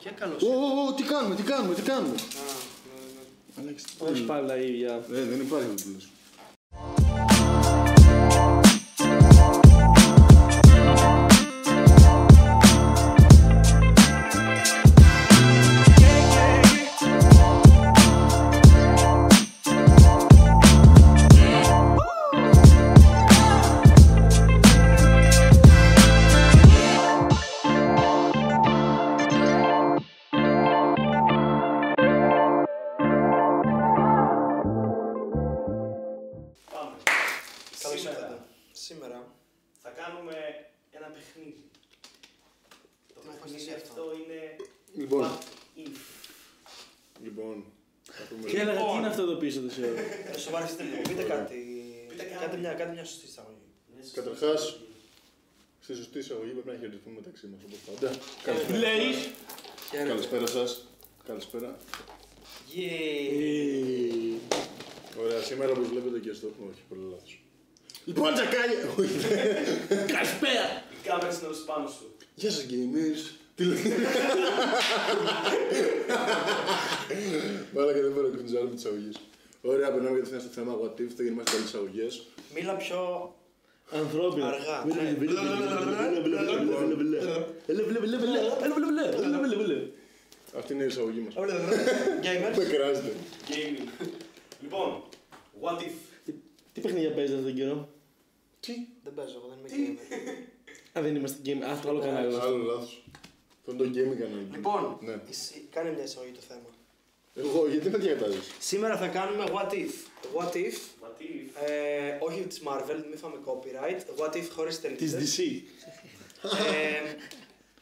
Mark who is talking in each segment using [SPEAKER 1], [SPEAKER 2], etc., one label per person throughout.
[SPEAKER 1] Ποια καλό.
[SPEAKER 2] Ω, ω, ω, τι κάνουμε, τι κάνουμε, τι κάνουμε. Αλλάξτε.
[SPEAKER 3] Όχι πάλι τα ίδια.
[SPEAKER 2] Ε, δεν υπάρχει να δουλέψω.
[SPEAKER 1] Πάμε.
[SPEAKER 4] Καλώς
[SPEAKER 1] Σήμερα
[SPEAKER 4] ήρθατε. Σήμερα.
[SPEAKER 1] θα κάνουμε ένα παιχνίδι. Το
[SPEAKER 4] Τι
[SPEAKER 1] παιχνίδι
[SPEAKER 4] αποφασίζει
[SPEAKER 1] αυτό είναι.
[SPEAKER 2] Λοιπόν.
[SPEAKER 1] What if.
[SPEAKER 2] Λοιπόν, θα πούμε.
[SPEAKER 3] Και έλεγα, τι
[SPEAKER 1] Λοιπόν.
[SPEAKER 3] είναι αυτό το πίσω της ώρα.
[SPEAKER 4] Ε, Σοβαρευτείτε λίγο. Πείτε κάτι.
[SPEAKER 1] Πείτε κάτι.
[SPEAKER 4] Κάντε μια, κάντε μια σωστή εισαγωγή.
[SPEAKER 1] Είναι σωστό.
[SPEAKER 2] Καταρχάς, Στη σωστή εισαγωγή πρέπει να χαιρετηθούμε μεταξύ μας όπως πάντα. Καλησπέρα.
[SPEAKER 3] Λέεις.
[SPEAKER 2] Καλησπέρα σας. Καλησπέρα. Ε.
[SPEAKER 4] Γεια.
[SPEAKER 2] Ωραία, σήμερα όπως βλέπετε και στο. Όχι, πολύ λάθος. Λοιπόν, τσακάλια! Όχι.
[SPEAKER 3] Καλησπέρα.
[SPEAKER 1] Οι κάμερες είναι όλες πάνω σου.
[SPEAKER 2] Γεια σας, gamers. Τι λέτε. Μάλλα και δεν μπορώ να κουνιζάρω με τις αγωγέ. Ωραία, περνάμε κατευθείαν στο θέμα What If. Θα γίνουμε καλέ αγωγέ.
[SPEAKER 4] Μίλα πιο
[SPEAKER 3] Ανθρώπινα.
[SPEAKER 4] Αργά.
[SPEAKER 3] Μπλε, μπλε, μπλε, μπλε, μπλε, μπλε, μπλε, μπλε. Έλε, μπλε, μπλε, μπλε, έλε, μπλε, μπλε, έλε, μπλε, μπλε.
[SPEAKER 2] Αυτή είναι η εισαγωγή μας.
[SPEAKER 4] gamers.
[SPEAKER 2] Δεν κράζεται.
[SPEAKER 1] Gaming. λοιπόν, what if.
[SPEAKER 3] Τι παιχνίδια παίζετε αυτόν τον καιρό.
[SPEAKER 2] Τι.
[SPEAKER 4] Δεν παίζω, εγώ δεν είμαι gamer.
[SPEAKER 3] Α, δεν είμαστε game. Α, το άλλο κανάλι μας.
[SPEAKER 2] Άλλο λάθος. Αυτό είναι το gaming κανάλι.
[SPEAKER 4] Λοιπόν,
[SPEAKER 2] Ναι.
[SPEAKER 4] εσύ- κάνε μια εισαγωγή το θέμα.
[SPEAKER 2] Εγώ, γιατί με διακατάζει.
[SPEAKER 4] Σήμερα θα κάνουμε what if. What if.
[SPEAKER 1] What if.
[SPEAKER 4] Ε, όχι της Marvel, μην φάμε copyright. What if χωρίς
[SPEAKER 3] Της
[SPEAKER 4] τελίτσε.
[SPEAKER 3] DC.
[SPEAKER 4] Ε,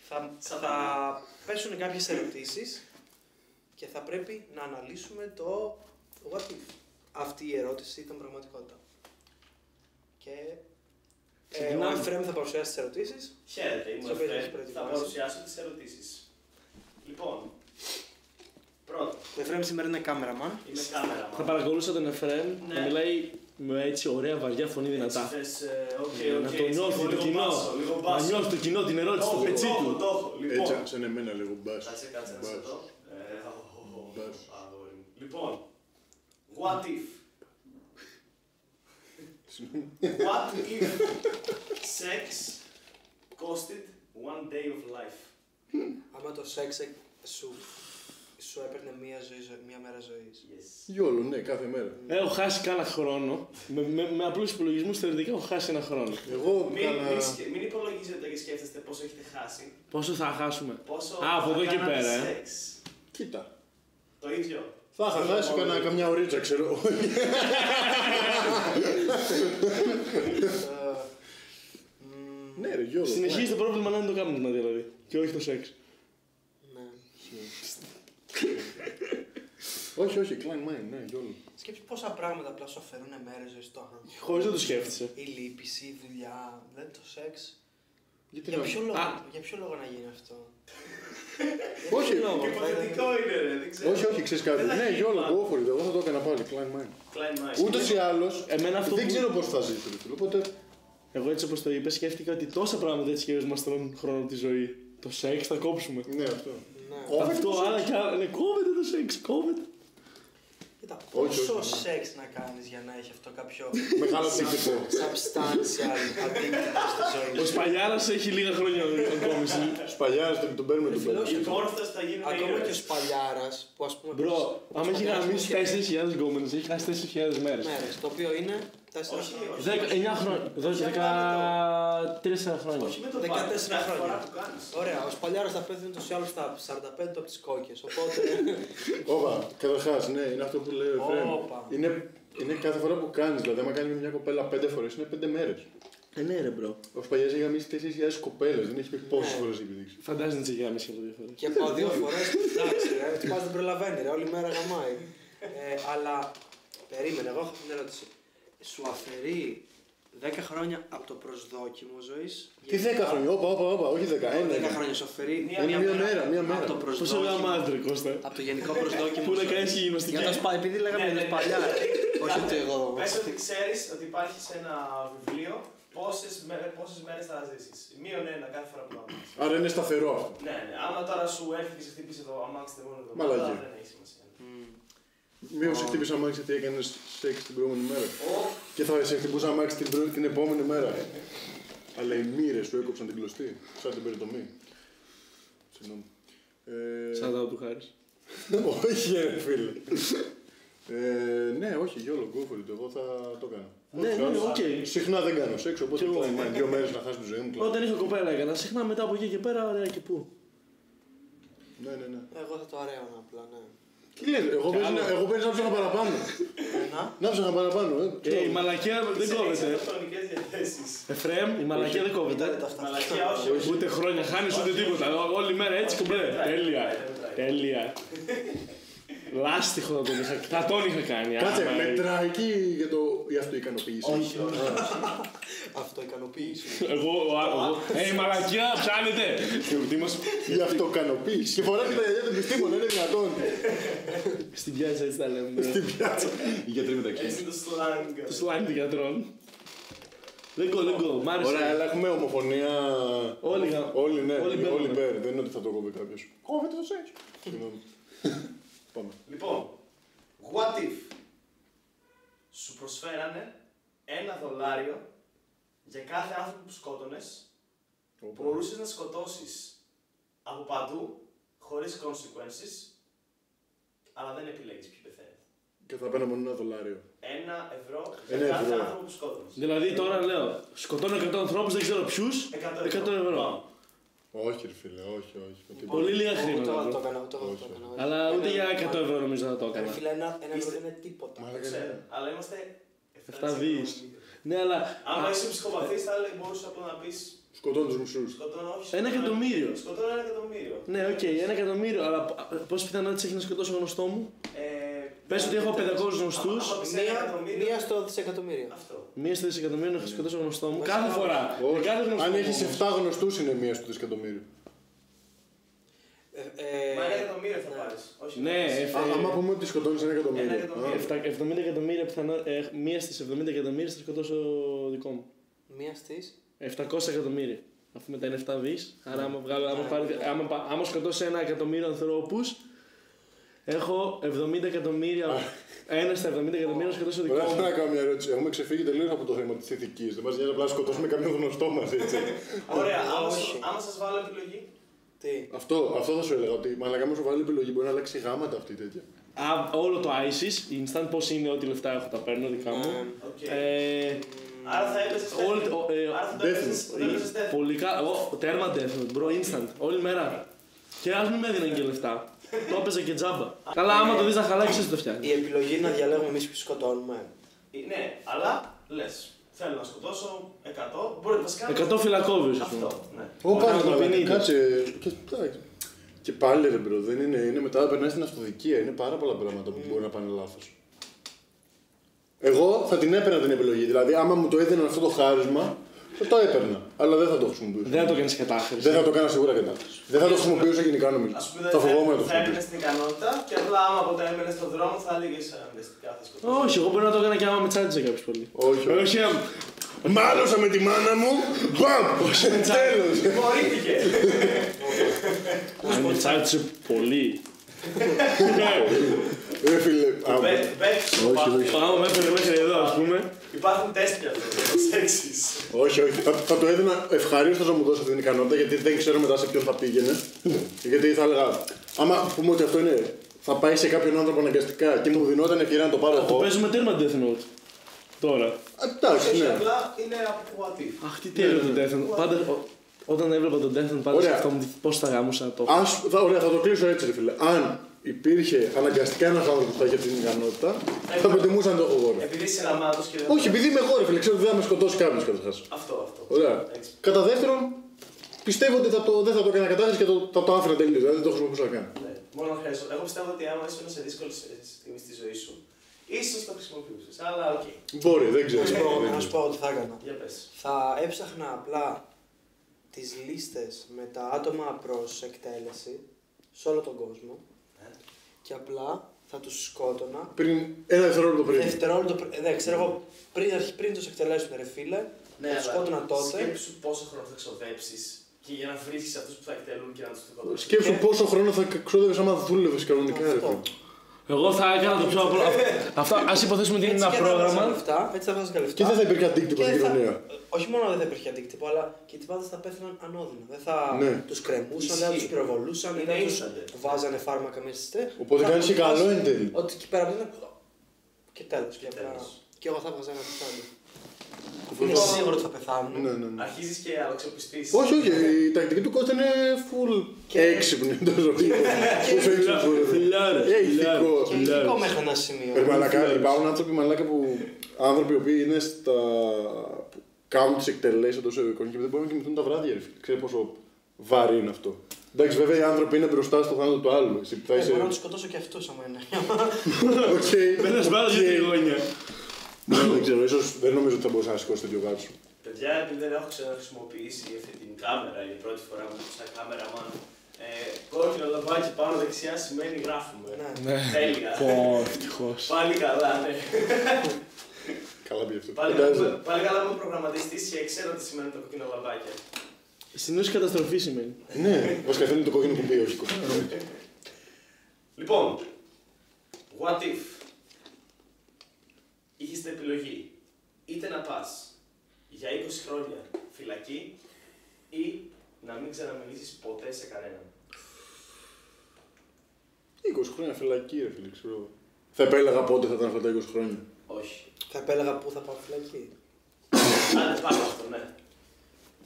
[SPEAKER 4] θα, θα πέσουν κάποιες ερωτήσεις και θα πρέπει να αναλύσουμε το what if. Αυτή η ερώτηση ήταν πραγματικότητα. Και ε, ο
[SPEAKER 3] Ξεκινάμε.
[SPEAKER 4] Εφραίμ θα παρουσιάσει τις ερωτήσεις.
[SPEAKER 1] Χαίρετε, είμαι ο
[SPEAKER 4] Στο παιδί,
[SPEAKER 1] Εφραίμ.
[SPEAKER 4] παιδί,
[SPEAKER 1] Θα
[SPEAKER 4] παιδί.
[SPEAKER 1] παρουσιάσω τις ερωτήσεις. Λοιπόν, πρώτο,
[SPEAKER 4] Ο Εφραίμ σήμερα είναι κάμεραμαν.
[SPEAKER 1] είναι κάμερα.
[SPEAKER 3] Θα παρακολούσα τον Εφραίμ
[SPEAKER 1] Ναι.
[SPEAKER 3] να μιλάει με έτσι ωραία βαριά φωνή
[SPEAKER 1] Ε,
[SPEAKER 3] δυνατά.
[SPEAKER 1] Okay,
[SPEAKER 3] Ε, Να το νιώθει το κοινό.
[SPEAKER 1] ε,
[SPEAKER 3] Να νιώθει το κοινό την ερώτηση στο πετσί του.
[SPEAKER 1] Το έχω,
[SPEAKER 2] Έτσι,
[SPEAKER 1] λοιπόν.
[SPEAKER 2] σαν εμένα λίγο μπα.
[SPEAKER 1] Κάτσε, κάτσε να σε δω. Ε, ω, ω, ω,
[SPEAKER 2] Μπας.
[SPEAKER 1] αγόρι μου. Λοιπόν, what if. What if sex costed one day of life.
[SPEAKER 4] Άμα το σεξ εκ- σου, σου έπαιρνε μία, ζωή, ζω- μία μέρα ζωής.
[SPEAKER 1] Yes.
[SPEAKER 2] Γιόλο, ναι, κάθε μέρα.
[SPEAKER 3] Έχω χάσει κάνα χρόνο. Με, με, με απλούς υπολογισμούς θεωρητικά έχω χάσει ένα χρόνο.
[SPEAKER 2] Εγώ
[SPEAKER 1] Μην,
[SPEAKER 2] κάνα...
[SPEAKER 1] μην, σκε- μην υπολογίζετε και σκέφτεστε πόσο έχετε χάσει.
[SPEAKER 3] Πόσο θα χάσουμε.
[SPEAKER 1] Πόσο
[SPEAKER 3] Α, από
[SPEAKER 1] θα
[SPEAKER 3] εδώ και
[SPEAKER 1] κάνατε
[SPEAKER 3] πέρα, ε.
[SPEAKER 1] σεξ.
[SPEAKER 2] Κοίτα.
[SPEAKER 1] Το ίδιο.
[SPEAKER 2] Θα είχα χάσει κανένα καμιά ωρίτσα, ξέρω. εγώ.
[SPEAKER 4] Ε, μ,
[SPEAKER 2] ναι, ρε, γιόλο.
[SPEAKER 3] Συνεχίζει το πρόβλημα να είναι το κάμνισμα δηλαδή. Και όχι το σεξ.
[SPEAKER 4] ναι.
[SPEAKER 2] Όχι, όχι, Klein Mind, ναι, γιόλο.
[SPEAKER 4] Σκέψου πόσα πράγματα απλά σου αφαιρούν μέρες ζωής στο άνθρωπο.
[SPEAKER 3] Χωρίς να το σκέφτεσαι.
[SPEAKER 4] Η λύπηση, η δουλειά, δηλαδή το σεξ.
[SPEAKER 2] Γιατί
[SPEAKER 4] Για
[SPEAKER 2] να...
[SPEAKER 4] ποιο, λόγο,
[SPEAKER 3] Α.
[SPEAKER 4] για ποιο λόγο να γίνει αυτό.
[SPEAKER 2] Όχι,
[SPEAKER 4] λόγο.
[SPEAKER 1] Υποθετικό είναι, ρε, δεν ξέρω.
[SPEAKER 2] ε. όχι, όχι, ξέρεις κάτι.
[SPEAKER 1] Δεν θα
[SPEAKER 2] Ναι,
[SPEAKER 1] γίνει
[SPEAKER 2] γιόλο,
[SPEAKER 1] πάντα.
[SPEAKER 2] go for it. Εγώ θα το έκανα πάλι, Klein Mind.
[SPEAKER 1] Klein Mind.
[SPEAKER 2] Ούτως ή άλλως.
[SPEAKER 3] Εμένα αυτό
[SPEAKER 2] Δεν
[SPEAKER 3] που-
[SPEAKER 2] ξέρω πώς θα ζήσει, ρε φίλε, Οπότε.
[SPEAKER 3] Εγώ έτσι όπως το είπες, σκέφτηκα ότι τόσα πράγματα έτσι και μα τρώνε χρόνο από τη ζωή. Το σεξ θα κόψουμε.
[SPEAKER 2] Ναι, αυτό.
[SPEAKER 4] Ναι.
[SPEAKER 2] Κόβεται
[SPEAKER 3] Αυτό
[SPEAKER 2] το σεξ.
[SPEAKER 3] άλλα κι άλλα. Ναι, κόβεται το σεξ, κόβεται.
[SPEAKER 4] Κοίτα,
[SPEAKER 2] όχι,
[SPEAKER 4] πόσο
[SPEAKER 2] όχι.
[SPEAKER 4] σεξ να κάνεις για να έχει αυτό κάποιο
[SPEAKER 2] Μεγάλο ψυχικό.
[SPEAKER 4] substantial αντίκτυπο στη ζωή
[SPEAKER 3] Ο
[SPEAKER 4] σου.
[SPEAKER 3] Σπαλιάρα έχει λίγα χρόνια ακόμη.
[SPEAKER 2] Σπαλιάρεστε, τον παίρνουμε τον
[SPEAKER 4] Φιλόσοφο.
[SPEAKER 2] παίρνουμε.
[SPEAKER 1] Οι πόρτες θα γίνουν
[SPEAKER 4] Ακόμα
[SPEAKER 1] ήρωες.
[SPEAKER 4] και ο Σπαλιάρας που ας πούμε...
[SPEAKER 3] Μπρο,
[SPEAKER 4] ο
[SPEAKER 3] άμα έχει
[SPEAKER 4] Σπαλιάρας
[SPEAKER 3] γραμμίσει
[SPEAKER 4] που έχει
[SPEAKER 3] 4.000 γκόμενες, έχει χάσει 4.000 μέρες.
[SPEAKER 4] μέρες, το οποίο είναι 4
[SPEAKER 1] Όχι,
[SPEAKER 4] χρόνια.
[SPEAKER 1] όχι.
[SPEAKER 3] 9 χρόνια. Δώσε 13 χρόνια.
[SPEAKER 1] Όχι με το
[SPEAKER 4] 14
[SPEAKER 1] βάρος, κάθε
[SPEAKER 4] χρόνια.
[SPEAKER 1] φορά που κάνεις.
[SPEAKER 4] Ωραία, ο Σπαλιάρας θα πέθει ούτως ή άλλως στα 45 από τις κόκκες, οπότε...
[SPEAKER 2] Όπα, καταρχάς, ναι, είναι αυτό που λέει ο
[SPEAKER 4] Όπα.
[SPEAKER 2] Εφραίμ. Είναι, είναι κάθε φορά που κάνεις, δηλαδή, άμα κάνεις μια κοπέλα πέντε φορές, είναι πέντε μέρες.
[SPEAKER 3] Ε, ναι, ρε, μπρο.
[SPEAKER 2] Ο Σπαγιά έχει γαμίσει 4.000 κοπέλες, δεν έχει πει πόσες
[SPEAKER 4] Ναι.
[SPEAKER 2] φορές έχει δείξει.
[SPEAKER 3] Φαντάζεσαι να τσιγάμισε από δύο φορές.
[SPEAKER 4] Και πάω δύο φορές. Εντάξει, ρε, τι πα δεν προλαβαίνει, ρε, όλη μέρα γαμάει. Ε, αλλά περίμενε, εγώ έχω την ερώτηση. Σου αφαιρεί 10 χρόνια από το προσδόκιμο ζωής.
[SPEAKER 2] Τι 10 χρόνια, όπα, όπα, όπα, όχι 10, ένα. Ε,
[SPEAKER 4] 10 χρόνια σου αφαιρεί
[SPEAKER 1] Είναι
[SPEAKER 4] μία-
[SPEAKER 2] μία μέρα, μία μέρα.
[SPEAKER 4] Από το
[SPEAKER 3] Πόσο
[SPEAKER 4] προσδόκιμο.
[SPEAKER 3] γαμάτρε, Κώστα.
[SPEAKER 4] Από το γενικό προσδόκιμο.
[SPEAKER 3] Πού να
[SPEAKER 4] ζωής.
[SPEAKER 3] κάνει και γυμναστική.
[SPEAKER 4] Για το σπα, επειδή λέγαμε
[SPEAKER 1] Ναι,
[SPEAKER 4] για το
[SPEAKER 1] ναι, ναι.
[SPEAKER 4] παλιά. ρε. Όχι ότι εγώ.
[SPEAKER 1] Πες ότι ξέρεις ότι υπάρχει σε ένα βιβλίο Πόσες μέρες θα ζήσεις. Μείον ένα κάθε φορά που πάμε.
[SPEAKER 2] Άρα είναι σταθερό αυτό.
[SPEAKER 1] Ναι, ναι. Άμα τώρα σου έρθει και σε χτύπησε το αμάξι την επόμενη
[SPEAKER 2] Μαλακία.
[SPEAKER 1] εβδομάδα, δεν έχει σημασία.
[SPEAKER 2] Μήπω σε χτύπησα αμάξι τι έκανες σεξ την προηγούμενη μέρα.
[SPEAKER 1] Ο,
[SPEAKER 2] Και θα σε χτυπούσα αμάξι την, προ- την επόμενη μέρα. Αλλά οι μοίρες σου έκοψαν την κλωστή. Σαν την περιτομή. Συγγνώμη. Ε,
[SPEAKER 3] Σαν τα του χάρης.
[SPEAKER 2] όχι, ρε φίλε. Ε, ναι, όχι, γιόλο, go for it. Εγώ θα το κάνω.
[SPEAKER 3] Ναι, ναι, οκ.
[SPEAKER 2] Συχνά δεν κάνω σεξ, οπότε
[SPEAKER 3] Κι εγώ.
[SPEAKER 2] κλαίμα. Δύο μέρες να χάσει τη ζωή μου. κλαίμα.
[SPEAKER 3] Όταν είχα κοπέλα έκανα, συχνά μετά από εκεί και πέρα, ωραία και πού.
[SPEAKER 2] Ναι, ναι, ναι.
[SPEAKER 4] Εγώ θα το αρέωνα απλά, ναι.
[SPEAKER 2] Τι λες, εγώ
[SPEAKER 3] Κι
[SPEAKER 2] παίζει
[SPEAKER 3] άλλο.
[SPEAKER 2] εγώ παίζει να ψάχνα παραπάνω.
[SPEAKER 4] Ένα.
[SPEAKER 2] Να ψάχνα παραπάνω, ε.
[SPEAKER 3] Ε, η μαλακία δεν κόβεται.
[SPEAKER 1] Αυτοκτονικέ διαθέσει.
[SPEAKER 3] Εφρέμ, η μαλακία δεν κόβεται.
[SPEAKER 1] Μαλακία, όχι. όχι.
[SPEAKER 3] Ούτε χρόνια χάνεις ούτε τίποτα. Ό- Όλη μέρα έτσι κομπλέ.
[SPEAKER 1] Μετράει,
[SPEAKER 3] Τέλεια.
[SPEAKER 1] μετράει, μετράει.
[SPEAKER 3] Τέλεια. Λάστιχο θα τον είχα, θα τον είχα κάνει.
[SPEAKER 2] Κάτσε, ναι,
[SPEAKER 3] άμα-
[SPEAKER 2] μετράει εκεί για το. για αυτό ικανοποίηση.
[SPEAKER 3] Όχι,
[SPEAKER 4] Αυτό ικανοποίηση.
[SPEAKER 3] Εγώ, ο άλλο. Ε, η μαλακία ψάνεται. Και ο Δήμος
[SPEAKER 2] Για αυτό ικανοποίηση. Και φοράει και τα γυαλιά του επιστήμονα, είναι δυνατόν.
[SPEAKER 3] Στην πιάτσα έτσι τα λέμε.
[SPEAKER 2] Στην πιάτσα. Οι γιατροί μεταξύ.
[SPEAKER 1] Έτσι είναι το slang.
[SPEAKER 3] Του slime των γιατρών. Δεν κο, δεν κο. Μ'
[SPEAKER 2] Ωραία,
[SPEAKER 3] άρεσε.
[SPEAKER 2] αλλά έχουμε ομοφωνία.
[SPEAKER 3] Όλοι γα-
[SPEAKER 2] Όλοι, ναι.
[SPEAKER 3] όλοι
[SPEAKER 2] Όλοι
[SPEAKER 3] μπαίνουμε.
[SPEAKER 2] μπέρ. Δεν είναι ότι θα το κόβει κάποιος. Κόβεται το σεξ. Συγγνώμη. Πάμε.
[SPEAKER 1] Λοιπόν, what if σου προσφέρανε ένα δολάριο για κάθε άνθρωπο που σκότωνες,
[SPEAKER 2] Όπα.
[SPEAKER 1] μπορούσες να σκοτώσεις από παντού χωρίς consequences, αλλά δεν επιλέγεις ποιοι πεθαίνουν.
[SPEAKER 2] Και θα παίρνω μόνο ένα δολάριο.
[SPEAKER 1] Ένα ευρώ για
[SPEAKER 2] Ένα
[SPEAKER 1] κάθε
[SPEAKER 2] ευρώ.
[SPEAKER 1] άνθρωπο που σκότωνες.
[SPEAKER 3] Δηλαδή τώρα λέω, σκοτώνω 100 ανθρώπους, δεν ξέρω ποιους.
[SPEAKER 1] 100
[SPEAKER 3] 100 ευρώ.
[SPEAKER 2] Όχι, ρε φίλε, όχι, όχι. Τίποτα.
[SPEAKER 3] Πολύ λίγα
[SPEAKER 4] Ούτε
[SPEAKER 3] χρήματα.
[SPEAKER 4] εγώ το
[SPEAKER 3] bro.
[SPEAKER 4] έκανα, ούτε εγώ το
[SPEAKER 2] Όχι.
[SPEAKER 4] έκανα. όχι.
[SPEAKER 3] Αλλά ούτε
[SPEAKER 4] Ένα-
[SPEAKER 3] για 100 ευρώ νομίζω θα το
[SPEAKER 4] Ρε
[SPEAKER 3] έκανα.
[SPEAKER 4] Φίλε, ένα ένα ευρώ
[SPEAKER 1] Είστε-
[SPEAKER 4] δεν είναι τίποτα.
[SPEAKER 2] Μαλάκα, ναι.
[SPEAKER 1] Ξέρω, αλλά είμαστε
[SPEAKER 3] Εφτά δις. Ναι, αλλά.
[SPEAKER 1] Άμα είσαι ψυχοπαθής, θα έλεγε μπορούσες απλά να πεις
[SPEAKER 2] Σκοτώνω τους μισούς.
[SPEAKER 1] σκοτώνω, όχι.
[SPEAKER 3] Ένα
[SPEAKER 1] σκοτώνω-
[SPEAKER 3] εκατομμύριο.
[SPEAKER 1] Σκοτώνω ένα εκατομμύριο.
[SPEAKER 3] Ναι, οκ, ένα εκατομμύριο, αλλά πόσες πιθανότητες έχει να σκοτώσω γνωστό μου.
[SPEAKER 1] Ε,
[SPEAKER 3] Πες ότι έχω 500
[SPEAKER 1] Άμα-
[SPEAKER 3] γνωστούς.
[SPEAKER 1] άμα πεις ένα
[SPEAKER 4] Μία,
[SPEAKER 1] εκατομμύριο,
[SPEAKER 4] μία στο δισεκατομμύριο.
[SPEAKER 1] Αυτό.
[SPEAKER 3] Μία στο δισεκατομμύριο να σκοτώσω γνωστός μου.
[SPEAKER 4] Ναι.
[SPEAKER 3] Κάθε φορά. Για Κάθε γνωστός
[SPEAKER 2] Αν
[SPEAKER 3] μου
[SPEAKER 2] έχεις
[SPEAKER 3] όμως.
[SPEAKER 2] 7 γνωστούς είναι μία στο δισεκατομμύριο.
[SPEAKER 4] Ε, ε,
[SPEAKER 1] Μα ένα εκατομμύριο θα
[SPEAKER 4] ναι.
[SPEAKER 1] πάρεις. Όχι.
[SPEAKER 3] Ναι,
[SPEAKER 1] δεν
[SPEAKER 3] εφ-
[SPEAKER 1] πεις.
[SPEAKER 2] Α, Άμα πούμε ότι σκοτώνεις ένα
[SPEAKER 1] Ένα
[SPEAKER 2] εκατομμύριο.
[SPEAKER 1] εκατομμύριο.
[SPEAKER 2] Α,
[SPEAKER 3] Εφτά- 70 εκατομμύρια πιθανό. ε, μία στις 70 εκατομμύρια θα σκοτώσω δικό μου.
[SPEAKER 4] Μία στις...
[SPEAKER 3] 700 εκατομμύρια. Αφού μετά είναι 7 δις. Άρα, άμα, βγάλω, άμα,
[SPEAKER 4] Ναι.
[SPEAKER 3] πάρει, άμα, πα- άμα σκοτώσω ένα εκατομμύριο ανθρώπους, έχω 70 εκατομμύρια. ένας στα 70 εκατομμύρια να σκοτώσω δικό
[SPEAKER 2] Ωραία, αυτό
[SPEAKER 3] μου.
[SPEAKER 2] να κάνω μια ερώτηση. Έχουμε ξεφύγει τελείως από το θέμα της ηθικής. Δεν μας νοιάζει απλά να σκοτώσουμε κάποιον γνωστό μας, έτσι.
[SPEAKER 3] ε,
[SPEAKER 1] Ωραία, άμα,
[SPEAKER 4] όχι.
[SPEAKER 1] σου- άμα σας βάλω επιλογή.
[SPEAKER 4] Τι.
[SPEAKER 2] αυτό, αυτό θα σου έλεγα. Ότι μαλακά με σοβαρή επιλογή μπορεί να αλλάξει γάματα αυτή η τέτοια.
[SPEAKER 3] Α, όλο το ISIS, instant πώς είναι, ό,τι λεφτά έχω τα παίρνω δικά
[SPEAKER 2] ναι.
[SPEAKER 3] μου.
[SPEAKER 4] Ε,
[SPEAKER 1] Οκ.
[SPEAKER 3] Ε,
[SPEAKER 1] Άρα θα έπαιζες
[SPEAKER 3] όλη-
[SPEAKER 1] τέτοιο.
[SPEAKER 3] ο- ε,
[SPEAKER 1] Άρα θα το
[SPEAKER 2] death
[SPEAKER 1] έπαιζες-
[SPEAKER 2] note.
[SPEAKER 1] το έπαιζες death.
[SPEAKER 3] Πολύ κα... Εγώ, τέρμα death, bro, instant, όλη μέρα. Και ας μην με έδιναν και λεφτά. το έπαιζα και τζάμπα. Καλά, άμα το δεις να χαλάξεις, το φτιάχνεις.
[SPEAKER 4] Η επιλογή είναι να διαλέγουμε εμείς που σκοτώνουμε.
[SPEAKER 1] Ε, Ναι, αλλά λες. Θέλω να σκοτώσω 100. Μπορεί να σκάσει.
[SPEAKER 3] 100 φυλακόβιους, ας πούμε.
[SPEAKER 1] Αυτό. Ναι.
[SPEAKER 3] Ωραία,
[SPEAKER 2] Όπα,
[SPEAKER 3] το
[SPEAKER 2] μαλακά,
[SPEAKER 3] 50.
[SPEAKER 2] κάτσε. Και, εντάξει. και πάλι ρε μπρο, δεν είναι, είναι μετά περνάει στην αυτοδικία. Είναι πάρα πολλά πράγματα που μπορεί να πάνε λάθος. Εγώ θα την έπαιρνα την επιλογή. Δηλαδή, άμα μου το έδιναν αυτό το χάρισμα, θα το έπαιρνα. Αλλά δεν θα το χρησιμοποιούσα.
[SPEAKER 3] Δεν θα το κάνεις κατάχρηση.
[SPEAKER 2] Δεν θα το κάνω σίγουρα κατάσταση. Δεν θα το χρησιμοποιούσα γενικά νομίζω.
[SPEAKER 1] Ας πούμε,
[SPEAKER 2] Θα
[SPEAKER 1] θα,
[SPEAKER 2] φοβόμουν να το
[SPEAKER 1] θα έμπαινε
[SPEAKER 2] χρησιμοποιήσω.
[SPEAKER 1] στην ικανότητα και απλά άμα ποτέ έμπαινε στον δρόμο θα έλεγες αναγκαστικά θα σκοτώσω.
[SPEAKER 3] Όχι, εγώ μπορεί να το έκανα και άμα με τσάντιζε κάποιος πολύ.
[SPEAKER 2] Όχι. όχι.
[SPEAKER 3] Όχι, αμ,
[SPEAKER 2] Μάλωσα με τη μάνα μου. Μπαμ! Τέλος.
[SPEAKER 1] Μπορείτε.
[SPEAKER 3] αν με τσάντιζε πολύ.
[SPEAKER 2] Ναι. Ρε φίλε. άμα. Όχι, όχι.
[SPEAKER 3] Άμα με έφερε μέχρι εδώ, ας πούμε.
[SPEAKER 1] Υπάρχουν τεστ για αυτό. το Σεξι.
[SPEAKER 2] Όχι, όχι. Θα, θα το έδινα ευχαρίστως να μου δώσει αυτή την ικανότητα γιατί δεν ξέρω μετά σε ποιον θα πήγαινε. γιατί θα έλεγα. Άμα πούμε ότι αυτό είναι. Θα πάει σε κάποιον άνθρωπο αναγκαστικά και μου δινόταν ευκαιρία να το πάρω
[SPEAKER 3] Το
[SPEAKER 2] εγώ.
[SPEAKER 3] παίζουμε τέρμα death note. Τώρα.
[SPEAKER 2] Α, Εντάξει,
[SPEAKER 1] Όχι
[SPEAKER 2] ναι.
[SPEAKER 1] απλά είναι από what if.
[SPEAKER 3] Αχ, τι τέλειο το Death Note. Ναι, Πάντα, ο- όταν έβλεπα τον Death Note, πάντα
[SPEAKER 2] Ωραία.
[SPEAKER 3] σκεφτόμουν τι- πώς θα γάμουσα να το έχω.
[SPEAKER 2] Ας, θα, ωραία, θα το κλείσω έτσι, ρε φίλε. Αν υπήρχε αναγκαστικά ένας άνθρωπος που θα είχε αυτή την ικανότητα, θα προτιμούσα να το έχω εγώ. ρε.
[SPEAKER 1] Επειδή είσαι γαμάτος και δεν-
[SPEAKER 2] Όχι, επειδή είμαι εγώ, ρε φίλε, ξέρω ότι δεν θα με σκοτώσει κάποιος καταρχά.
[SPEAKER 1] Αυτό, αυτό.
[SPEAKER 2] Ωραία.
[SPEAKER 1] Έτσι.
[SPEAKER 2] Κατά δεύτερον, πιστεύω ότι θα το, δεν θα το έκανα κατάσταση και το, θα το άφηνα τελείως. Δηλαδή δεν το χρησιμοποιούσα καν.
[SPEAKER 1] Ναι, μόνο να χρειαζόταν. Εγώ πιστεύω ότι άμα ήσουν σε δύσκολη σε- στιγμή στη ζωή σου, ίσως το χρησιμοποιούσες. Αλλά οκ,
[SPEAKER 2] Μπορεί, δεν ξέρω.
[SPEAKER 4] Να σου πω-
[SPEAKER 2] δεν
[SPEAKER 4] Να σου
[SPEAKER 2] ξέρω.
[SPEAKER 4] πω ότι θα έκανα.
[SPEAKER 1] για πες.
[SPEAKER 4] Θα έψαχνα απλά τις λίστες με τα άτομα προς εκτέλεση σε όλο τον κόσμο
[SPEAKER 1] Ναι.
[SPEAKER 4] και απλά θα τους σκότωνα ε,
[SPEAKER 2] Πριν ένα δευτερόλεπτο πριν.
[SPEAKER 4] δευτερόλεπτο, πρι- ναι, ξέρω εγώ, πριν, αρχι- πριν τους εκτελέσουν ρε φίλε,
[SPEAKER 1] Ναι, αλλά
[SPEAKER 4] σκότωνα τότε.
[SPEAKER 1] Σκέψου πόσο χρόνο θα ξοδέψεις και για να βρίσκεις αυτούς που θα εκτελούν και να τους τυχοδοτήσει.
[SPEAKER 2] Σκέψου πόσο χρόνο θα ξόδευε άμα δούλευες κανονικά. ρε
[SPEAKER 4] Αυτό.
[SPEAKER 2] φίλε.
[SPEAKER 3] Εγώ θα έκανα το πιο απλό. Αυτά, ας υποθέσουμε ότι είναι
[SPEAKER 4] Έτσι
[SPEAKER 3] ένα
[SPEAKER 4] και θα βγάζα
[SPEAKER 3] πρόγραμμα.
[SPEAKER 4] λεφτά, έτσι θα βγάζει λεφτά.
[SPEAKER 2] Και δεν θα υπήρχε αντίκτυπο
[SPEAKER 4] Και
[SPEAKER 2] στην
[SPEAKER 4] θα-
[SPEAKER 2] κοινωνία.
[SPEAKER 4] Όχι μόνο δεν θα υπήρχε αντίκτυπο, αλλά και οι τυπάδες θα πέθαναν ανώδυνα. Δεν θα
[SPEAKER 2] Ναι.
[SPEAKER 4] τους κρεμούσαν, δεν θα
[SPEAKER 1] Ισχύει.
[SPEAKER 4] του πυροβολούσαν, δεν
[SPEAKER 1] Είναι
[SPEAKER 4] θα
[SPEAKER 1] instant.
[SPEAKER 4] τους βάζανε φάρμακα μέσα στι τέχνε.
[SPEAKER 2] Οπότε
[SPEAKER 4] Θα
[SPEAKER 2] κάνεις και
[SPEAKER 4] τους
[SPEAKER 2] καλό
[SPEAKER 4] βάζανε
[SPEAKER 2] εν τέλει.
[SPEAKER 4] Ότι εκεί πέρα δεν Και τέλος. Και,
[SPEAKER 1] τέλος.
[SPEAKER 4] και εγώ θα βγάζα ένα πιθάνο. Είναι
[SPEAKER 2] Φοβάμαι.
[SPEAKER 4] σίγουρο ότι θα πεθάνουν.
[SPEAKER 2] Ναι, ναι, ναι.
[SPEAKER 1] Αρχίζεις και αλλαξοπιστεί.
[SPEAKER 2] Όχι, όχι, η τακτική του Κώστα είναι full
[SPEAKER 4] Ναι. Και-
[SPEAKER 2] έξυπνη το ζωή. Πόσο έξυπνος μπορεί να
[SPEAKER 3] Φιλάρε,
[SPEAKER 2] είναι. Ε,
[SPEAKER 3] φιλάρε.
[SPEAKER 2] ηθικό.
[SPEAKER 4] Και ηθικό μέχρι ένα σημείο.
[SPEAKER 2] Ρε μαλακά,
[SPEAKER 3] φιλάρες.
[SPEAKER 2] υπάρχουν άνθρωποι μαλάκα που. άνθρωποι οι οποίοι είναι στα. που κάνουν τις εκτελέσεις εντός εισαγωγικών και δεν μπορούν να κοιμηθούν τα βράδια. ρε φίλε. Ξέρεις πόσο βαρύ είναι αυτό. Εντάξει, βέβαια οι άνθρωποι είναι μπροστά στο θάνατο του άλλου. Εσύ που θα
[SPEAKER 4] Ε,
[SPEAKER 2] είσαι.
[SPEAKER 4] Μπορώ να
[SPEAKER 2] Οκ.
[SPEAKER 4] τους σκοτώσω και αυτούς άμα είναι.
[SPEAKER 3] Ένα μπάλα
[SPEAKER 2] οκ.
[SPEAKER 3] για τη γωνιά.
[SPEAKER 2] Δεν ξέρω, ίσως δεν νομίζω ότι θα μπορούσα να σηκώσει το κάτω σου.
[SPEAKER 1] Παιδιά, επειδή δεν έχω ξαναχρησιμοποιήσει αυτή την κάμερα, είναι η πρώτη φορά που έχω στα κάμερα μάλλον. Ε, κόκκινο λαμπάκι πάνω δεξιά σημαίνει γράφουμε.
[SPEAKER 4] Ναι.
[SPEAKER 1] Τέλεια.
[SPEAKER 3] Πω, ευτυχώς.
[SPEAKER 1] Πάλι καλά, ναι.
[SPEAKER 2] Καλά πήγε αυτό.
[SPEAKER 1] Πάλι,
[SPEAKER 2] Φαντάζεσαι.
[SPEAKER 1] πάλι καλά είμαι προγραμματιστής και ξέρω τι σημαίνει τα κόκκινα λαμπάκια.
[SPEAKER 3] Συνήθω καταστροφή σημαίνει.
[SPEAKER 2] Ναι, βασικά θέλει το κόκκινο κουμπί, όχι κόκκινο.
[SPEAKER 1] Λοιπόν, what if είχες την επιλογή είτε να πας για 20 χρόνια φυλακή ή να μην ξαναμιλήσεις ποτέ σε κανέναν.
[SPEAKER 2] 20 χρόνια φυλακή, ρε φίλε, ξέρω εγώ. Θα επέλεγα πότε θα ήταν αυτά τα 20 χρόνια.
[SPEAKER 1] Όχι.
[SPEAKER 4] Θα επέλεγα πού θα πάω φυλακή.
[SPEAKER 1] Άντε πάμε αυτό, ναι.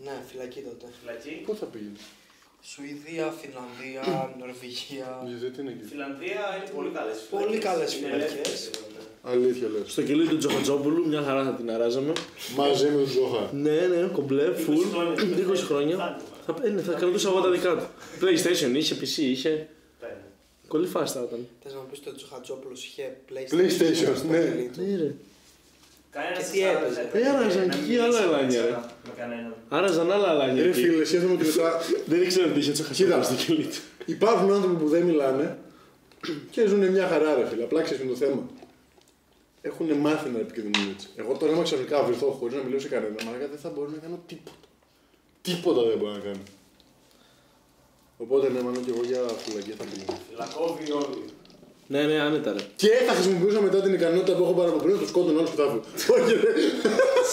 [SPEAKER 4] Ναι, φυλακή τότε.
[SPEAKER 1] Φυλακή.
[SPEAKER 2] Πού θα πήγαινες.
[SPEAKER 4] Σουηδία, Φινλανδία, Νορβηγία.
[SPEAKER 2] Γιατί τι είναι εκεί.
[SPEAKER 1] Φιλανδία είναι πολύ καλές
[SPEAKER 4] Πολύ
[SPEAKER 1] φυλακές.
[SPEAKER 4] καλές
[SPEAKER 1] Είναι
[SPEAKER 4] φυλακές.
[SPEAKER 1] ελεύθερες, ναι.
[SPEAKER 2] Αλήθεια λες.
[SPEAKER 3] Στο κελί του Τζοχατζόπουλου μια χαρά θα την αράζαμε.
[SPEAKER 2] Μαζί με τον Ζόχα.
[SPEAKER 3] Ναι, ναι, κομπλέ,
[SPEAKER 1] 20
[SPEAKER 3] φουλ.
[SPEAKER 1] χρόνια.
[SPEAKER 3] 20 χρόνια.
[SPEAKER 1] Φτάνουμε.
[SPEAKER 3] Θα, ε, ναι, θα κρατούσα εγώ τα δικά του. PlayStation είχε, PC είχε.
[SPEAKER 1] Πέρα.
[SPEAKER 3] Κολυφάστα ήταν.
[SPEAKER 4] Θες να μου πεις ότι ο Τσοχατζόπουλο είχε PlayStation.
[SPEAKER 2] PlayStation,
[SPEAKER 4] στο
[SPEAKER 2] ναι.
[SPEAKER 4] κελί του.
[SPEAKER 3] Ναι, ρε.
[SPEAKER 1] Κανένας
[SPEAKER 4] Και τι
[SPEAKER 1] της άλλας
[SPEAKER 4] έπαιζε.
[SPEAKER 1] δεν έπρεπε
[SPEAKER 3] Πέραζαν
[SPEAKER 1] να
[SPEAKER 3] και εκεί
[SPEAKER 1] μιλήσει
[SPEAKER 3] άλλα ελάνια, ρε.
[SPEAKER 1] ξανά Με κανέναν.
[SPEAKER 3] Άραζαν άλλα λάνια.
[SPEAKER 2] Ρε
[SPEAKER 3] εκεί.
[SPEAKER 2] φίλε, σκέφτομαι ότι μετά
[SPEAKER 3] Δεν ήξερα τι είχε Τζοχατζόπουλο
[SPEAKER 2] Κοίτα.
[SPEAKER 3] στο κελί του.
[SPEAKER 2] υπάρχουν άνθρωποι που δεν μιλάνε και ζουν μια χαρά, ρε φίλε. Απλά ξέρεις το θέμα. Έχουν μάθει να επικοινωνούν έτσι. Εγώ τώρα, άμα ξαφνικά βρεθώ χωρίς να μιλήσω σε κανένα, μαλάκα δεν θα μπορώ να κάνω τίποτα. Τίποτα δεν μπορώ να κάνω. Οπότε ναι, μάλλον και εγώ για φυλακή θα πήγαινα.
[SPEAKER 1] Φυλακόβοι όλοι.
[SPEAKER 3] Ναι, ναι, άνετα ρε.
[SPEAKER 2] Και θα χρησιμοποιούσα μετά την ικανότητα που έχω πάρει από πριν να του σκότωνω όλου που θα βγουν. Όχι, ρε.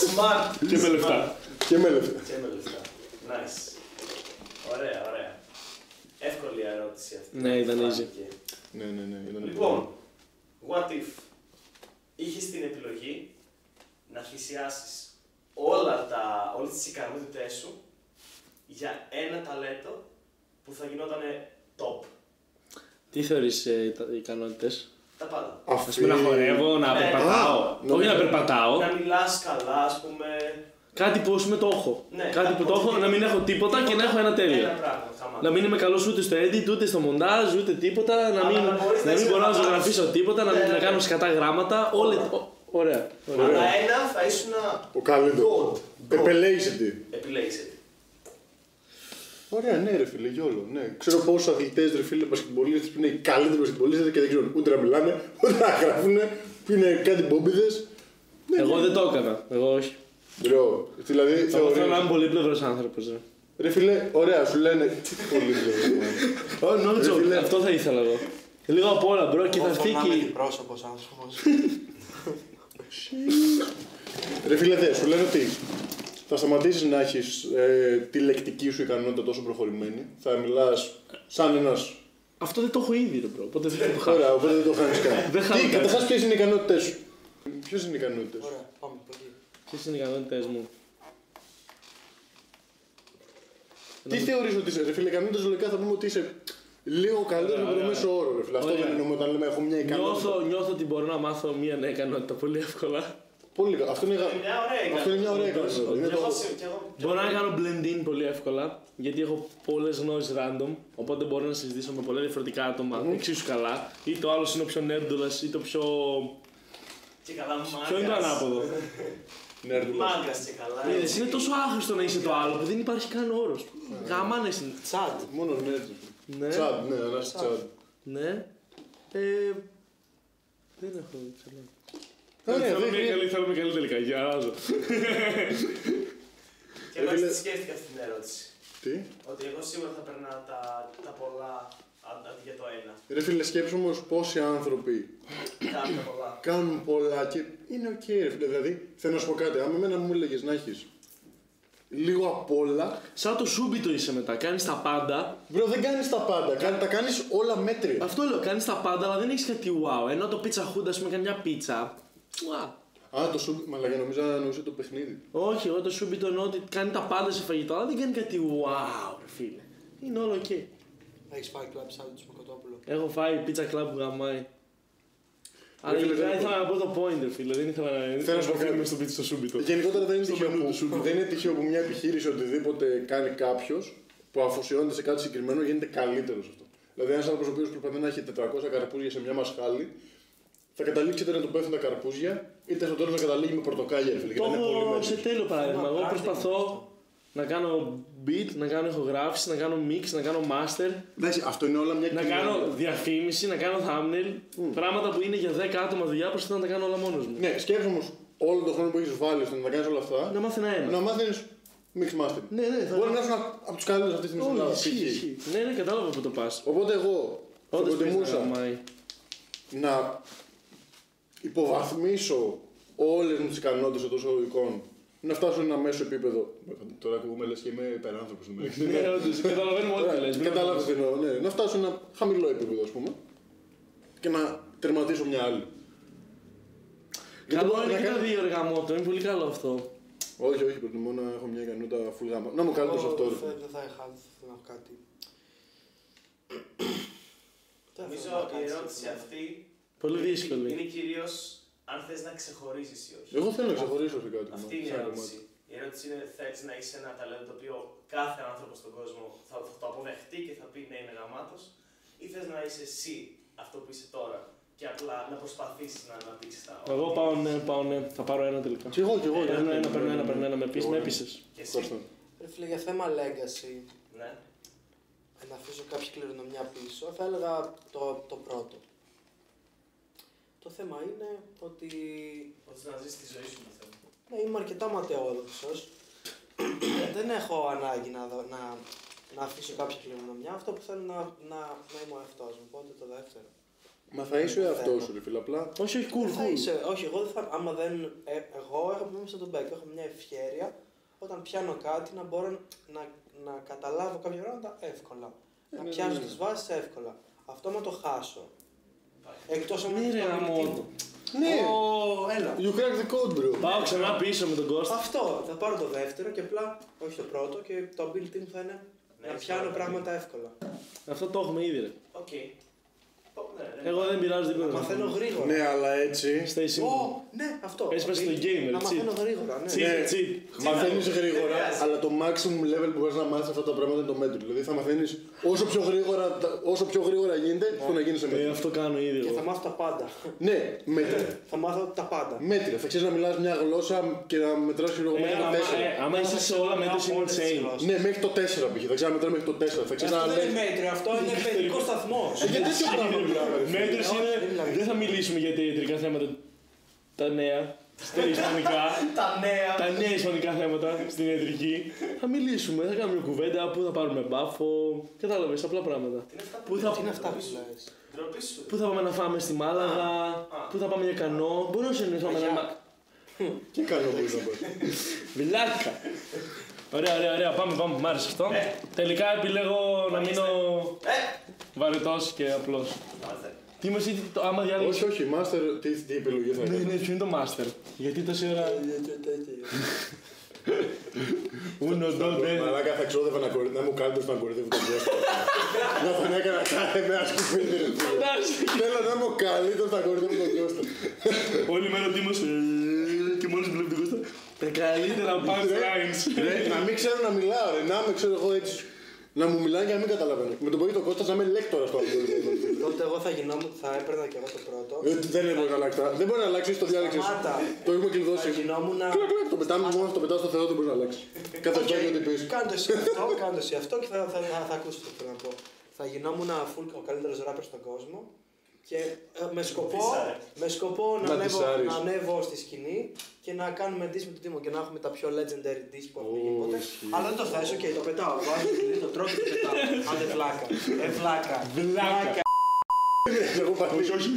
[SPEAKER 1] Smart.
[SPEAKER 3] Και με λεφτά.
[SPEAKER 2] Και με λεφτά.
[SPEAKER 1] Και με λεφτά. Nice. Ωραία, ωραία. Εύκολη ερώτηση αυτή.
[SPEAKER 3] Ναι, ήταν easy.
[SPEAKER 1] Φάνηκε.
[SPEAKER 2] Ναι, ναι, ναι. ήταν πολύ.
[SPEAKER 1] Λοιπόν, what if είχε την επιλογή να θυσιάσεις όλα τα, όλες τις ικανότητές σου για ένα ταλέντο που θα γινόταν top.
[SPEAKER 3] Τι θεωρείς ε, τα- οι ικανότητες.
[SPEAKER 1] Τα πάντα.
[SPEAKER 3] Ας
[SPEAKER 2] Αυτή-
[SPEAKER 3] πούμε να χορεύω, να
[SPEAKER 1] Ναι.
[SPEAKER 3] περπατάω.
[SPEAKER 2] Ε, Α,
[SPEAKER 3] Όχι
[SPEAKER 2] ναι.
[SPEAKER 3] να περπατάω.
[SPEAKER 1] Να μιλάς καλά, ας πούμε.
[SPEAKER 3] Κάτι που ας πούμε το έχω.
[SPEAKER 1] Ναι,
[SPEAKER 3] Κάτι που το έχω, να μην έχω τίποτα και να έχω ένα
[SPEAKER 1] Ένα
[SPEAKER 3] τέλειο.
[SPEAKER 1] πράγμα, χαμά.
[SPEAKER 3] Να μην είμαι καλός ούτε στο edit, ούτε στο μοντάζ, ούτε τίποτα. Να
[SPEAKER 1] Αλλά
[SPEAKER 3] μην,
[SPEAKER 1] να μπορείς να
[SPEAKER 3] να μην μπορώ να
[SPEAKER 1] ξεπερνάς.
[SPEAKER 3] ζωγραφίσω τίποτα, να,
[SPEAKER 1] Ναι,
[SPEAKER 3] μην- να
[SPEAKER 1] ναι.
[SPEAKER 3] κάνω σκατά γράμματα. Όλα. ο- Ωραία. ωραία.
[SPEAKER 1] Αλλά ένα θα ήσουν να
[SPEAKER 2] Ο καλύτερο.
[SPEAKER 1] God.
[SPEAKER 2] Επελέγησιτη.
[SPEAKER 1] επιλέγεις. έτσι.
[SPEAKER 2] Ωραία, ναι, ρε φίλε, γιόλο. Ναι. Ξέρω πόσους αθλητές, ρε φίλε, πασκευολίστε που είναι οι καλύτεροι πασκευολίστε και δεν ξέρουν ούτε να μιλάνε, ούτε να γράφουν, που είναι κάτι μπομπίδες. Ναι,
[SPEAKER 3] Εγώ
[SPEAKER 2] ναι.
[SPEAKER 1] ε-
[SPEAKER 3] δεν το έκανα. Εγώ όχι.
[SPEAKER 2] Λέω, δηλαδή
[SPEAKER 3] Εγώ
[SPEAKER 2] θεωρεί.
[SPEAKER 3] θέλω να είμαι πολύπλευρος άνθρωπος.
[SPEAKER 2] Ρε φίλε, ωραία, σου λένε. Τι πολύ δουλεύω.
[SPEAKER 3] Oh, no
[SPEAKER 2] Ρε
[SPEAKER 3] joke.
[SPEAKER 2] φίλε.
[SPEAKER 3] Αυτό θα ήθελα εγώ. Λίγο απ' όλα, μπρο, και θα
[SPEAKER 4] Εγώ
[SPEAKER 3] αυτή
[SPEAKER 4] φωνάμε
[SPEAKER 3] και.
[SPEAKER 4] πρόσωπο άνθρωπος.
[SPEAKER 2] Ρε φίλε, δε, σου λένε ότι θα σταματήσεις να έχεις ε, τη λεκτική σου ικανότητα τόσο προχωρημένη. Θα μιλάς σαν ένας.
[SPEAKER 3] Αυτό δεν το έχω ήδη, ρε, μπρο. Οπότε δεν το χάνω.
[SPEAKER 2] Ωραία, οπότε δεν το χάνεις καν.
[SPEAKER 3] Δεν χάνω
[SPEAKER 2] Τι,
[SPEAKER 3] καν.
[SPEAKER 2] καταρχά, ποιες είναι οι ικανότητέ σου. Ποιες είναι οι ικανότητες.
[SPEAKER 4] Ωραία, πάμε από εκεί.
[SPEAKER 3] Ποιες είναι οι ικανότητες μου.
[SPEAKER 2] Τι θεωρείς ότι είσαι, ρε φίλε, κανένα λογικά θα πούμε ότι είσαι λίγο καλύτερο
[SPEAKER 3] Ωραία,
[SPEAKER 2] από το
[SPEAKER 3] ωραία.
[SPEAKER 2] μέσο όρο, ρε φίλε. Αυτό
[SPEAKER 3] Ωραία.
[SPEAKER 2] δεν εννοούμε όταν λέμε έχω μια ικανότητα.
[SPEAKER 3] Νιώθω, νιώθω ότι μπορώ να μάθω μία νέα ικανότητα πολύ εύκολα.
[SPEAKER 2] Πολύ καλό. Αυτό είναι,
[SPEAKER 1] Είναι μια ωραία
[SPEAKER 2] αυτό είναι μια ωραία
[SPEAKER 3] ικανότητα.
[SPEAKER 2] ικανότητα. Είναι
[SPEAKER 1] Και εγώ,
[SPEAKER 2] το-
[SPEAKER 1] σε- και εγώ-
[SPEAKER 3] Μπορώ να κάνω blend in πολύ εύκολα, γιατί έχω πολλές γνώσεις random. Οπότε μπορώ να συζητήσω με πολλά διαφορετικά άτομα εξίσου καλά. Είτε ο άλλο είναι ο πιο νέρντολα, είτε ο πιο.
[SPEAKER 1] Και καλά μάγκας.
[SPEAKER 3] Ποιο είναι το ανάποδο.
[SPEAKER 2] Ναι, ρε, δουλεύω.
[SPEAKER 1] Μάγκας και καλά.
[SPEAKER 3] Είδες, είναι τόσο άχρηστο να είσαι το άλλο που δεν υπάρχει καν όρος. Γαμάνε είναι.
[SPEAKER 4] Τσάντ.
[SPEAKER 2] Μόνος ναι. ρε φίλε.
[SPEAKER 3] Ναι.
[SPEAKER 2] Τσάντ, ναι, αλλά είσαι τσάντ.
[SPEAKER 3] Ναι. Ε, δεν έχω καλά.
[SPEAKER 2] Ωραία,
[SPEAKER 3] Θέλουμε μια
[SPEAKER 2] δεν
[SPEAKER 3] καλή, θέλουμε καλή τελικά. Γεια
[SPEAKER 1] Και
[SPEAKER 2] Ρε
[SPEAKER 1] μάλιστα
[SPEAKER 2] φίλε.
[SPEAKER 1] τη σκέφτηκα αυτή την ερώτηση.
[SPEAKER 2] Τι.
[SPEAKER 1] Ότι εγώ σίγουρα θα περνάω τα, τα πολλά αν- αντί για το ένα.
[SPEAKER 2] Ρε φίλε, σκέψου όμως πόσοι άνθρωποι
[SPEAKER 1] Κάνω τα πολλά.
[SPEAKER 2] κάνουν πολλά και είναι οκ, ρε φίλε. Δηλαδή, θέλω να σου πω κάτι. Άμα εμένα μου έλεγες να έχεις λίγο απ' όλα,
[SPEAKER 3] Σαν το σούμπιτο είσαι μετά. Κάνεις τα πάντα.
[SPEAKER 2] Μπρο, δεν κάνεις τα πάντα. Κα- Τα κάνεις όλα μέτρια.
[SPEAKER 3] Αυτό λέω, κάνεις τα πάντα, αλλά δεν έχεις κάτι wow. Ενώ το πίτσα χούντα, ας πούμε, κάνει μια πίτσα. Wow.
[SPEAKER 2] Α, το σου. Μαλακά, νομίζω νοούσε το παιχνίδι.
[SPEAKER 3] Όχι, εγώ το σούμπιτο εννοώ ότι κάνει τα πάντα σε φαγητό, αλλά δεν κάνει κάτι wow, ρε φίλε. Είναι όλο οκ.
[SPEAKER 4] Έχεις φάει κλαμπ σάντουιτς με κοτόπουλο.
[SPEAKER 3] Έχω φάει πίτσα κλαμπ που γαμάει. Αλλά
[SPEAKER 2] φίλε,
[SPEAKER 3] γενικά
[SPEAKER 2] δεν
[SPEAKER 3] ήθελα να πω το point, ρε φίλε. Δεν ήθελα να.
[SPEAKER 2] Θέλω να σου πω κάτι.
[SPEAKER 3] στο πίτσα στο σούμπιτο.
[SPEAKER 2] Γενικότερα δεν είναι,
[SPEAKER 3] Στο
[SPEAKER 2] τυχαίο
[SPEAKER 3] μενού του
[SPEAKER 2] που, δεν είναι τυχαίο που μια επιχείρηση οτιδήποτε κάνει κάποιος που αφοσιώνεται σε κάτι συγκεκριμένο γίνεται καλύτερος σε αυτό. Δηλαδή, ένας άνθρωπος ο οποίος προσπαθεί να έχει 400 καρπούζια σε μια μασχάλη, θα καταλήξει είτε να του πέφτουν τα καρπούζια, είτε στο τέλο να καταλήγει με πορτοκάλια. Φίλε,
[SPEAKER 3] Το
[SPEAKER 2] γιατί είναι πολύ
[SPEAKER 3] έχω
[SPEAKER 2] μέτρη.
[SPEAKER 3] σε τέλειο παράδειγμα.
[SPEAKER 4] Θέμα
[SPEAKER 3] Εγώ
[SPEAKER 4] branding
[SPEAKER 3] προσπαθώ
[SPEAKER 4] αυτό.
[SPEAKER 3] να κάνω beat, να κάνω ηχογράφηση, να κάνω mix, να κάνω master,
[SPEAKER 2] Εντάξει, αυτό είναι όλα μια
[SPEAKER 3] να
[SPEAKER 2] κοινωνία.
[SPEAKER 3] κάνω διαφήμιση, να κάνω thumbnail. Πράγματα που είναι για 10 άτομα δουλειά, προσπαθώ να τα κάνω όλα μόνος μου.
[SPEAKER 2] Ναι, σκέψου όμως όλο τον χρόνο που έχεις βάλει στο να τα κάνεις όλα αυτά,
[SPEAKER 3] Να μάθει ένα
[SPEAKER 2] να
[SPEAKER 3] ένα.
[SPEAKER 2] μάθεις mix master.
[SPEAKER 3] Ναι, ναι, θα
[SPEAKER 2] Μπορεί να είσαι από τους καλύτερους αυτής της στιγμή στην Ελλάδα.
[SPEAKER 3] Όχι, ισχύει,
[SPEAKER 2] π.χ.
[SPEAKER 3] ισχύει. Ναι, ναι, κατάλαβα που το πας.
[SPEAKER 2] Οπότε εγώ θα
[SPEAKER 3] Όντως
[SPEAKER 2] προτιμούσα
[SPEAKER 3] γαμάει.
[SPEAKER 2] να υποβαθμίσω όλες μου τις ικανότητες εντό εισαγωγικών να φτάσω σε ένα μέσο επίπεδο. Τώρα ακούγομαι λες και είμαι υπεράνθρωπος στην μέση.
[SPEAKER 3] Ναι, όντως, καταλαβαίνουμε όλοι τι λες. μην
[SPEAKER 2] Κατάλαβες τι εννοώ. Ναι, να φτάσω σε ένα χαμηλό επίπεδο, ας πούμε, και να τερματίσω μια άλλη. Γιατί
[SPEAKER 3] Καλό
[SPEAKER 2] μπορεί
[SPEAKER 3] είναι
[SPEAKER 2] να
[SPEAKER 3] και τα
[SPEAKER 2] κάνει-
[SPEAKER 3] δύο εργά είναι πολύ καλό αυτό.
[SPEAKER 2] Όχι, όχι, προτιμώ να έχω μια ικανότητα full γάμα. Να μου καλύτερο σε
[SPEAKER 4] Εγώ
[SPEAKER 2] αυτό. ρε.
[SPEAKER 4] δεν- Δεν θα είχα, δεν θα έχω κάτι. Δεν θα ήθελα να
[SPEAKER 1] Νομίζω η
[SPEAKER 4] κάτι
[SPEAKER 1] ερώτηση
[SPEAKER 4] σήμερα.
[SPEAKER 1] αυτή
[SPEAKER 3] Πολύ
[SPEAKER 1] είναι-
[SPEAKER 3] δύσκολη.
[SPEAKER 1] είναι κυρίως αν θες να ξεχωρίσεις ή όχι.
[SPEAKER 2] Εγώ θέλω να ξεχωρίσω σε κάτι.
[SPEAKER 1] Αυτή
[SPEAKER 2] ναι,
[SPEAKER 1] είναι η
[SPEAKER 2] σαν κομμάτι.
[SPEAKER 1] ερώτηση. Η ερώτηση είναι: Θε να έχει ένα ταλέντο το οποίο κάθε άνθρωπο στον κόσμο θα θα το αποδεχτεί και θα πει ναι, είναι γαμάτος, ή θες να είσαι εσύ αυτό που είσαι τώρα και απλά να προσπαθήσεις να αναπτύξεις τα
[SPEAKER 3] Εγώ πάω ναι, πάω ναι. Θα πάρω ένα τελικά.
[SPEAKER 2] Κι εγώ, κι εγώ.
[SPEAKER 3] Παίρνω
[SPEAKER 2] ναι,
[SPEAKER 3] ένα,
[SPEAKER 2] ναι,
[SPEAKER 3] παίρνω
[SPEAKER 2] ναι,
[SPEAKER 3] ένα,
[SPEAKER 2] ναι.
[SPEAKER 3] παίρνω ένα. Με πεις,
[SPEAKER 2] Εγώ,
[SPEAKER 3] με
[SPEAKER 2] ναι.
[SPEAKER 3] έπεισες.
[SPEAKER 1] Και εσύ.
[SPEAKER 2] Ευχαριστώ.
[SPEAKER 4] Ρε φίλε, για θέμα legacy,
[SPEAKER 1] Ναι.
[SPEAKER 4] να αφήσω κάποια κληρονομιά πίσω, θα έλεγα το, το πρώτο. Το θέμα είναι ότι
[SPEAKER 1] Ότι να ζήσει τη ζωή σου με θέλω.
[SPEAKER 4] ναι, είμαι αρκετά ματαιόδοξος. Ε, Δεν έχω ανάγκη να, δω- να, να αφήσω κάποια κληρονομιά. Αυτό που θέλω να, να, να είμαι ο εαυτός μου. Οπότε το δεύτερο.
[SPEAKER 2] Μα θα είσαι ο εαυτό σου, ρε φίλε. Απλά
[SPEAKER 3] Όχι, όχι, cool,
[SPEAKER 4] Δεν θα
[SPEAKER 3] cool.
[SPEAKER 4] είσαι, όχι, εγώ δεν θα. Άμα δεν. Ε, εγώ έχω πει μέσα τον Μπέκ, έχω μια ευχαίρεια όταν πιάνω κάτι να μπορώ να, να καταλάβω κάποια πράγματα εύκολα.
[SPEAKER 2] Ε,
[SPEAKER 4] να
[SPEAKER 2] ναι,
[SPEAKER 4] πιάσω
[SPEAKER 2] ναι, ναι.
[SPEAKER 4] τις βάσεις εύκολα. Αυτό άμα το χάσω. Εκτός αν
[SPEAKER 3] Ναι, ρε, γαμότο.
[SPEAKER 2] Ναι.
[SPEAKER 4] Ω, έλα.
[SPEAKER 2] You cracked the code, bro.
[SPEAKER 3] Πάω ξανά πίσω με τον Κώστα.
[SPEAKER 4] Αυτό. Θα πάρω το δεύτερο και απλά. Όχι το πρώτο και το built-in θα είναι
[SPEAKER 1] Ναι,
[SPEAKER 4] να
[SPEAKER 1] είσαι
[SPEAKER 4] πιάνω
[SPEAKER 1] καλά.
[SPEAKER 4] πράγματα εύκολα.
[SPEAKER 3] Αυτό το έχουμε ήδη, ρε.
[SPEAKER 1] Οκ. Ω, ναι, ναι.
[SPEAKER 3] Εγώ δεν πειράζω
[SPEAKER 4] Να
[SPEAKER 3] τίποτα.
[SPEAKER 4] μαθαίνω γρήγορα.
[SPEAKER 2] Ναι, αλλά έτσι.
[SPEAKER 3] Stay simple.
[SPEAKER 4] Ω, ναι, αυτό.
[SPEAKER 3] Πες μέσα στο gamer,
[SPEAKER 4] Να μαθαίνω
[SPEAKER 3] cheat.
[SPEAKER 4] γρήγορα, ναι.
[SPEAKER 3] Cheat,
[SPEAKER 2] Ναι.
[SPEAKER 3] cheat.
[SPEAKER 2] Μαθαίνει
[SPEAKER 1] Δεν
[SPEAKER 2] γρήγορα,
[SPEAKER 1] πειράζει.
[SPEAKER 2] αλλά το maximum level που μπορείς να μάθεις αυτά τα πράγματα είναι το μέτρο. Δηλαδή θα μαθαίνεις όσο, πιο γρήγορα- τα- όσο πιο γρήγορα γίνεται, στο να γίνεις σε
[SPEAKER 3] Ε,
[SPEAKER 2] μέτρο.
[SPEAKER 3] αυτό κάνω ήδη
[SPEAKER 4] Και θα
[SPEAKER 3] εγώ.
[SPEAKER 4] μάθω τα πάντα.
[SPEAKER 2] Ναι, μέτρια.
[SPEAKER 4] θα μάθω τα πάντα.
[SPEAKER 2] Μέτρια. Θα ξέρεις να μιλάς μια γλώσσα και να μετράς
[SPEAKER 3] Ε,
[SPEAKER 2] χειρογραμμένα
[SPEAKER 3] άμα- ε,
[SPEAKER 2] τέσσερα.
[SPEAKER 3] Άμα είσαι σε όλα με το
[SPEAKER 4] Όλες τις
[SPEAKER 3] insane.
[SPEAKER 4] γλώσσες.
[SPEAKER 2] Ναι, μέχρι το 4 π.χ. Θα ξέρεις να μετρά μέχρι το 4. Θα ξέρει να
[SPEAKER 4] Αυτό δεν
[SPEAKER 2] λέει.
[SPEAKER 4] είναι μέτριο, αυτό είναι παιδικό σταθμό.
[SPEAKER 2] Ε, Για τέτοιο πράγμα μιλάμε. ρε φίλε.
[SPEAKER 3] Μέτρες
[SPEAKER 4] δεν
[SPEAKER 3] είναι.
[SPEAKER 4] μιλάμε.
[SPEAKER 3] Δεν θα μιλήσουμε για τα ιατρικά θέματα. Τα νέα. Στα ισπανικά.
[SPEAKER 1] Τα νέα.
[SPEAKER 3] τα νέα ισπανικά θέματα στην ιατρική. θα μιλήσουμε, θα κάνουμε κουβέντα, πού θα πάρουμε μπάφο. Κατάλαβες απλά πράγματα.
[SPEAKER 1] Τι είναι αυτά που
[SPEAKER 3] Πού θα,
[SPEAKER 4] Τι είναι αυτά που λε.
[SPEAKER 1] Ντροπή σου.
[SPEAKER 3] πού θα πάμε να φάμε στη Μάλαγα,
[SPEAKER 1] α.
[SPEAKER 3] πού θα πάμε για κανό. Μπορεί να συνεχίσουμε
[SPEAKER 4] Αγιά.
[SPEAKER 3] να.
[SPEAKER 2] Και καλό που είναι αυτό.
[SPEAKER 3] Βλάκα! Ωραία, ωραία, ωραία. Πάμε, πάμε. Μ' άρεσε αυτό.
[SPEAKER 4] Ναι.
[SPEAKER 1] Ε.
[SPEAKER 3] Τελικά επιλέγω να μείνω
[SPEAKER 1] Ε!
[SPEAKER 3] βαρετός και απλός. Τι είμαι εσύ, το άμα διάλεγε.
[SPEAKER 2] Όχι, όχι, master, τι, τι επιλογή θα
[SPEAKER 3] Ναι,
[SPEAKER 2] κάνει.
[SPEAKER 3] ναι, ποιο είναι το master. Γιατί τόση ώρα. Uno, dos, tres.
[SPEAKER 2] Ναι, Μαλάκα θα ξόδευα να, κορυ... να μου κάνετε να κορυδεύω τον Κώστα. να τον έκανα κάθε μέρα σκουπίδι. ρε φίλε.
[SPEAKER 3] Εντάξει.
[SPEAKER 2] Θέλω να είμαι ο καλύτερος να κορυδεύω τον Κώστα.
[SPEAKER 3] Όλη μέρα ο Δήμος ε, και μόλις βλέπει τον Κώστα τα καλύτερα punchlines.
[SPEAKER 2] Ρε, να μην ξέρω να μιλάω, ρε. Να με ξέρω εγώ έτσι. Να μου μιλάνε και να μην καταλαβαίνω. Με τον πόγιο τον Κώστας να είμαι λέκτορας στο αλγόριθμο.
[SPEAKER 4] Τότε εγώ θα γινόμουν, θα έπαιρνα και εγώ το πρώτο.
[SPEAKER 2] Ε, Δεν μπορεί να αλλάξει. Δεν μπορεί να αλλάξει το διάλεξες.
[SPEAKER 4] Σταμάτα.
[SPEAKER 2] Το έχουμε
[SPEAKER 4] Θα
[SPEAKER 2] κλειδώσει.
[SPEAKER 4] γινόμουν να.
[SPEAKER 2] Κλακ, κλακ, Το πετάμε μόνο, το πετάω στο Θεό, δεν μπορεί να αλλάξει. Κάθε
[SPEAKER 4] Οκ,
[SPEAKER 2] φορά ότι πει.
[SPEAKER 4] Κάντο εσύ αυτό, κάντο εσύ αυτό και θα, θα, θα, θα ακούσεις το που θέλω να πω. Θα γινόμουν full ο καλύτερος ράπερ στον κόσμο Και ε, με, σκοπό,
[SPEAKER 1] Τυσάρε.
[SPEAKER 4] με σκοπό να,
[SPEAKER 2] Να
[SPEAKER 4] ανέβω,
[SPEAKER 2] τυσάρεις.
[SPEAKER 4] να ανέβω στη σκηνή και να κάνουμε diss με τον Τίμο και να έχουμε τα πιο legendary diss που έχουμε γίνει
[SPEAKER 2] Ω,
[SPEAKER 4] ποτέ.
[SPEAKER 2] ισχύει.
[SPEAKER 4] Αλλά δεν το θέσω και το πετάω. Βάζω τη σκηνή, το τρώω και το πετάω. Άντε βλάκα. Ε, βλάκα.
[SPEAKER 3] Βλάκα.
[SPEAKER 2] Εγώ πάλι.
[SPEAKER 3] Όχι, όχι.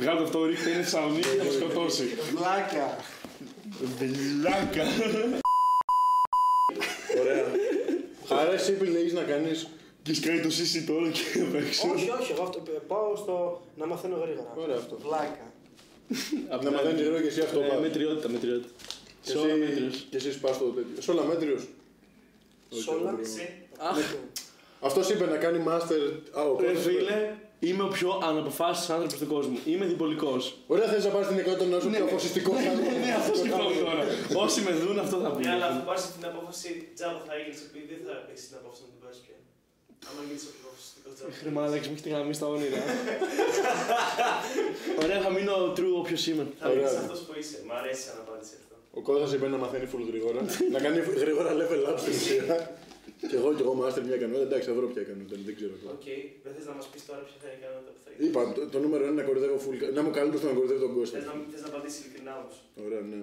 [SPEAKER 3] Βγάλω αυτό, ρίχτε είναι Θεσσαλονίκη και θα με σκοτώσει.
[SPEAKER 4] Βλάκα.
[SPEAKER 3] Βλάκα.
[SPEAKER 2] Ωραία. Άρα εσύ επιλέγεις να κάνεις...
[SPEAKER 3] Και σκάει το σύσι τώρα και παίξω.
[SPEAKER 4] όχι, όχι. Εγώ αυτό, πάω στο να μαθαίνω γρήγορα.
[SPEAKER 2] Ωραία αυτό.
[SPEAKER 4] Βλάκα.
[SPEAKER 2] Να μαθαίνεις γρήγορα και εσύ αυτό
[SPEAKER 3] Ε,
[SPEAKER 2] πας.
[SPEAKER 3] Μετριότητα, μετριότητα.
[SPEAKER 2] Και
[SPEAKER 3] Σε όλα
[SPEAKER 2] εσύ-
[SPEAKER 3] μέτριος.
[SPEAKER 2] Και εσύ πας το τέτοιο. Σόλα μέτριος.
[SPEAKER 4] Σόλα.
[SPEAKER 1] Εσύ.
[SPEAKER 3] Αχ,
[SPEAKER 2] Αυτός είπε να κάνει master... Α, ο
[SPEAKER 3] ρε
[SPEAKER 2] Κώστας είπε.
[SPEAKER 3] φίλε, είμαι ο πιο αναποφάσιστος άνθρωπος του κόσμου. Είμαι διπολικός.
[SPEAKER 2] Ωραία θες να πάρεις την εκατότητα να σου πει αποφασιστικός
[SPEAKER 3] Ναι, αυτό σκεφτόμουν τώρα. Όσοι με δουν, αυτό θα
[SPEAKER 1] Ναι, αλλά αφού
[SPEAKER 3] πει.
[SPEAKER 1] πάρει αυτή την απόφαση, τζάμπα θα γίνεις επειδή δεν θα έχεις την απόφαση να την πάρεις πια. Άμα γίνεις αποφασιστικό
[SPEAKER 3] Ρε
[SPEAKER 1] τζάμπα.
[SPEAKER 3] μαλάκα, μου έχετε γραμμή στα όνειρα. Ωραία, θα μείνω true όποιος είμαι.
[SPEAKER 1] Θα μείνεις
[SPEAKER 2] Ωραία.
[SPEAKER 1] αυτός που είσαι. Μ' αρέσει σαν απάντηση αυτό.
[SPEAKER 2] Ο Κώστας είπε να μαθαίνει full γρήγορα. να κάνει γρήγορα level up στην ουσία. και εγώ και εγώ master μια ικανότητα. Εντάξει, θα βρω ποια ικανότητα. Δεν ξέρω.
[SPEAKER 1] Οκ, δεν θες να μας πεις τώρα ποια θα είναι η ικανότητα που θα γίνει.
[SPEAKER 2] Είπα, το, το νούμερο είναι να κορυδεύω full. Να είμαι καλύτερο στο να κορυδεύω τον Κώστα.
[SPEAKER 1] Θες να, θες να απαντήσεις ειλικρινά όμως.
[SPEAKER 2] Ωραία, ναι.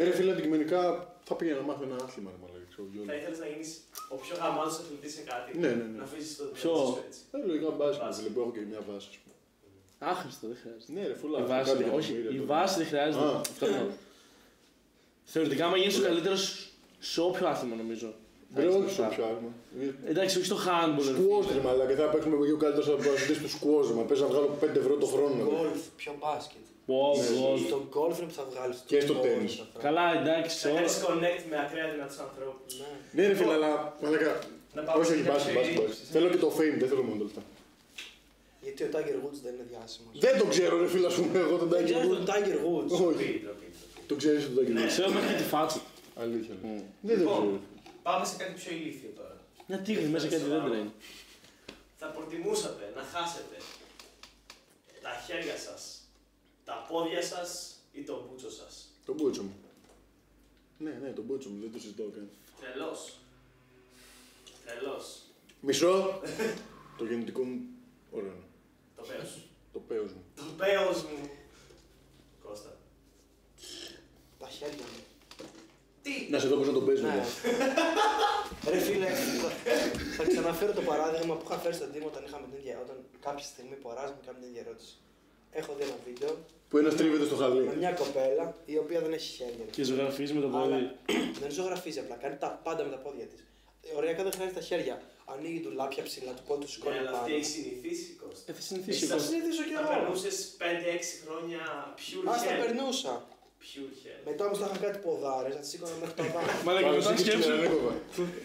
[SPEAKER 2] Ε, Ρε φίλε, αντικειμενικά θα πήγαινα να μάθω ένα άθλημα, ρε μαλάκα, ξέρω,
[SPEAKER 3] Ε,
[SPEAKER 2] γιόλο.
[SPEAKER 1] Θα ήθελες να γίνεις ο πιο γαμάτος αθλητής σε κάτι.
[SPEAKER 2] Ναι, ναι, ναι.
[SPEAKER 1] Να αφήσεις το
[SPEAKER 3] Ποιο?
[SPEAKER 1] δικό σου έτσι.
[SPEAKER 2] Ε, λογικά μπάσκετ,
[SPEAKER 1] Μπάσκετ.
[SPEAKER 2] φίλε, που έχω και μια βάση, ας πούμε.
[SPEAKER 3] Άχρηστο, δεν χρειάζεται.
[SPEAKER 2] Ναι, ρε, φούλα.
[SPEAKER 3] Η
[SPEAKER 2] αυτό,
[SPEAKER 3] βάση,
[SPEAKER 2] κάτι
[SPEAKER 3] ναι, όχι,
[SPEAKER 2] εκατομμύρια
[SPEAKER 3] η
[SPEAKER 2] τώρα.
[SPEAKER 3] βάση δεν χρειάζεται.
[SPEAKER 2] Α. Ναι.
[SPEAKER 3] Αυτό εννοώ. Θεωρητικά, άμα γίνεις ο καλύτερος σε όποιο άθλημα, νομίζω. θα
[SPEAKER 2] Μπρε,
[SPEAKER 3] έχεις
[SPEAKER 2] όχι στο
[SPEAKER 3] λεφτά.
[SPEAKER 2] πιο άθλημα.
[SPEAKER 3] Εντάξει, όχι στο handball. ρε
[SPEAKER 2] Σκουόζ,
[SPEAKER 3] φίλε.
[SPEAKER 2] ρε μαλάκα, θα παίξουμε εγώ καλύτερο από αθλητή του σκουόζ. Μα πες να βγάλω 5 ευρώ το χρόνο. ρε.
[SPEAKER 4] Γκολφ, πιο μπάσκετ.
[SPEAKER 3] Wow,
[SPEAKER 2] ναι,
[SPEAKER 3] wow.
[SPEAKER 4] Στο γκολφ είναι που θα βγάλεις.
[SPEAKER 2] Και στο τένις.
[SPEAKER 3] Καλά, εντάξει, σε
[SPEAKER 1] Θα
[SPEAKER 3] όλα.
[SPEAKER 1] κάνει connect με ακραία δυνατού ανθρώπου.
[SPEAKER 2] Ναι, ρε φίλε, αλλά μαλάκα.
[SPEAKER 1] Να πάμε
[SPEAKER 2] Όχι, όχι,
[SPEAKER 1] στην
[SPEAKER 2] μπάσκετ,
[SPEAKER 1] εποχή.
[SPEAKER 2] μπάσκετ. μπάσκετ. Θέλω και το fame, δεν θέλω μόνο τα λεφτά.
[SPEAKER 4] Γιατί ο Tiger Woods δεν είναι διάσημος.
[SPEAKER 2] Δεν τον ξέρω, ρε φίλε, ας πούμε, εγώ τον
[SPEAKER 4] Δεν
[SPEAKER 2] Τάγκερ.
[SPEAKER 4] ξέρω τον Tiger Woods.
[SPEAKER 2] Όχι,
[SPEAKER 1] Ντροπή, ντροπή, ντροπή.
[SPEAKER 2] τον ξέρεις τον Τάγκερ.
[SPEAKER 3] Ξέρω μέχρι και τη φάτσα. του.
[SPEAKER 2] Αλήθεια. ρε.
[SPEAKER 3] Μμ.
[SPEAKER 2] Δεν τον
[SPEAKER 1] Λοιπόν.
[SPEAKER 2] ξέρω.
[SPEAKER 1] Πάμε σε κάτι πιο ηλίθιο τώρα.
[SPEAKER 3] Μια τίγρη μέσα κάτι δεν τρέχει.
[SPEAKER 1] Θα προτιμούσατε να χάσετε τα χέρια σας, τα πόδια σας ή το μπούτσο σας.
[SPEAKER 2] Τον μπούτσο μου. Ναι, ναι, τον μπούτσο μου, δεν το συζητάω καν.
[SPEAKER 1] Τρελός. Τρελός.
[SPEAKER 2] Μισό. το γεννητικό μου. Ωραίο. είναι.
[SPEAKER 1] Το παίο σου.
[SPEAKER 2] Το πέος μου.
[SPEAKER 1] Το παίο μου. Κώστα.
[SPEAKER 4] Τα χέρια μου.
[SPEAKER 1] Τι.
[SPEAKER 2] Να σε δω πώς να τον παίζουν.
[SPEAKER 4] Ναι. Ρε φίλε, θα- θα ξαναφέρω το παράδειγμα που είχα φέρει στον Τίμο όταν είχαμε την ίδια. Όταν κάποια στιγμή ποράζουμε και κάνουμε την ίδια ερώτηση. Έχω δει ένα βίντεο
[SPEAKER 2] Που ένας τρίβεται στο
[SPEAKER 4] με
[SPEAKER 2] χαλί.
[SPEAKER 4] μια κοπέλα η οποία δεν έχει χέρια.
[SPEAKER 3] Και ζωγραφίζει με το
[SPEAKER 4] Αλλά
[SPEAKER 3] πόδι.
[SPEAKER 4] δεν ζωγραφίζει απλά, κάνει τα πάντα με τα πόδια της. Ωριακά δεν χρειάζεται τα χέρια. Ανοίγει ντουλάπια ψηλά του πόντου,
[SPEAKER 1] Ναι,
[SPEAKER 4] σηκώνει
[SPEAKER 1] αλλά
[SPEAKER 4] πάνω.
[SPEAKER 1] αυτή έχει συνηθίσει, Κώστα.
[SPEAKER 3] Ε, θα συνηθίσει
[SPEAKER 4] Θα
[SPEAKER 3] εγώ.
[SPEAKER 4] συνηθίσω κι
[SPEAKER 1] Θα
[SPEAKER 4] εγώ.
[SPEAKER 1] περνούσες 5-6 χρόνια pure
[SPEAKER 4] Ας τα
[SPEAKER 1] hell.
[SPEAKER 4] περνούσα.
[SPEAKER 1] Pure hell.
[SPEAKER 4] Μετά όμως θα είχα κάτι ποδάρες, θα τις σήκωνα μέχρι τα δάχτυλα.
[SPEAKER 3] Μα δεν
[SPEAKER 2] Παρουσία
[SPEAKER 3] μετά
[SPEAKER 2] και
[SPEAKER 3] σκέψου.
[SPEAKER 2] τσιλαρέκοβα.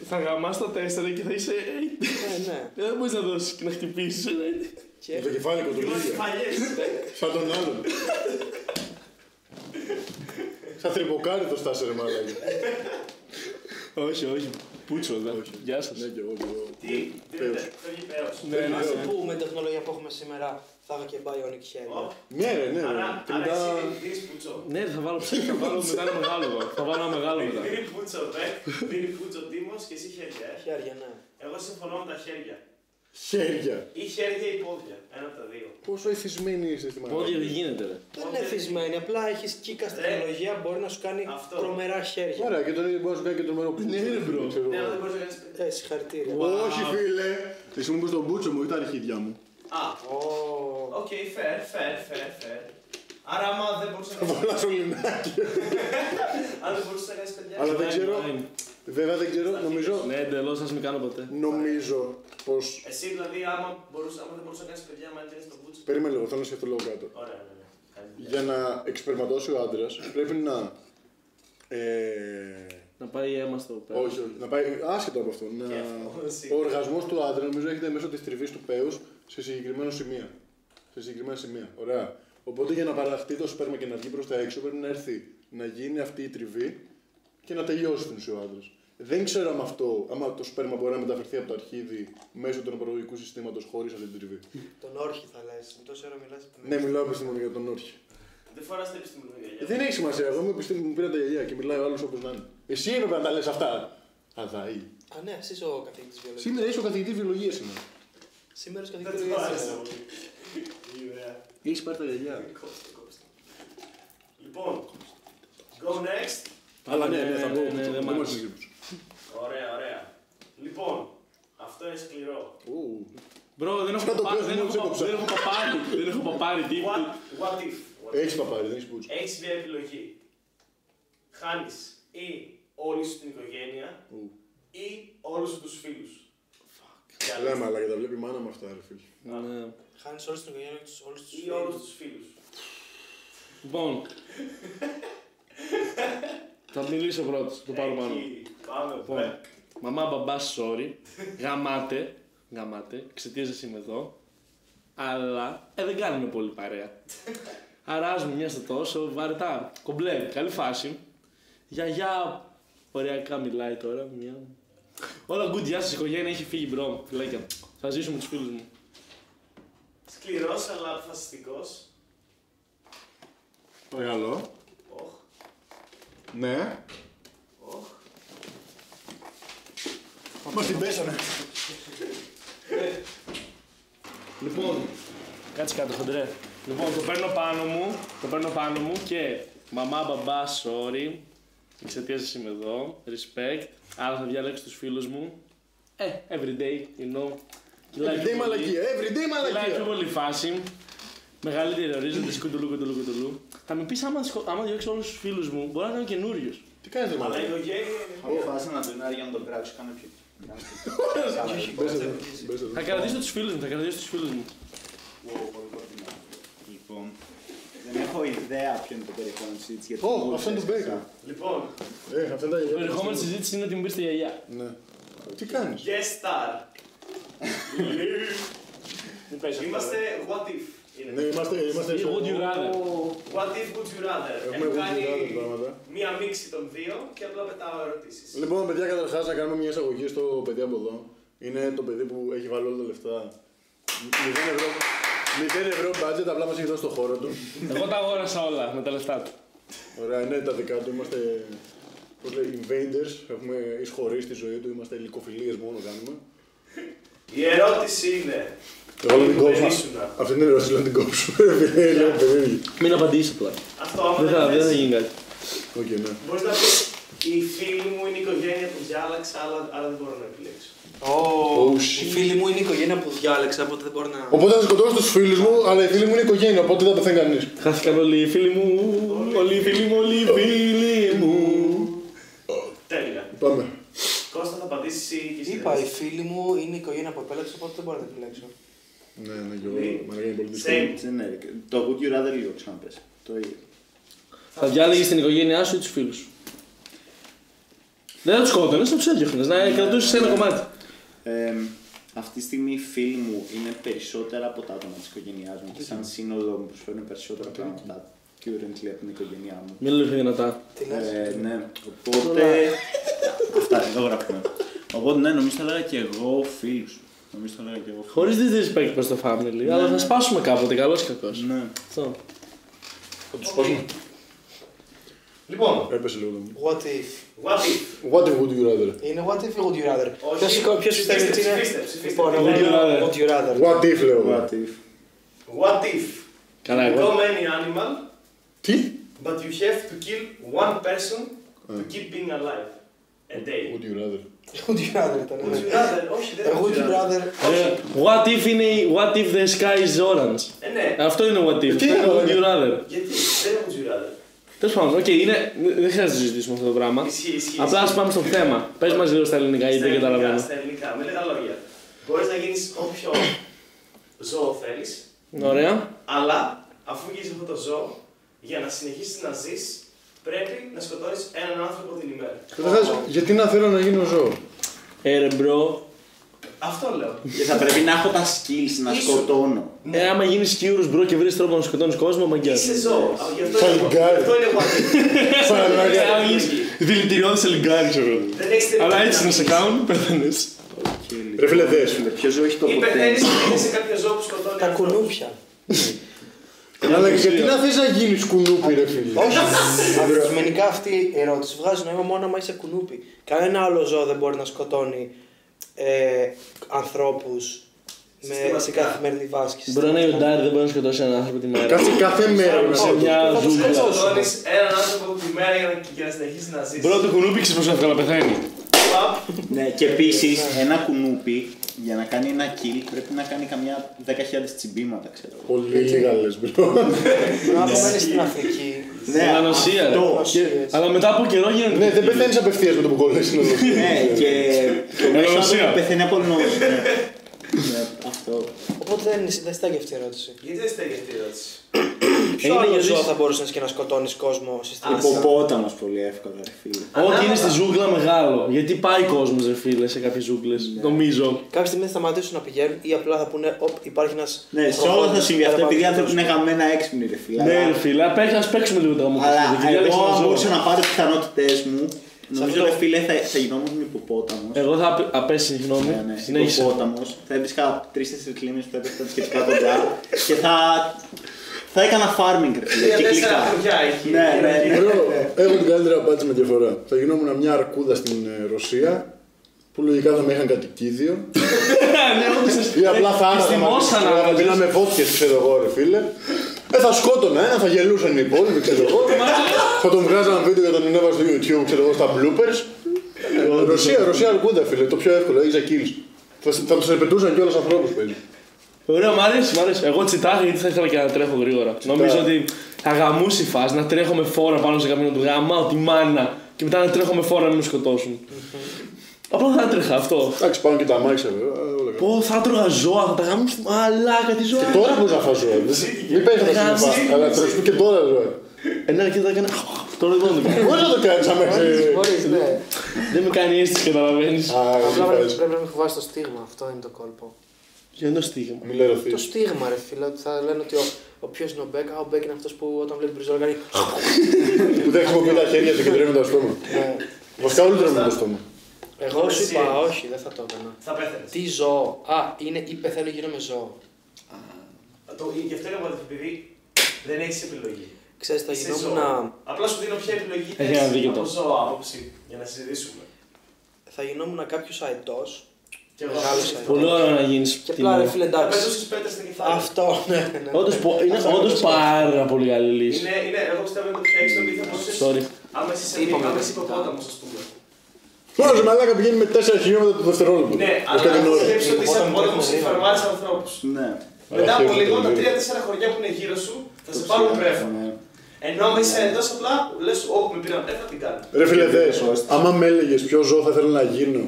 [SPEAKER 3] Θα γαμάς τα τέσσερα και θα είσαι. «Ε,
[SPEAKER 4] ναι, ναι.
[SPEAKER 3] Δεν μπορείς να δώσεις και να χτυπήσεις. ε.
[SPEAKER 2] Με Το
[SPEAKER 4] Και
[SPEAKER 2] κεφάλι του
[SPEAKER 1] Θυμάσαι τις
[SPEAKER 2] Λίγια.
[SPEAKER 1] παλιές.
[SPEAKER 2] Σαν τον άλλον. Σαν τρυποκάρι το στάσε ρε μαλάκι.
[SPEAKER 3] Όχι, όχι. Πούτσο, δεν. Γεια σας.
[SPEAKER 2] Ναι και εγώ και εγώ.
[SPEAKER 1] Τι.
[SPEAKER 2] Πέος.
[SPEAKER 1] Τρίβεται. Φεύγει πέος.
[SPEAKER 3] Ναι, ναι.
[SPEAKER 4] να σε που με τεχνολογία που έχουμε σήμερα θα είχα και bionic χέρια.
[SPEAKER 1] Ω.
[SPEAKER 2] Ναι ρε, ναι ρε.
[SPEAKER 1] Άρα, άρα εσύ
[SPEAKER 2] 30...
[SPEAKER 1] δίνεις πουτσό.
[SPEAKER 3] Ναι, θα βάλω θα βάλω μετά ένα μεγάλο. εγώ. Θα βάλω ένα μεγάλο
[SPEAKER 2] Ναι.
[SPEAKER 3] μετά.
[SPEAKER 1] Δίνει πουτσο, ρε. Δίνει πουτσο τίμος και εσύ χέρια. ε.
[SPEAKER 4] Χέρια, ναι.
[SPEAKER 1] Εγώ συμφωνώ με τα χέρια.
[SPEAKER 2] Χέρια.
[SPEAKER 1] Ή χέρια ή πόδια. Ένα από τα δύο.
[SPEAKER 2] Πόσο εθισμένοι είστε στη μαλάκα.
[SPEAKER 3] Πόδια δεν γίνεται, ρε.
[SPEAKER 4] Δεν είναι θυσμένη, απλά έχεις κύκα στην
[SPEAKER 1] Ε.
[SPEAKER 4] τεχνολογία, μπορεί να σου κάνει
[SPEAKER 1] Αυτό.
[SPEAKER 4] τρομερά χέρια.
[SPEAKER 2] Ωραία, και τον ίδιο μπορείς να σου κάνει και τον μέρο που
[SPEAKER 3] Ναι, ρε, μπρο.
[SPEAKER 2] Ξέρω
[SPEAKER 1] Ναι, αλλά
[SPEAKER 2] εγώ.
[SPEAKER 1] δεν μπορείς να κάνεις πέντε.
[SPEAKER 4] Ε, συγχαρητήρια.
[SPEAKER 3] Wow.
[SPEAKER 2] Όχι φίλε. Εσύ μου πες τον μπούτσο μου ή τα αρχίδια μου.
[SPEAKER 1] Α,
[SPEAKER 4] Ω.
[SPEAKER 1] οκ, fair, fair, fair, fair. Άρα, άμα δεν μπορούσες να κάνεις-
[SPEAKER 2] Πολλά σωληνάκι.
[SPEAKER 1] αν δεν μπορούσες να κάνεις παιδιά.
[SPEAKER 2] Αλλά δεν ξέρω. Βέβαια δεν ξέρω, νομίζω.
[SPEAKER 3] Ναι, εντελώς, α μην κάνω ποτέ.
[SPEAKER 2] Νομίζω πως.
[SPEAKER 1] Εσύ δηλαδή, άμα, μπορούσες, άμα δεν μπορούσες να κάνεις παιδιά, άμα έτρεχες το πουτσο.
[SPEAKER 2] Περίμενε λίγο, θέλω να σκεφτώ λίγο κάτω.
[SPEAKER 1] Ωραία, ναι, ναι. Καλή δουλειά.
[SPEAKER 2] Για να εξπερματώσει ο άντρας, πρέπει να. Ε,
[SPEAKER 3] Να πάει αίμα στο πέρα.
[SPEAKER 2] όχι, όχι, να πάει άσχετο από αυτό. Να...
[SPEAKER 1] Κέφος.
[SPEAKER 2] Ο οργασμός του άντρα νομίζω έρχεται μέσω της τριβής του παίου σε συγκεκριμένα σημεία. Σε συγκεκριμένα σημεία. Ωραία. Οπότε για να παραχθεί το σπέρμα και να βγει προς τα έξω, πρέπει να έρθει να γίνει αυτή η τριβή και να τελειώσει την ουσία ο άντρας. Δεν ξέρω αν αυτό, άμα το σπέρμα μπορεί να μεταφερθεί από το αρχίδι μέσω του αναπαραγωγικού συστήματος χωρίς αυτή την τριβή.
[SPEAKER 4] Τον όρχη θα λες. Με τόση ώρα μιλάς.
[SPEAKER 2] ναι, μιλάω επιστημονικά για τον Όρχη.
[SPEAKER 1] Δεν φοράς τα επιστημονικά γυαλιά.
[SPEAKER 2] Δεν έχει σημασία. Εγώ είμαι επιστήμη μου πήρα τα γυαλιά και μιλάει ο άλλος όπως να είναι. Εσύ έπρεπε να τα λες αυτά. Αδαή.
[SPEAKER 4] Α, ναι, εσύ είσαι ο καθηγητής βιολογίας.
[SPEAKER 2] Σήμερα είσαι ο καθηγητής βιολογίας σήμερα.
[SPEAKER 4] Σήμερα στο
[SPEAKER 1] Δεν
[SPEAKER 4] καθηγητήριο
[SPEAKER 1] το
[SPEAKER 4] έτσι.
[SPEAKER 1] άρεσε πολύ. Η ιδέα.
[SPEAKER 2] Έχει πάρει τα γυαλιά.
[SPEAKER 1] Κόψτε, κόψτε. Λοιπόν, go next.
[SPEAKER 2] Αλλά ναι, ναι, θα πω.
[SPEAKER 3] ναι, ναι,
[SPEAKER 2] Δεν
[SPEAKER 3] μ' άρεσε.
[SPEAKER 2] είμαστε σίγουροι.
[SPEAKER 1] Ωραία, ωραία. Λοιπόν, αυτό είναι σκληρό.
[SPEAKER 2] Ου.
[SPEAKER 3] Μπρο, δεν έχω
[SPEAKER 2] Θα το
[SPEAKER 3] παπάρει,
[SPEAKER 2] πω,
[SPEAKER 3] δεν
[SPEAKER 2] μόλις
[SPEAKER 3] έχω πα-
[SPEAKER 2] έκοψα.
[SPEAKER 3] δεν έχω παπάρει, δεν έχω παπάρει τίποτα.
[SPEAKER 1] What, what if. What
[SPEAKER 2] Έχεις παπάρι, δεν έχεις πούτσα.
[SPEAKER 1] Έχεις μια επιλογή. Χάνεις ή όλη σου την οικογένεια
[SPEAKER 2] Ου.
[SPEAKER 1] ή όλους σου τους φίλους.
[SPEAKER 2] Καλά, μα αλλά τα βλέπει η μάνα με αυτά, ρε φίλε.
[SPEAKER 3] Ναι.
[SPEAKER 4] Χάνεις όλους τους οικογένεια και όλους τους
[SPEAKER 1] Ή όλους τους φίλους.
[SPEAKER 3] Λοιπόν. Θα μιλήσω πρώτος, το πάρω πάνω.
[SPEAKER 1] Πάμε, ναι.
[SPEAKER 3] Λοιπόν,
[SPEAKER 1] πάμε.
[SPEAKER 3] μαμά, μπαμπά, sorry. Γαμάτε. Γαμάτε. Εξαιτία εσύ είμαι εδώ. Αλλά ε, δεν κάνουμε πολύ παρέα. Αράζουμε μια στο τόσο, βαρετά. Κομπλέ, καλή φάση. Γιαγιά, ωριακά μιλάει τώρα. Μια... Όλα γκουντιά σας οικογένεια έχει φύγει μπρο. Φιλάκια. Θα ζήσουμε τους φίλους μου.
[SPEAKER 1] Σκληρός αλλά αποφασιστικός.
[SPEAKER 2] Παρακαλώ.
[SPEAKER 1] Οχ,
[SPEAKER 2] Ναι.
[SPEAKER 1] οχ.
[SPEAKER 2] Μα την πέσανε.
[SPEAKER 3] Λοιπόν, κάτσε κάτω χοντρέ. Λοιπόν, το παίρνω πάνω μου, το παίρνω πάνω μου και μαμά, μπαμπά, sorry. Εξαιτίας σα είμαι εδώ. Respect. Άρα θα διαλέξω τους φίλους μου. Ε, everyday, you know. Κυλάει πιο
[SPEAKER 2] Everyday
[SPEAKER 3] πολύ.
[SPEAKER 2] μαλακία. Everyday
[SPEAKER 3] Κυλάει πιο
[SPEAKER 2] μαλακία.
[SPEAKER 3] πολύ η φάση. Μεγαλύτερη ορίζοντα, κουντουλού, κουντουλού, κουντουλού. Θα με πεις άμα, σκο- άμα διώξω όλους τους φίλους μου, μπορεί να κάνω καινούριου.
[SPEAKER 2] Τι κάνεις, ρε
[SPEAKER 1] Αλλά η
[SPEAKER 2] μαλακία.
[SPEAKER 1] οικογένεια είναι μία.
[SPEAKER 5] Αποφάσισα να τον Άρη για να τον πράξω. Κάνε πιο. κάνε πιο- Καλά,
[SPEAKER 4] όχι.
[SPEAKER 2] Μπες
[SPEAKER 4] Μπες
[SPEAKER 2] εδώ,
[SPEAKER 4] εδώ.
[SPEAKER 2] μπες εδώ.
[SPEAKER 3] Θα κρατήσω τους φίλους μου, θα κρατήσω τους φίλους μου.
[SPEAKER 5] wow, πολύ κοντινά. Λοιπόν, δεν έχω ιδέα ποιο είναι το περιεχόμενο της συζήτησης. γιατί
[SPEAKER 2] Ω,
[SPEAKER 5] μου
[SPEAKER 2] αυτό είναι το
[SPEAKER 5] ήρθε.
[SPEAKER 2] Baker.
[SPEAKER 1] Λοιπόν,
[SPEAKER 2] Ε, αυτά είναι τα
[SPEAKER 3] Το
[SPEAKER 2] γυαλιά.
[SPEAKER 3] περιεχόμενο της συζήτησης είναι ότι μου πήρε τη γιαγιά.
[SPEAKER 2] Ναι. Τι κάνεις.
[SPEAKER 1] yes star.
[SPEAKER 3] Μην πες αυτό, ε.
[SPEAKER 1] Είμαστε what if. είναι.
[SPEAKER 2] Ναι, είμαστε. είμαστε
[SPEAKER 3] Ή would you rather.
[SPEAKER 1] What if would you rather.
[SPEAKER 2] Έχουμε would
[SPEAKER 1] Έχω
[SPEAKER 2] you rather
[SPEAKER 1] κάνει
[SPEAKER 2] πράγματα.
[SPEAKER 1] μία μίξη των δύο και απλά πετάω ερωτήσεις.
[SPEAKER 2] Λοιπόν, παιδιά, καταρχάς να κάνουμε μια εισαγωγή στο παιδί από εδώ. Είναι το παιδί που έχει βάλει όλα τα λεφτά. 0 ευρώ. 0 ευρώ budget, απλά μας έχει δώσει το χώρο του.
[SPEAKER 3] Εγώ τα αγόρασα όλα με τα λεφτά του.
[SPEAKER 2] Ωραία, είναι τα δικά του. Είμαστε πώς λέει, invaders. Έχουμε εισχωρήσει τη ζωή του. Είμαστε υλικοφιλίες μόνο κάνουμε.
[SPEAKER 1] Η ερώτηση είναι.
[SPEAKER 2] Εγώ λέω την κόψω.
[SPEAKER 1] Ήσουνα.
[SPEAKER 2] Λοιπόν, Αυτή είναι η ερώτηση, λέω την κόψω. Επειδή λέω περίεργη.
[SPEAKER 3] Μην απαντήσεις απλά.
[SPEAKER 1] Αυτό άμα
[SPEAKER 3] Δεν θα,
[SPEAKER 1] δεν
[SPEAKER 3] δεν θα
[SPEAKER 1] θες,
[SPEAKER 3] γίνει κάτι.
[SPEAKER 2] Οκ, ναι.
[SPEAKER 1] μπορείς να πεις η φίλη μου είναι η οικογένεια που διάλεξα, αλλά, αλλά δεν μπορώ να επιλέξω.
[SPEAKER 2] Oh,
[SPEAKER 4] Οι
[SPEAKER 2] shit.
[SPEAKER 4] φίλοι μου είναι η οικογένεια που διάλεξα, οπότε δεν μπορώ να.
[SPEAKER 2] Οπότε θα σκοτώσω τους φίλους μου, αλλά οι φίλοι μου είναι οικογένεια, οπότε δεν θα πεθαίνει κανείς.
[SPEAKER 3] Χάθηκαν όλοι οι φίλοι μου, όλοι οι φίλοι μου, όλοι οι φίλοι μου.
[SPEAKER 1] Τέλεια.
[SPEAKER 2] Πάμε.
[SPEAKER 1] Κώστα θα απαντήσεις και εσύ.
[SPEAKER 4] Είπα, οι φίλοι μου είναι η οικογένεια που επέλεξα, οπότε δεν μπορώ να την επιλέξω.
[SPEAKER 2] Ναι, ναι, και εγώ. Μαραγκά είναι πολύ δύσκολο.
[SPEAKER 1] Same.
[SPEAKER 5] Έτσι, ναι, Το Would You Rather λίγο ξαναπες. Το ίδιο.
[SPEAKER 3] Θα διάλεγες την οικογένειά σου ή τους φίλους σου. Δεν θα τους σκότωνε, θα τους έδιωχνε. Να κρατούσες ένα κομμάτι.
[SPEAKER 5] Ε, αυτή τη στιγμή οι φίλοι μου είναι περισσότερα από τα άτομα της οικογένειάς μου και σαν σύνολο μου προσφέρουν περισσότερα πράγματα currently από την οικογένειά μου.
[SPEAKER 3] Μην λίγο δυνατά.
[SPEAKER 4] Τι λες.
[SPEAKER 5] Ε, ναι, οπότε. Αυτά εδώ γράφουμε. Οπότε ναι, νομίζω θα έλεγα και εγώ φίλους. Νομίζω θα έλεγα και εγώ
[SPEAKER 3] Χωρίς disrespect προς το family, αλλά θα σπάσουμε κάποτε, καλός ή κακός.
[SPEAKER 5] φίλους. Ναι.
[SPEAKER 3] Αυτό.
[SPEAKER 2] Θα τους σπάσουμε.
[SPEAKER 1] Λοιπόν,
[SPEAKER 2] Έπεσε λίγο το μου.
[SPEAKER 4] What if.
[SPEAKER 1] what if.
[SPEAKER 2] What if would you rather?
[SPEAKER 4] Είναι what if ή would you rather.
[SPEAKER 1] Όχι.
[SPEAKER 4] Ποιος σηκώ- ποιος
[SPEAKER 1] Ψηφίστε,
[SPEAKER 4] πιστεύει ότι είναι.
[SPEAKER 1] ψηφίστε, ψηφίστε.
[SPEAKER 4] Λοιπόν, εγώ
[SPEAKER 3] Would you
[SPEAKER 4] λέω
[SPEAKER 3] rather.
[SPEAKER 4] would you rather.
[SPEAKER 2] What if λέω. εγώ.
[SPEAKER 5] What if.
[SPEAKER 1] What if.
[SPEAKER 3] Καλά,
[SPEAKER 1] you
[SPEAKER 3] εγώ.
[SPEAKER 1] become any animal,
[SPEAKER 2] Τι?
[SPEAKER 1] but you have to kill one person to
[SPEAKER 2] Ε.
[SPEAKER 1] keep being alive. A day.
[SPEAKER 2] Would you rather?
[SPEAKER 4] Would you rather ήταν.
[SPEAKER 1] Would you
[SPEAKER 4] ναι.
[SPEAKER 1] rather, όχι δεν
[SPEAKER 4] Εγώ would you rather.
[SPEAKER 3] Ε, What if είναι η- What if the sky is orange.
[SPEAKER 1] Ε, ναι.
[SPEAKER 3] Αυτό είναι what if.
[SPEAKER 2] Τι
[SPEAKER 3] Δεν είναι
[SPEAKER 2] είναι,
[SPEAKER 3] Would
[SPEAKER 2] ρε.
[SPEAKER 3] you rather.
[SPEAKER 1] Γιατί, δεν είναι would you rather.
[SPEAKER 3] Τέλος πάντων, οκ, είναι- δεν χρειάζεται να συζητήσουμε αυτό το πράγμα.
[SPEAKER 1] Ισχύει, ισχύει.
[SPEAKER 3] Απλά ας
[SPEAKER 1] ισχύει.
[SPEAKER 3] πάμε στο θέμα. Πες μας λίγο στα ελληνικά, γιατί
[SPEAKER 1] Στα
[SPEAKER 3] δεν
[SPEAKER 1] ελληνικά,
[SPEAKER 3] καταλαβαίνω.
[SPEAKER 1] Στα ελληνικά, με λίγα λόγια. Μπορείς να γίνεις όποιο ζώο θέλεις,
[SPEAKER 3] Ωραία.
[SPEAKER 1] αλλά αφού γίνεις αυτό το ζώο, για να συνεχίσεις να ζεις, πρέπει να σκοτώνει έναν άνθρωπο την ημέρα.
[SPEAKER 2] Καταρχά, γιατί να θέλω να γίνω ζώο.
[SPEAKER 3] Έρε Ε, μπρο.
[SPEAKER 1] Αυτό λέω.
[SPEAKER 3] Ναι.
[SPEAKER 5] Και Ε, θα πρέπει να έχω τα skills να
[SPEAKER 1] Ίσως.
[SPEAKER 5] σκοτώνω.
[SPEAKER 3] Ε, άμα γίνεις κύριο μπρο και βρεις τρόπο να σκοτώνεις κόσμο, μαγκιά.
[SPEAKER 1] Είσαι ζώο. Α, Γι' αυτό
[SPEAKER 2] Σαν
[SPEAKER 1] είναι
[SPEAKER 2] γκάρι.
[SPEAKER 1] αυτό είναι what if.
[SPEAKER 2] Παραλόγια.
[SPEAKER 1] Άμα γίνεις-
[SPEAKER 3] Δηλητηριώδη ελληνικά, ξέρω.
[SPEAKER 1] Δεν έχεις την
[SPEAKER 3] Αλλά
[SPEAKER 1] επιλογή
[SPEAKER 3] έτσι
[SPEAKER 1] να
[SPEAKER 3] να σε
[SPEAKER 1] πεις.
[SPEAKER 3] κάνουν, πεθαίνει.
[SPEAKER 2] Ρε φίλε, δες.
[SPEAKER 5] Ποιο ζώο έχει το
[SPEAKER 1] Ή
[SPEAKER 5] ποτέ.
[SPEAKER 1] πεθαίνει ή σε κάποιο ζώο που σκοτώνει.
[SPEAKER 4] Τα
[SPEAKER 1] ανθρώπους.
[SPEAKER 4] κουνούπια.
[SPEAKER 2] Αλλά γιατί να θες να γίνεις κουνούπι, ρε φίλε.
[SPEAKER 4] Όχι. Αντικειμενικά αυτή η ερώτηση βγάζει νόημα μόνο άμα είσαι κουνούπι. Κανένα άλλο ζώο δεν μπορεί να σκοτώνει ε, ανθρώπους με, σε
[SPEAKER 1] Συστηματικά.
[SPEAKER 4] καθημερινή βάσκησης.
[SPEAKER 3] Μπορεί να είναι ο Ντάρι, δεν μπορεί να σκοτώσει έναν άνθρωπο τη μέρα.
[SPEAKER 2] Κάτσε κάθε μέρα να
[SPEAKER 3] Σε μια
[SPEAKER 4] Λοιπόν, Θα το
[SPEAKER 3] ζούγκλα.
[SPEAKER 1] Δεν
[SPEAKER 4] σκοτώσω.
[SPEAKER 1] σκοτώνει έναν άνθρωπο τη μέρα για να, για να συνεχίσει να ζήσει.
[SPEAKER 3] Πρώτο κουνούπι ξέρεις πόσο εύκολα πεθαίνει.
[SPEAKER 5] Ναι, και επίσης ένα κουνούπι για να κάνει ένα kill πρέπει να κάνει καμιά 10.000 τσιμπήματα, ξέρω εγώ.
[SPEAKER 2] Πολύ λίγα λες, μπρο.
[SPEAKER 4] Να απομένεις στην Αφρική.
[SPEAKER 5] Ναι,
[SPEAKER 3] Ανοσία, ρε.
[SPEAKER 5] αυτό.
[SPEAKER 4] Βασίλες.
[SPEAKER 3] Αλλά μετά από καιρό γίνεται.
[SPEAKER 2] Ναι, δεν πεθαίνεις απευθείας με το που κόλλεσαι.
[SPEAKER 5] Ναι, και το μέσο
[SPEAKER 3] Ανοσία.
[SPEAKER 5] άτομο πεθαίνει από νόσο. ναι. Ναι, αυτό.
[SPEAKER 4] Οπότε δεν είναι δεν στέκει αυτή η ερώτηση.
[SPEAKER 1] Γιατί δεν στέγει αυτή η ερώτηση.
[SPEAKER 4] Ποιο
[SPEAKER 3] Είναι
[SPEAKER 4] άλλο
[SPEAKER 3] γιατί-
[SPEAKER 4] ζώο θα μπορούσες και να σκοτώνεις κόσμο συστηματικά.
[SPEAKER 5] Υποπόταμος πολύ εύκολα, ρε φίλε.
[SPEAKER 3] Ό,τι
[SPEAKER 1] Ανάποδα.
[SPEAKER 3] είναι στη ζούγκλα μεγάλο. Γιατί πάει κόσμος, ρε φίλε, σε κάποιες ζούγκλες. Νομίζω.
[SPEAKER 4] Κάποια στιγμή θα σταματήσουν να πηγαίνουν ή απλά θα πούνε «Οπ, υπάρχει ένας.
[SPEAKER 5] Ναι, σε όλα θα συμβεί αυτό επειδή οι άνθρωποι είναι γαμμένα έξυπνοι, ρε φίλε.
[SPEAKER 3] Ναι, ρε
[SPEAKER 5] Αλλά-
[SPEAKER 3] φίλε, α παίξ- ας παίξουμε λίγο τα μου.
[SPEAKER 5] Αλλά εγώ, αν μπορούσα να πάρω τις πιθανότητές μου, νομίζω,
[SPEAKER 4] αυτό-
[SPEAKER 5] ρε φίλε, θα, θα γινόμουν υποπόταμος.
[SPEAKER 3] Εγώ θα απέσει, συγγνώμη.
[SPEAKER 5] Ναι, ναι,
[SPEAKER 3] Συνέχισε.
[SPEAKER 5] υποπόταμος. Θα έβρισκα τρει-τέσσερι κλίμνες που θα έπεφταν σχετικά κοντά και θα. Θα έκανα farming, ρε φίλε.
[SPEAKER 1] Για τέσσερα
[SPEAKER 5] Κυκλικά.
[SPEAKER 1] χωριά εκεί.
[SPEAKER 5] Ναι,
[SPEAKER 1] εκεί,
[SPEAKER 5] ναι,
[SPEAKER 1] εκεί.
[SPEAKER 5] ναι.
[SPEAKER 2] Μπρο, έχω την καλύτερη απάντηση με διαφορά. Θα γινόμουν μια αρκούδα στην ε, Ρωσία που λογικά θα με είχαν κατοικίδιο.
[SPEAKER 3] Ναι, όντως.
[SPEAKER 2] Ή απλά θα
[SPEAKER 3] Και στη Μόσχα να
[SPEAKER 2] άραγα. Πίναμε βότκε, ξέρω εγώ, ρε φίλε. Ε, θα σκότωνα ένα, θα γελούσαν οι υπόλοιποι, ξέρω εγώ. θα τον βγάζαν βίντεο για τον ανέβα στο YouTube, ξέρω εγώ, στα bloopers. Ε, Ρωσία, Ρωσία αρκούδα, φίλε, το πιο εύκολο, έχεις kills. Θα, θα τους επετούσαν κιόλας ανθρώπους, παιδί.
[SPEAKER 3] Ωραίο, μ' αρέσει, μ' αρέσει. Εγώ τσιτάχα γιατί θα ήθελα και να τρέχω γρήγορα. Νομίζω ότι θα γαμούσε η φάση να τρέχω με φόρα πάνω σε κάποιον του γάμα, τη μάνα. Και μετά να τρέχω με φόρα να με σκοτώσουν. Απλά θα έτρεχα αυτό.
[SPEAKER 2] Εντάξει, πάνω και τα μάξια, βέβαια. ε, όλα καλά.
[SPEAKER 3] Πω, θα έτρωγα ζώα, θα τα γαμούσουν. Μαλάκα τη ζώα.
[SPEAKER 2] Τώρα μπορεί να φας ζώα. δεν- Μην παίρνει τα
[SPEAKER 3] Γαζί.
[SPEAKER 2] σύννεφα, αλλά τρέχουν και τώρα ζώα.
[SPEAKER 3] Ε, ναι, και θα έκανα. Τώρα δεν μπορώ να το κάνω.
[SPEAKER 2] Μπορείς να το κάνεις αμέσω.
[SPEAKER 4] Μπορεί, ναι.
[SPEAKER 3] Δεν με κάνει αίσθηση, καταλαβαίνεις.
[SPEAKER 4] Απλά πρέπει- πρέπει να μην φοβάσαι το στίγμα. Αυτό είναι το κόλπο.
[SPEAKER 3] Για ένα στίγμα.
[SPEAKER 2] Μην
[SPEAKER 1] Ε.
[SPEAKER 2] λερωθεί.
[SPEAKER 4] Το στίγμα, ρε φίλε. ότι Θα λένε ότι ο, ο ποιος είναι ο Μπέκ. Α, ο Μπέκ είναι αυτός που όταν βλέπει μπριζόλα κάνει.
[SPEAKER 2] Που δεν χρησιμοποιεί τα χέρια του και τρέμει το στόμα.
[SPEAKER 4] Ναι.
[SPEAKER 2] Βασικά όλοι τρέμουν το στόμα.
[SPEAKER 4] Εγώ σου
[SPEAKER 1] Εσύ.
[SPEAKER 4] είπα, όχι, δεν θα το έκανα.
[SPEAKER 1] Θα πέθανες.
[SPEAKER 4] Τι ζώο. Α, είναι ή πεθαίνω γύρω με ζώο.
[SPEAKER 1] Το, γι' αυτό είναι απαραίτητο επειδή δεν έχεις επιλογή.
[SPEAKER 4] Ξέρεις, θα
[SPEAKER 1] Είσαι
[SPEAKER 4] γινόμουν,
[SPEAKER 1] ζώο. Απλά σου δίνω ποια επιλογή
[SPEAKER 3] Έχει ένα
[SPEAKER 1] θες
[SPEAKER 3] δίκιο
[SPEAKER 1] από
[SPEAKER 3] το.
[SPEAKER 1] ζώα άποψη για να συζητήσουμε.
[SPEAKER 4] θα γινόμουν κάποιος αετός
[SPEAKER 1] Και εγώ.
[SPEAKER 4] Μεγάλωσα.
[SPEAKER 3] Πολύ ωραίο να γίνεις.
[SPEAKER 4] Και απλά ρε φίλε
[SPEAKER 1] Θα
[SPEAKER 4] εντάξει.
[SPEAKER 1] πετούσες πέτρες στα κεφάλια.
[SPEAKER 4] Αυτό, ναι, ναι, ναι.
[SPEAKER 3] Όντω είναι
[SPEAKER 4] Αυτό
[SPEAKER 3] όντως
[SPEAKER 4] το σκέφτομαι.
[SPEAKER 3] πάρα πολύ καλή λύση.
[SPEAKER 1] Είναι, είναι, εγώ πιστεύω ότι θα έχεις το μύθο πως
[SPEAKER 3] Sorry.
[SPEAKER 1] άμεση
[SPEAKER 4] Είπαμε.
[SPEAKER 1] υποπόταμος ας πούμε.
[SPEAKER 2] Τώρα μαλάκα πηγαίνει με 4 χιλιόμετρα το δευτερόλεπτο.
[SPEAKER 1] Ναι,
[SPEAKER 2] Μας κάνει
[SPEAKER 1] αλλά
[SPEAKER 2] νόημα.
[SPEAKER 1] σκέψου ότι είσαι
[SPEAKER 4] Υποπόταμος
[SPEAKER 1] απόταμος
[SPEAKER 4] είναι
[SPEAKER 1] και
[SPEAKER 4] γρήγορο.
[SPEAKER 1] φαρμάρεις ανθρώπους.
[SPEAKER 5] Ναι.
[SPEAKER 1] Μετά από
[SPEAKER 2] χαίρομαι
[SPEAKER 1] λίγο
[SPEAKER 2] πολύ.
[SPEAKER 1] τα τρία-τέσσερα χωριά που είναι γύρω σου θα σε
[SPEAKER 5] Το
[SPEAKER 1] πάρουν
[SPEAKER 5] ξέρω,
[SPEAKER 1] πρέφα.
[SPEAKER 5] ναι.
[SPEAKER 1] Ενώ με είσαι εντός απλά λες «Ω, με πήραν πρέφα, την κάνω».
[SPEAKER 2] Ρε φίλε, δε,
[SPEAKER 5] Σωστά.
[SPEAKER 2] άμα με έλεγες ποιο ζώο θα ήθελα να γίνω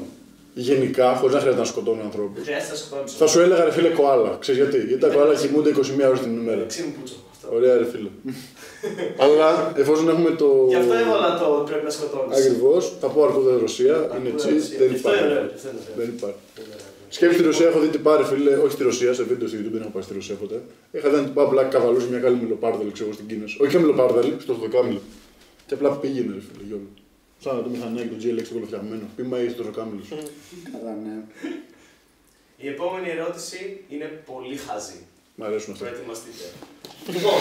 [SPEAKER 2] γενικά, χωρίς να χρειάζεται να σκοτώνω ανθρώπους,
[SPEAKER 1] Χρειάζεται να σκοτώνεις.
[SPEAKER 2] θα σου έλεγα ρε φίλε κοάλα. Ξέρεις γιατί, γιατί τα
[SPEAKER 1] Ναι.
[SPEAKER 2] κοάλα κοιμούνται 21 ώρες την ημέρα.
[SPEAKER 1] Ξύ μου πούτσο αυτό.
[SPEAKER 2] Ωραία, ρε φίλε. Αλλά εφόσον έχουμε το.
[SPEAKER 1] Γι' αυτό έβαλα το πρέπει να σκοτώνεις.
[SPEAKER 2] Ακριβώς, θα πω αρκούδα Ρωσία, είναι
[SPEAKER 1] Ακούω,
[SPEAKER 2] cheese,
[SPEAKER 1] έτσι.
[SPEAKER 2] δεν
[SPEAKER 1] Αυτό είναι
[SPEAKER 2] υπάρχει.
[SPEAKER 1] ωραίο, αυτό είναι ωραίο.
[SPEAKER 2] Δεν υπάρχει. Σκέψη τη Ρωσία, έχω δει τι πάρει, φίλε. Όχι στη Ρωσία, σε βίντεο στο YouTube δεν έχω πάει στη Ρωσία ποτέ. Είχα δει την απλά καβαλούσε μια καλή μιλοπάρδαλη, ξέρω εγώ στην Κίνα. Όχι και μιλοπάρδαλη, στο δοκάμιλο. Και απλά πήγαινε, ρε φίλε, γιόλο. Σαν να το μηχανάκι του GLX το κολοφτιαγμένο. Πήμα ή στο δοκάμιλο.
[SPEAKER 5] Καλά, ναι.
[SPEAKER 1] Η επόμενη ερώτηση είναι πολύ χαζή.
[SPEAKER 2] Μ' αρέσουν αυτά.
[SPEAKER 1] Προετοιμαστείτε. Λοιπόν,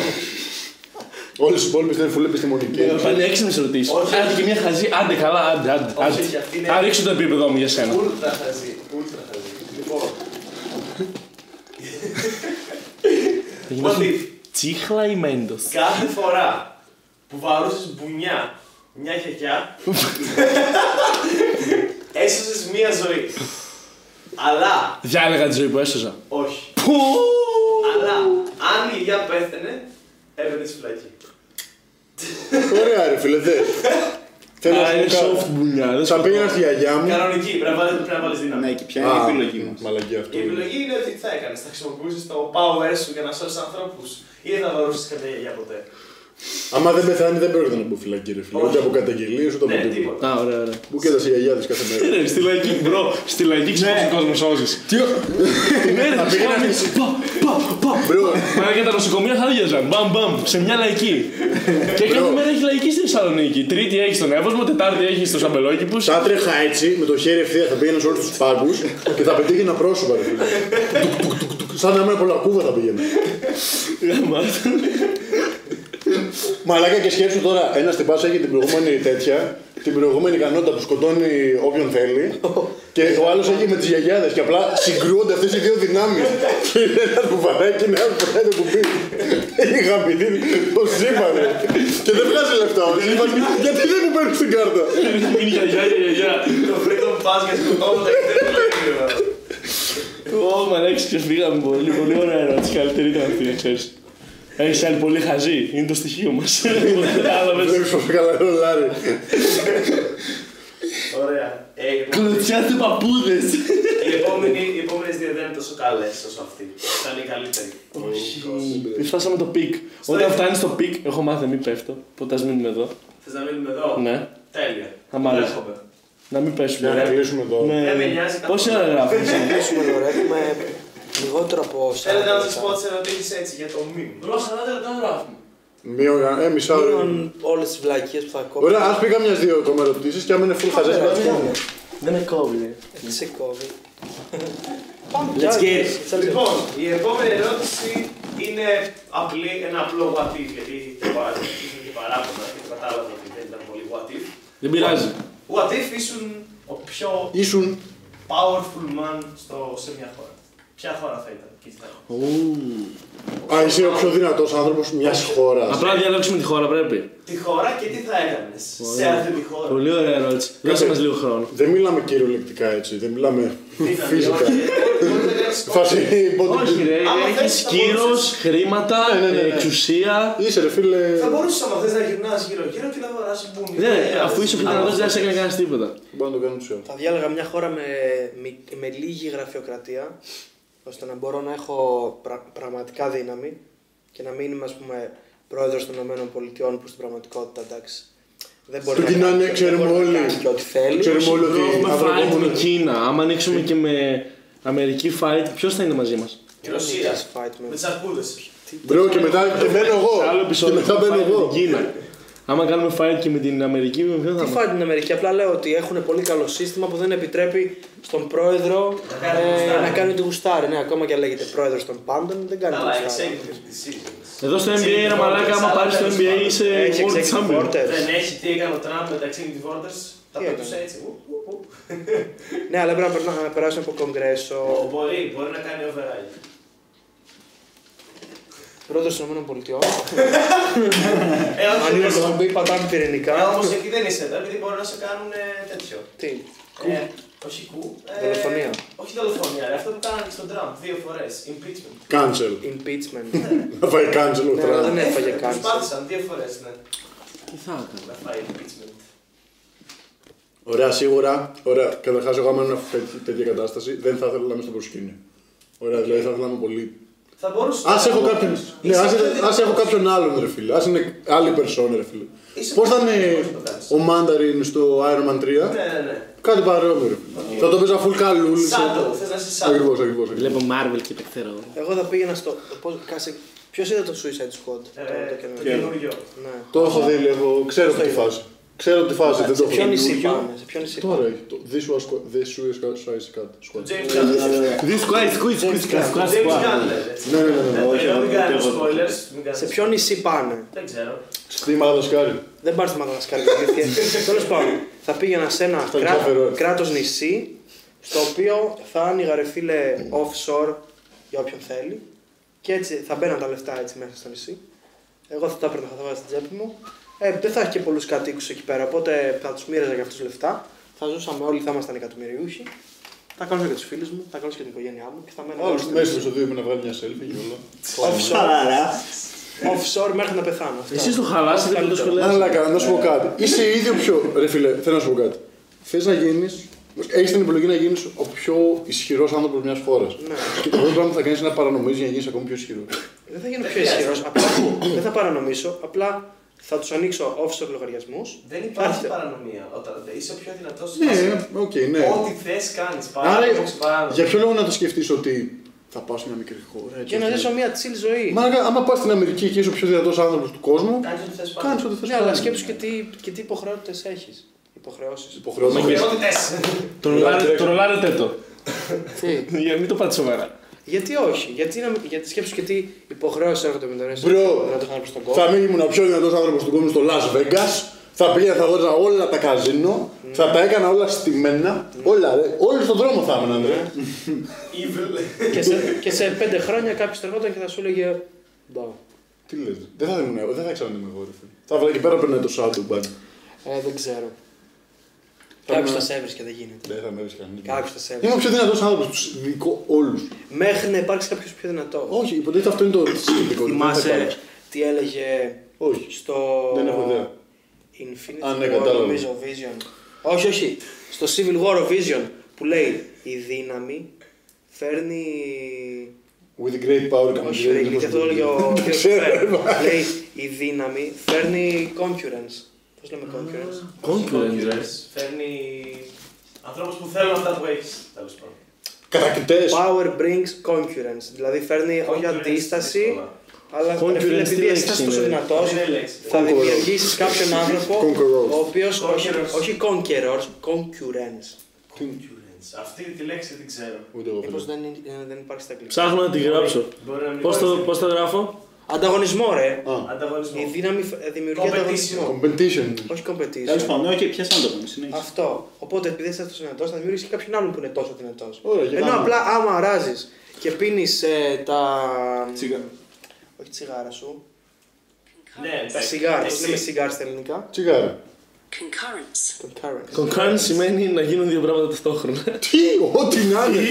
[SPEAKER 2] Όλες οι υπόλοιπες είναι φουλέ επιστημονικέ.
[SPEAKER 3] Είναι έξυπνε ερωτήσει.
[SPEAKER 1] Όχι.
[SPEAKER 3] Άντε και μια χαζή, άντε καλά, άντε, άντε.
[SPEAKER 1] Όχι,
[SPEAKER 3] άντε.
[SPEAKER 1] και αυτή είναι-
[SPEAKER 3] Θα ρίξω το επίπεδο μου για σένα.
[SPEAKER 1] ούλτρα χαζή. Ούλτρα χαζή. Λοιπόν,
[SPEAKER 3] Θα γινώσουν
[SPEAKER 1] What if?
[SPEAKER 3] Τσίχλα ή μέντος.
[SPEAKER 1] κάθε φορά που βαρούσες μπουνιά μια γιαγιά, έσωσες μία ζωή. Αλλά,
[SPEAKER 3] Διάλεγα τη ζωή που έσωζα.
[SPEAKER 1] όχι. Αλλά, αν η γιαγιά πέθαινε, έπαιρνε στη φυλακή.
[SPEAKER 2] Ωραία, ρε φίλε, δε. Θέλω να
[SPEAKER 3] Α, είναι
[SPEAKER 2] σου πω
[SPEAKER 3] soft
[SPEAKER 2] κάτι.
[SPEAKER 3] μπουνιά. δεν
[SPEAKER 2] Θα
[SPEAKER 3] σκοτώ.
[SPEAKER 2] πήγαινα στη γιαγιά μου.
[SPEAKER 1] Κανονική, πρέπει να βάλεις- πρέπει να βάλεις δύναμη.
[SPEAKER 5] Ναι, και ποια είναι η
[SPEAKER 2] Α,
[SPEAKER 5] επιλογή μας.
[SPEAKER 2] Μαλακία αυτό.
[SPEAKER 1] Η επιλογή είναι ότι τι θα έκανες. Θα χρησιμοποιούσες το power σου για να σώσεις ανθρώπους, ή δεν θα βαρούσε καμιά γιαγιά ποτέ.
[SPEAKER 2] Άμα δεν πεθάνει, δεν πρόκειται να μπω φυλακή, ρε φίλε.
[SPEAKER 1] Όχι.
[SPEAKER 2] Ούτε από καταγγελίες, ούτε από
[SPEAKER 1] Ναι,
[SPEAKER 2] τίποτα.
[SPEAKER 1] τίποτα.
[SPEAKER 3] Α, ωραία, ωραία. Ναι.
[SPEAKER 2] Μου κοίτασε η γιαγιά της κάθε μέρα.
[SPEAKER 3] Ε, Ρε, Στη λαϊκή, μπρο, στη λαϊκή ξέρει πόσο κόσμος σώζεις.
[SPEAKER 2] Τι ω-
[SPEAKER 3] Ναι, ρε,
[SPEAKER 2] Θα
[SPEAKER 3] σώζει.
[SPEAKER 2] πήγαινα
[SPEAKER 3] Πα, πα, πα.
[SPEAKER 2] Μπρο,
[SPEAKER 3] Μα και τα νοσοκομεία θα άδειαζαν. Μπαμ, μπαμ, σε μια λαϊκή. και κάθε μέρα έχει λαϊκή στη Θεσσαλονίκη. Τρίτη έχει στον Εύωσμο, Τετάρτη έχει στο Σαμπελόκηπους.
[SPEAKER 2] θα έτρεχα έτσι με το χέρι ευθεία, θα πήγαινα σε όλους τους πάγκους και θα πετύχαινα πρόσωπα. Ρε, φίλε. Τουκ, τουκ, τουκ, τουκ. Σαν να είμαι πολλακούβα θα πήγαινα.
[SPEAKER 3] Ε,
[SPEAKER 2] Μαλάκα και σκέψου τώρα, ένα τυπά έχει την προηγούμενη τέτοια, την προηγούμενη ικανότητα που σκοτώνει όποιον θέλει και Και ο άλλος έγινε με τις γιαγιάδες και απλά συγκρούονται αυτές οι δύο δυνάμεις. και είναι ένα που βαράει και είναι ένα που βαράει το κουμπί. Η γαμηλή το σύμπανε. και δεν βγάζει λεφτά. ο Ζήμαν, Γιατί δεν μου παίρνει την κάρτα.
[SPEAKER 3] Μην γιαγιά, γιαγιά.
[SPEAKER 1] Το Freedom Pass για σκοτώματα και δεν λέει.
[SPEAKER 3] Ω, μα λέξει και φύγαμε πολύ, πολύ ωραία ερώτηση. Καλύτερη ήταν αυτή, ξέρεις. Έχεις άλλη πολύ χαζή, είναι το στοιχείο μας. Κατάλαβες.
[SPEAKER 2] Βλέπει πω καλά ρολάρι.
[SPEAKER 1] Ωραία. Ε, η επόμενη-
[SPEAKER 3] Κλωτσιάτε παππούδες.
[SPEAKER 1] η επόμενη- Οι επόμενε δύο δεν είναι τόσο καλές όσο αυτή. Θα είναι η καλύτερη.
[SPEAKER 3] Όχι. Φτάσαμε το πικ. Όταν φτάνεις στο πικ, έχω μάθει να μην πέφτω. Οπότε ας μείνουμε εδώ.
[SPEAKER 1] Θες να μείνουμε εδώ.
[SPEAKER 3] Ναι.
[SPEAKER 1] Τέλεια.
[SPEAKER 3] Θα μ' άρεσε.
[SPEAKER 1] Δέχομαι.
[SPEAKER 3] Να μην
[SPEAKER 2] Για να
[SPEAKER 3] πέσουμε.
[SPEAKER 2] κλείσουμε εδώ.
[SPEAKER 1] Δεν με
[SPEAKER 3] Ναι.
[SPEAKER 1] νοιάζει
[SPEAKER 3] Πόση ώρα
[SPEAKER 1] καθόλου.
[SPEAKER 3] γράφεις.
[SPEAKER 4] Κλείσουμε τώρα, έχουμε ε, λιγότερο από 40
[SPEAKER 1] Θέλετε να σα
[SPEAKER 4] λεπτά.
[SPEAKER 1] πω τις ερωτήσεις έτσι για το μήνυμα.
[SPEAKER 3] Μπρος, αλλά δεν γράφουμε.
[SPEAKER 2] Μία ώρα, ε, μισά ώρα.
[SPEAKER 4] Μείνουν όλες τις βλακίες που θα κόψουν.
[SPEAKER 2] Ωραία, ας πει καμιάς δύο ακόμα ερωτήσεις και άμα είναι full χαζέ να πει.
[SPEAKER 3] Δεν με κόβει.
[SPEAKER 4] Δεν ε, σε κόβει.
[SPEAKER 5] Let's get it.
[SPEAKER 4] Let's go.
[SPEAKER 1] Λοιπόν, η επόμενη ερώτηση είναι απλή, ένα απλό what if, γιατί το παρά- ήσουν και παράπονα και το κατάλαβα ότι δεν ήταν πολύ what if.
[SPEAKER 3] Δεν πειράζει.
[SPEAKER 1] What if ήσουν ο πιο
[SPEAKER 2] Ήσουν.
[SPEAKER 1] powerful man στο, σε μια χώρα. Ποια χώρα θα ήταν και τι θα ήταν.
[SPEAKER 2] Α, είσαι ο πιο δυνατός άνθρωπος μιας χώρας.
[SPEAKER 3] Απλά να διαλέξουμε τη χώρα πρέπει.
[SPEAKER 1] Τη χώρα και τι θα έκανες σε αυτή τη χώρα.
[SPEAKER 3] Πολύ ωραία ερώτηση. Δώσε μας λίγο χρόνο.
[SPEAKER 2] Δεν μιλάμε κυριολεκτικά έτσι, δεν μιλάμε φυσικά. Θα σε
[SPEAKER 3] Όχι ρε,
[SPEAKER 1] Άμα
[SPEAKER 3] έχεις
[SPEAKER 1] θες, θα
[SPEAKER 3] κύρος,
[SPEAKER 1] μπορούσες.
[SPEAKER 3] χρήματα,
[SPEAKER 2] Ναι, ναι, ναι, ναι.
[SPEAKER 3] εξουσία.
[SPEAKER 2] Είσαι ρε φίλε.
[SPEAKER 1] Θα μπορούσες άμα θες να γυρνάς γύρω-γύρω και να βαράσει μπουνι.
[SPEAKER 3] Ναι, αφού είσαι πιο
[SPEAKER 1] Α,
[SPEAKER 3] δυνατός δεν σε έκανε κανένας τίποτα.
[SPEAKER 2] Μπορεί να το κάνουν του
[SPEAKER 4] Θα διάλεγα μια χώρα με, με, με λίγη γραφειοκρατία, ώστε να μπορώ να έχω πρα- πραγματικά δύναμη και να μην είμαι, ας πούμε, πρόεδρος των Ηνωμένων Πολιτειών που στην πραγματικότητα, εντάξει, δεν μπορεί
[SPEAKER 2] Του
[SPEAKER 4] να
[SPEAKER 2] κοινάνε,
[SPEAKER 4] δεν
[SPEAKER 2] ξέρουμε
[SPEAKER 4] μπορεί να
[SPEAKER 2] όλοι.
[SPEAKER 4] κάνει και ό,τι θέλει.
[SPEAKER 2] Ξέρουμε
[SPEAKER 3] Bro,
[SPEAKER 2] όλοι ότι
[SPEAKER 3] Έχουμε
[SPEAKER 2] αύριο
[SPEAKER 3] fight με
[SPEAKER 2] επόμενο-
[SPEAKER 3] Κίνα. Άμα ανοίξουμε και με Αμερική fight, ποιος θα είναι μαζί μας.
[SPEAKER 1] Η Ρωσία.
[SPEAKER 4] Just fight me.
[SPEAKER 1] Με τις αρκούδες.
[SPEAKER 2] Μπρο και μετά και μπαίνω εγώ.
[SPEAKER 3] Άλλο
[SPEAKER 2] Και
[SPEAKER 3] επεισόδιο.
[SPEAKER 2] μετά
[SPEAKER 3] θα
[SPEAKER 2] μπαίνω
[SPEAKER 3] fight με την
[SPEAKER 2] εγώ.
[SPEAKER 3] Κίνα. Άμα κάνουμε fight και με την Αμερική, με ποιον θα
[SPEAKER 4] Τι
[SPEAKER 3] είμαστε.
[SPEAKER 4] φάει την Αμερική, απλά λέω ότι έχουν πολύ καλό σύστημα που δεν επιτρέπει στον πρόεδρο
[SPEAKER 1] Να κάνει ό,τι
[SPEAKER 4] ε,
[SPEAKER 1] γουστάρει.
[SPEAKER 4] να κάνει ό,τι γουστάρει. Ναι, ακόμα και αν λέγεται πρόεδρος των πάντων, δεν κάνει ό,τι
[SPEAKER 1] Αλλά
[SPEAKER 4] γουστάρει.
[SPEAKER 1] executive decisions.
[SPEAKER 3] Εδώ στο NBA, ρε
[SPEAKER 1] Executive
[SPEAKER 3] μαλάκα, άμα
[SPEAKER 1] orders,
[SPEAKER 3] πάρεις το
[SPEAKER 1] αλλά
[SPEAKER 3] NBA
[SPEAKER 1] τέλος
[SPEAKER 3] είσαι
[SPEAKER 4] Έχει
[SPEAKER 3] world
[SPEAKER 4] executive
[SPEAKER 3] champion.
[SPEAKER 4] orders.
[SPEAKER 1] πάντων. Δεν έχει τι έκανε ο Τραμπ με τα executive orders. Τα
[SPEAKER 4] Τι
[SPEAKER 1] πέτουσε
[SPEAKER 4] έκανε.
[SPEAKER 1] έτσι. ου, ου, ου.
[SPEAKER 4] Ναι, αλλά πρέπει να περνά- να περάσουν από κογκρέσο.
[SPEAKER 1] Ο- Μπορεί, μπορεί να κάνει override.
[SPEAKER 4] Πρόεδρος των ΗΠΑ.
[SPEAKER 1] Ε,
[SPEAKER 4] Αν είναι το
[SPEAKER 1] όχι.
[SPEAKER 4] να μπει πατάνε πυρηνικά.
[SPEAKER 1] Όμως εκεί δεν είσαι εδώ, επειδή μπορεί να σε κάνουν ε, τέτοιο.
[SPEAKER 4] Τι.
[SPEAKER 1] Ε, όχι κου. ε,
[SPEAKER 4] Δολοφονία.
[SPEAKER 1] Όχι δολοφονία, ρε. Αυτό που κάνανε και στον Τραμπ δύο φορές. Impeachment.
[SPEAKER 2] Cancel.
[SPEAKER 1] Ε,
[SPEAKER 4] Impeachment.
[SPEAKER 2] Να φάει cancel ο
[SPEAKER 4] Ναι, αλλά δεν
[SPEAKER 2] Τραμπ.
[SPEAKER 4] έφαγε καν.
[SPEAKER 1] Προσπάθησαν δύο φορές ναι,
[SPEAKER 3] Τι θα έκανα.
[SPEAKER 1] να φάει impeachment.
[SPEAKER 2] Ωραία, σίγουρα. Ωραία. Καταρχάς, εγώ άμα ήμουν σε τέτοια κατάσταση, δεν θα ήθελα να είμαι στο προσκήνιο. Ωραία, δηλαδή θα ήθελα να είμαι πολύ.
[SPEAKER 1] Θα μπορούσε.
[SPEAKER 2] Ας έχω κάποιον. Ναι,
[SPEAKER 1] Είσαι
[SPEAKER 2] ας-
[SPEAKER 1] πιο δυνατός.
[SPEAKER 2] ας έχω κάποιον άλλον, ρε φίλε. Ας είναι άλλη persona, ρε φίλε.
[SPEAKER 1] Είσαι
[SPEAKER 2] Πώς
[SPEAKER 1] πιο
[SPEAKER 2] θα είναι
[SPEAKER 1] δυνατός να το κάνεις.
[SPEAKER 2] ο Μάνταριν στο Iron Man 3,
[SPEAKER 1] Ναι, ναι, ναι.
[SPEAKER 2] κάτι παρόμοιο. ρε φίλε. Θα το παίζα full ε. καλούλι.
[SPEAKER 1] Σάντο, θες να είσαι σάντο.
[SPEAKER 2] Ακριβώς, ακριβώς.
[SPEAKER 3] Βλέπω Marvel και επεκτερώ.
[SPEAKER 4] Εγώ θα πήγαινα στο. Ποιος είδε το Suicide Squad.
[SPEAKER 1] Ε,
[SPEAKER 4] το- το
[SPEAKER 1] Το
[SPEAKER 4] καινούριο.
[SPEAKER 1] καινούριο.
[SPEAKER 4] Ναι.
[SPEAKER 2] Το έχω δει λίγο, ξέρω τη φάση. Ξέρω τη φάση, δεν το
[SPEAKER 4] Σε
[SPEAKER 2] έχω
[SPEAKER 4] ποιο
[SPEAKER 2] δει.
[SPEAKER 4] νησί πάμε, σε ποιο νησί πάμε.
[SPEAKER 2] Τώρα έχει το This was This was Suicide Squad.
[SPEAKER 1] Το James
[SPEAKER 2] Ναι,
[SPEAKER 1] Gunn.
[SPEAKER 3] This guy, squeeze, squeeze,
[SPEAKER 1] Το
[SPEAKER 3] squeeze,
[SPEAKER 1] James Gunn. λέτε, έτσι.
[SPEAKER 2] Ναι, ναι, ναι, ναι.
[SPEAKER 1] Ε,
[SPEAKER 5] όχι,
[SPEAKER 1] Μην
[SPEAKER 5] όχι,
[SPEAKER 1] κάνουμε
[SPEAKER 5] όχι, όχι.
[SPEAKER 1] spoilers. μην κάνουμε-
[SPEAKER 4] Σε ποιο νησί πάνε.
[SPEAKER 1] Δεν ξέρω.
[SPEAKER 2] Στη Μαδαγασκάρη.
[SPEAKER 4] Δεν πάρει τη Μαδαγασκάρη γιατί Τέλος πάντων, θα πήγαινα σε ένα
[SPEAKER 2] Αυτό είναι τρομερό.
[SPEAKER 4] κράτος νησί, στο οποίο θα άνοιγα ρε φίλε offshore για όποιον θέλει. Και έτσι θα μπαίναν τα λεφτά έτσι μέσα στο νησί. Εγώ θα τα έπαιρνα, θα τα βάζα στην τσέπη μου. Ε, δεν θα έχει και πολλούς κατοίκους εκεί πέρα, οπότε θα τους μοίραζα για αυτούς λεφτά. Θα ζούσαμε όλοι, θα ήμασταν εκατομμυριούχοι. Θα κάνω και τους φίλους μου, θα κάνω και την οικογένειά μου και θα μένω
[SPEAKER 2] Όλους
[SPEAKER 4] στο
[SPEAKER 2] μέσα
[SPEAKER 4] νησί.
[SPEAKER 2] στο δύο με να βγάλει μια selfie και όλα.
[SPEAKER 4] offshore,
[SPEAKER 5] Σαραρά.
[SPEAKER 4] offshore μέχρι να πεθάνω. Αυτά.
[SPEAKER 3] Εσείς το χαλάσετε και το σχολιάσετε.
[SPEAKER 2] Αλλά καλά, να σου πω κάτι. Είσαι ήδη ο πιο. Ρε φίλε, θέλω να σου πω κάτι. Θες να γίνεις. Έχεις την επιλογή να γίνεις ο πιο ισχυρός άνθρωπος μιας χώρας.
[SPEAKER 4] Ναι.
[SPEAKER 2] Και το πρώτο πράγμα που θα κάνεις είναι να παρανομίζει για να γίνεις ακόμη πιο ισχυρός.
[SPEAKER 4] Δεν θα γίνω πιο ισχυρός. Απλά δεν θα παρανομήσω. Απλά θα τους ανοίξω offshore λογαριασμού.
[SPEAKER 1] Δεν υπάρχει
[SPEAKER 4] Άρθε.
[SPEAKER 1] παρανομία. Όταν δεν είσαι ο πιο δυνατός.
[SPEAKER 2] Ναι, οκ, ναι.
[SPEAKER 1] Ό,τι θες κάνεις.
[SPEAKER 2] Άρα,
[SPEAKER 1] Πάρα
[SPEAKER 2] για ποιο λόγο να το σκεφτείς ότι θα πάω σε μια μικρή χώρα. έτσι,
[SPEAKER 4] Και να
[SPEAKER 2] ώστε-
[SPEAKER 4] ζήσω μια chill ζωή.
[SPEAKER 2] Μάγκα, άμα πας στην Αμερική και είσαι ο πιο δυνατός άνθρωπος του κόσμου,
[SPEAKER 1] Κάνεις ό,τι θες
[SPEAKER 2] κάνεις ό,τι θες.
[SPEAKER 4] Ναι, αλλά σκέψου και τι, και τι υποχρεότητες έχεις. Υποχρεώσεις.
[SPEAKER 3] Το ρολάρε- Το ρολάρετε το. Για μην το πάτε σοβαρά.
[SPEAKER 4] γιατί όχι, γιατί, να, μην- γιατί σκέψου και τι υποχρεώσει έρχονται με τον Έσο.
[SPEAKER 2] Μπρο.
[SPEAKER 4] Να το χάνω προς τον κόσμο.
[SPEAKER 2] Θα μην ήμουν ο πιο δυνατός άνθρωπος του κόσμου στο Las Vegas. Θα πήγαινα, θα αγόριζα όλα τα καζίνο, θα τα έκανα όλα στημένα. Όλα, ρε. Όλοι στον δρόμο θα έμεναν, ρε.
[SPEAKER 1] Evil.
[SPEAKER 4] και, σε, και σε πέντε χρόνια κάποιος τρεγόταν και θα σου έλεγε. Μπα.
[SPEAKER 2] Τι λες, δεν θα ήμουν εγώ, δεν θα ξέρω να είμαι εγώ. ρε φίλε. Θα έβαλα εκεί πέρα πριν το σάτου μπαν.
[SPEAKER 4] Ε, δεν ξέρω.
[SPEAKER 2] Πάμε.
[SPEAKER 4] Κάποιο θα σε έβρισκε, δεν γίνεται.
[SPEAKER 2] Δεν θα με έβρισκαν. κανεί.
[SPEAKER 4] Κάποιος θα σε έβρισκε.
[SPEAKER 2] Είμαι ο πιο δυνατός άνθρωπος τους δικό όλους.
[SPEAKER 4] Μέχρι να υπάρξει κάποιος πιο δυνατός.
[SPEAKER 2] Όχι, υποτίθεται αυτό είναι το σκεπτικό. δεν θα
[SPEAKER 4] Θυμάσαι
[SPEAKER 2] υπάρξει.
[SPEAKER 4] τι έλεγε
[SPEAKER 2] Όχι.
[SPEAKER 4] στο.
[SPEAKER 2] Δεν έχω ιδέα.
[SPEAKER 4] Infinity
[SPEAKER 2] Α, ναι,
[SPEAKER 4] War,
[SPEAKER 2] κατάλαβα.
[SPEAKER 4] νομίζω, Vision. Όχι, όχι. Στο Civil War Vision που λέει Η δύναμη φέρνει.
[SPEAKER 2] With great power comes
[SPEAKER 4] Όχι,
[SPEAKER 2] great
[SPEAKER 4] ρε, γιατί αυτό το έλεγε ο.
[SPEAKER 2] Δεν ξέρω.
[SPEAKER 4] Λέει Η δύναμη φέρνει concurrence. Πώς λέμε concurrence.
[SPEAKER 3] Confluence, ρε.
[SPEAKER 1] Φέρνει ανθρώπους που θέλουν αυτά που έχεις, τέλος πάντων.
[SPEAKER 2] Κατακτητές.
[SPEAKER 4] Power brings concurrence. Δηλαδή φέρνει όχι
[SPEAKER 1] Concurrence,
[SPEAKER 4] αντίσταση,
[SPEAKER 1] δύσκολα.
[SPEAKER 4] αλλά
[SPEAKER 3] Concurrence,
[SPEAKER 4] ρε φίλε,
[SPEAKER 3] τι
[SPEAKER 4] επειδή
[SPEAKER 3] λέξη
[SPEAKER 4] εσύ είσαι τόσο
[SPEAKER 3] είναι, ρε.
[SPEAKER 4] δυνατός,
[SPEAKER 1] Δεν είναι λέξη.
[SPEAKER 4] θα
[SPEAKER 2] Concurrence.
[SPEAKER 4] δημιουργήσεις κάποιον άνθρωπο
[SPEAKER 2] Conqueror.
[SPEAKER 4] ο οποίος. Όχι,
[SPEAKER 1] Conquerors.
[SPEAKER 4] όχι conquerors, concurrence.
[SPEAKER 1] Concurrence. Αυτή τη λέξη δεν ξέρω.
[SPEAKER 2] Ούτε εγώ.
[SPEAKER 4] Μήπω
[SPEAKER 2] φίλε.
[SPEAKER 4] δεν, είναι- δεν υπάρχει στα αγγλικά.
[SPEAKER 3] Ψάχνω να τη γράψω.
[SPEAKER 1] Μπορεί να μην
[SPEAKER 3] Πώς το,
[SPEAKER 1] υπάρχει.
[SPEAKER 3] πώς το γράφω?
[SPEAKER 4] Ανταγωνισμό,
[SPEAKER 2] Α,
[SPEAKER 4] ρε. Η
[SPEAKER 1] Ανταγωνισμό.
[SPEAKER 4] δύναμη ε, δημιουργεί
[SPEAKER 1] Competition.
[SPEAKER 4] ανταγωνισμό.
[SPEAKER 2] competition.
[SPEAKER 4] Όχι
[SPEAKER 5] Τέλος
[SPEAKER 4] competition.
[SPEAKER 5] πάντων, όχι, πιάσα να το πούμε. συνέχισε.
[SPEAKER 4] Αυτό. Οπότε επειδή είσαι τόσο δυνατό, θα δημιουργήσει κάποιον άλλον που είναι τόσο δυνατός.
[SPEAKER 2] Ωραία, για
[SPEAKER 4] Ενώ
[SPEAKER 2] να-
[SPEAKER 4] απλά άμα αράζεις και πίνεις τα.
[SPEAKER 5] Τσιγάρα.
[SPEAKER 4] Όχι τσιγάρα σου.
[SPEAKER 1] Ναι,
[SPEAKER 4] Τα
[SPEAKER 1] εντάξει.
[SPEAKER 4] σιγάρα.
[SPEAKER 1] Εσύ.
[SPEAKER 4] Πώς λέμε σιγάρ στα ελληνικά.
[SPEAKER 2] Τσιγάρα.
[SPEAKER 6] Concurrence.
[SPEAKER 4] Concurrence.
[SPEAKER 3] Concurrence σημαίνει να γίνουν δύο πράγματα ταυτόχρονα.
[SPEAKER 2] Τι, ό,τι να
[SPEAKER 3] Ή,
[SPEAKER 2] είναι.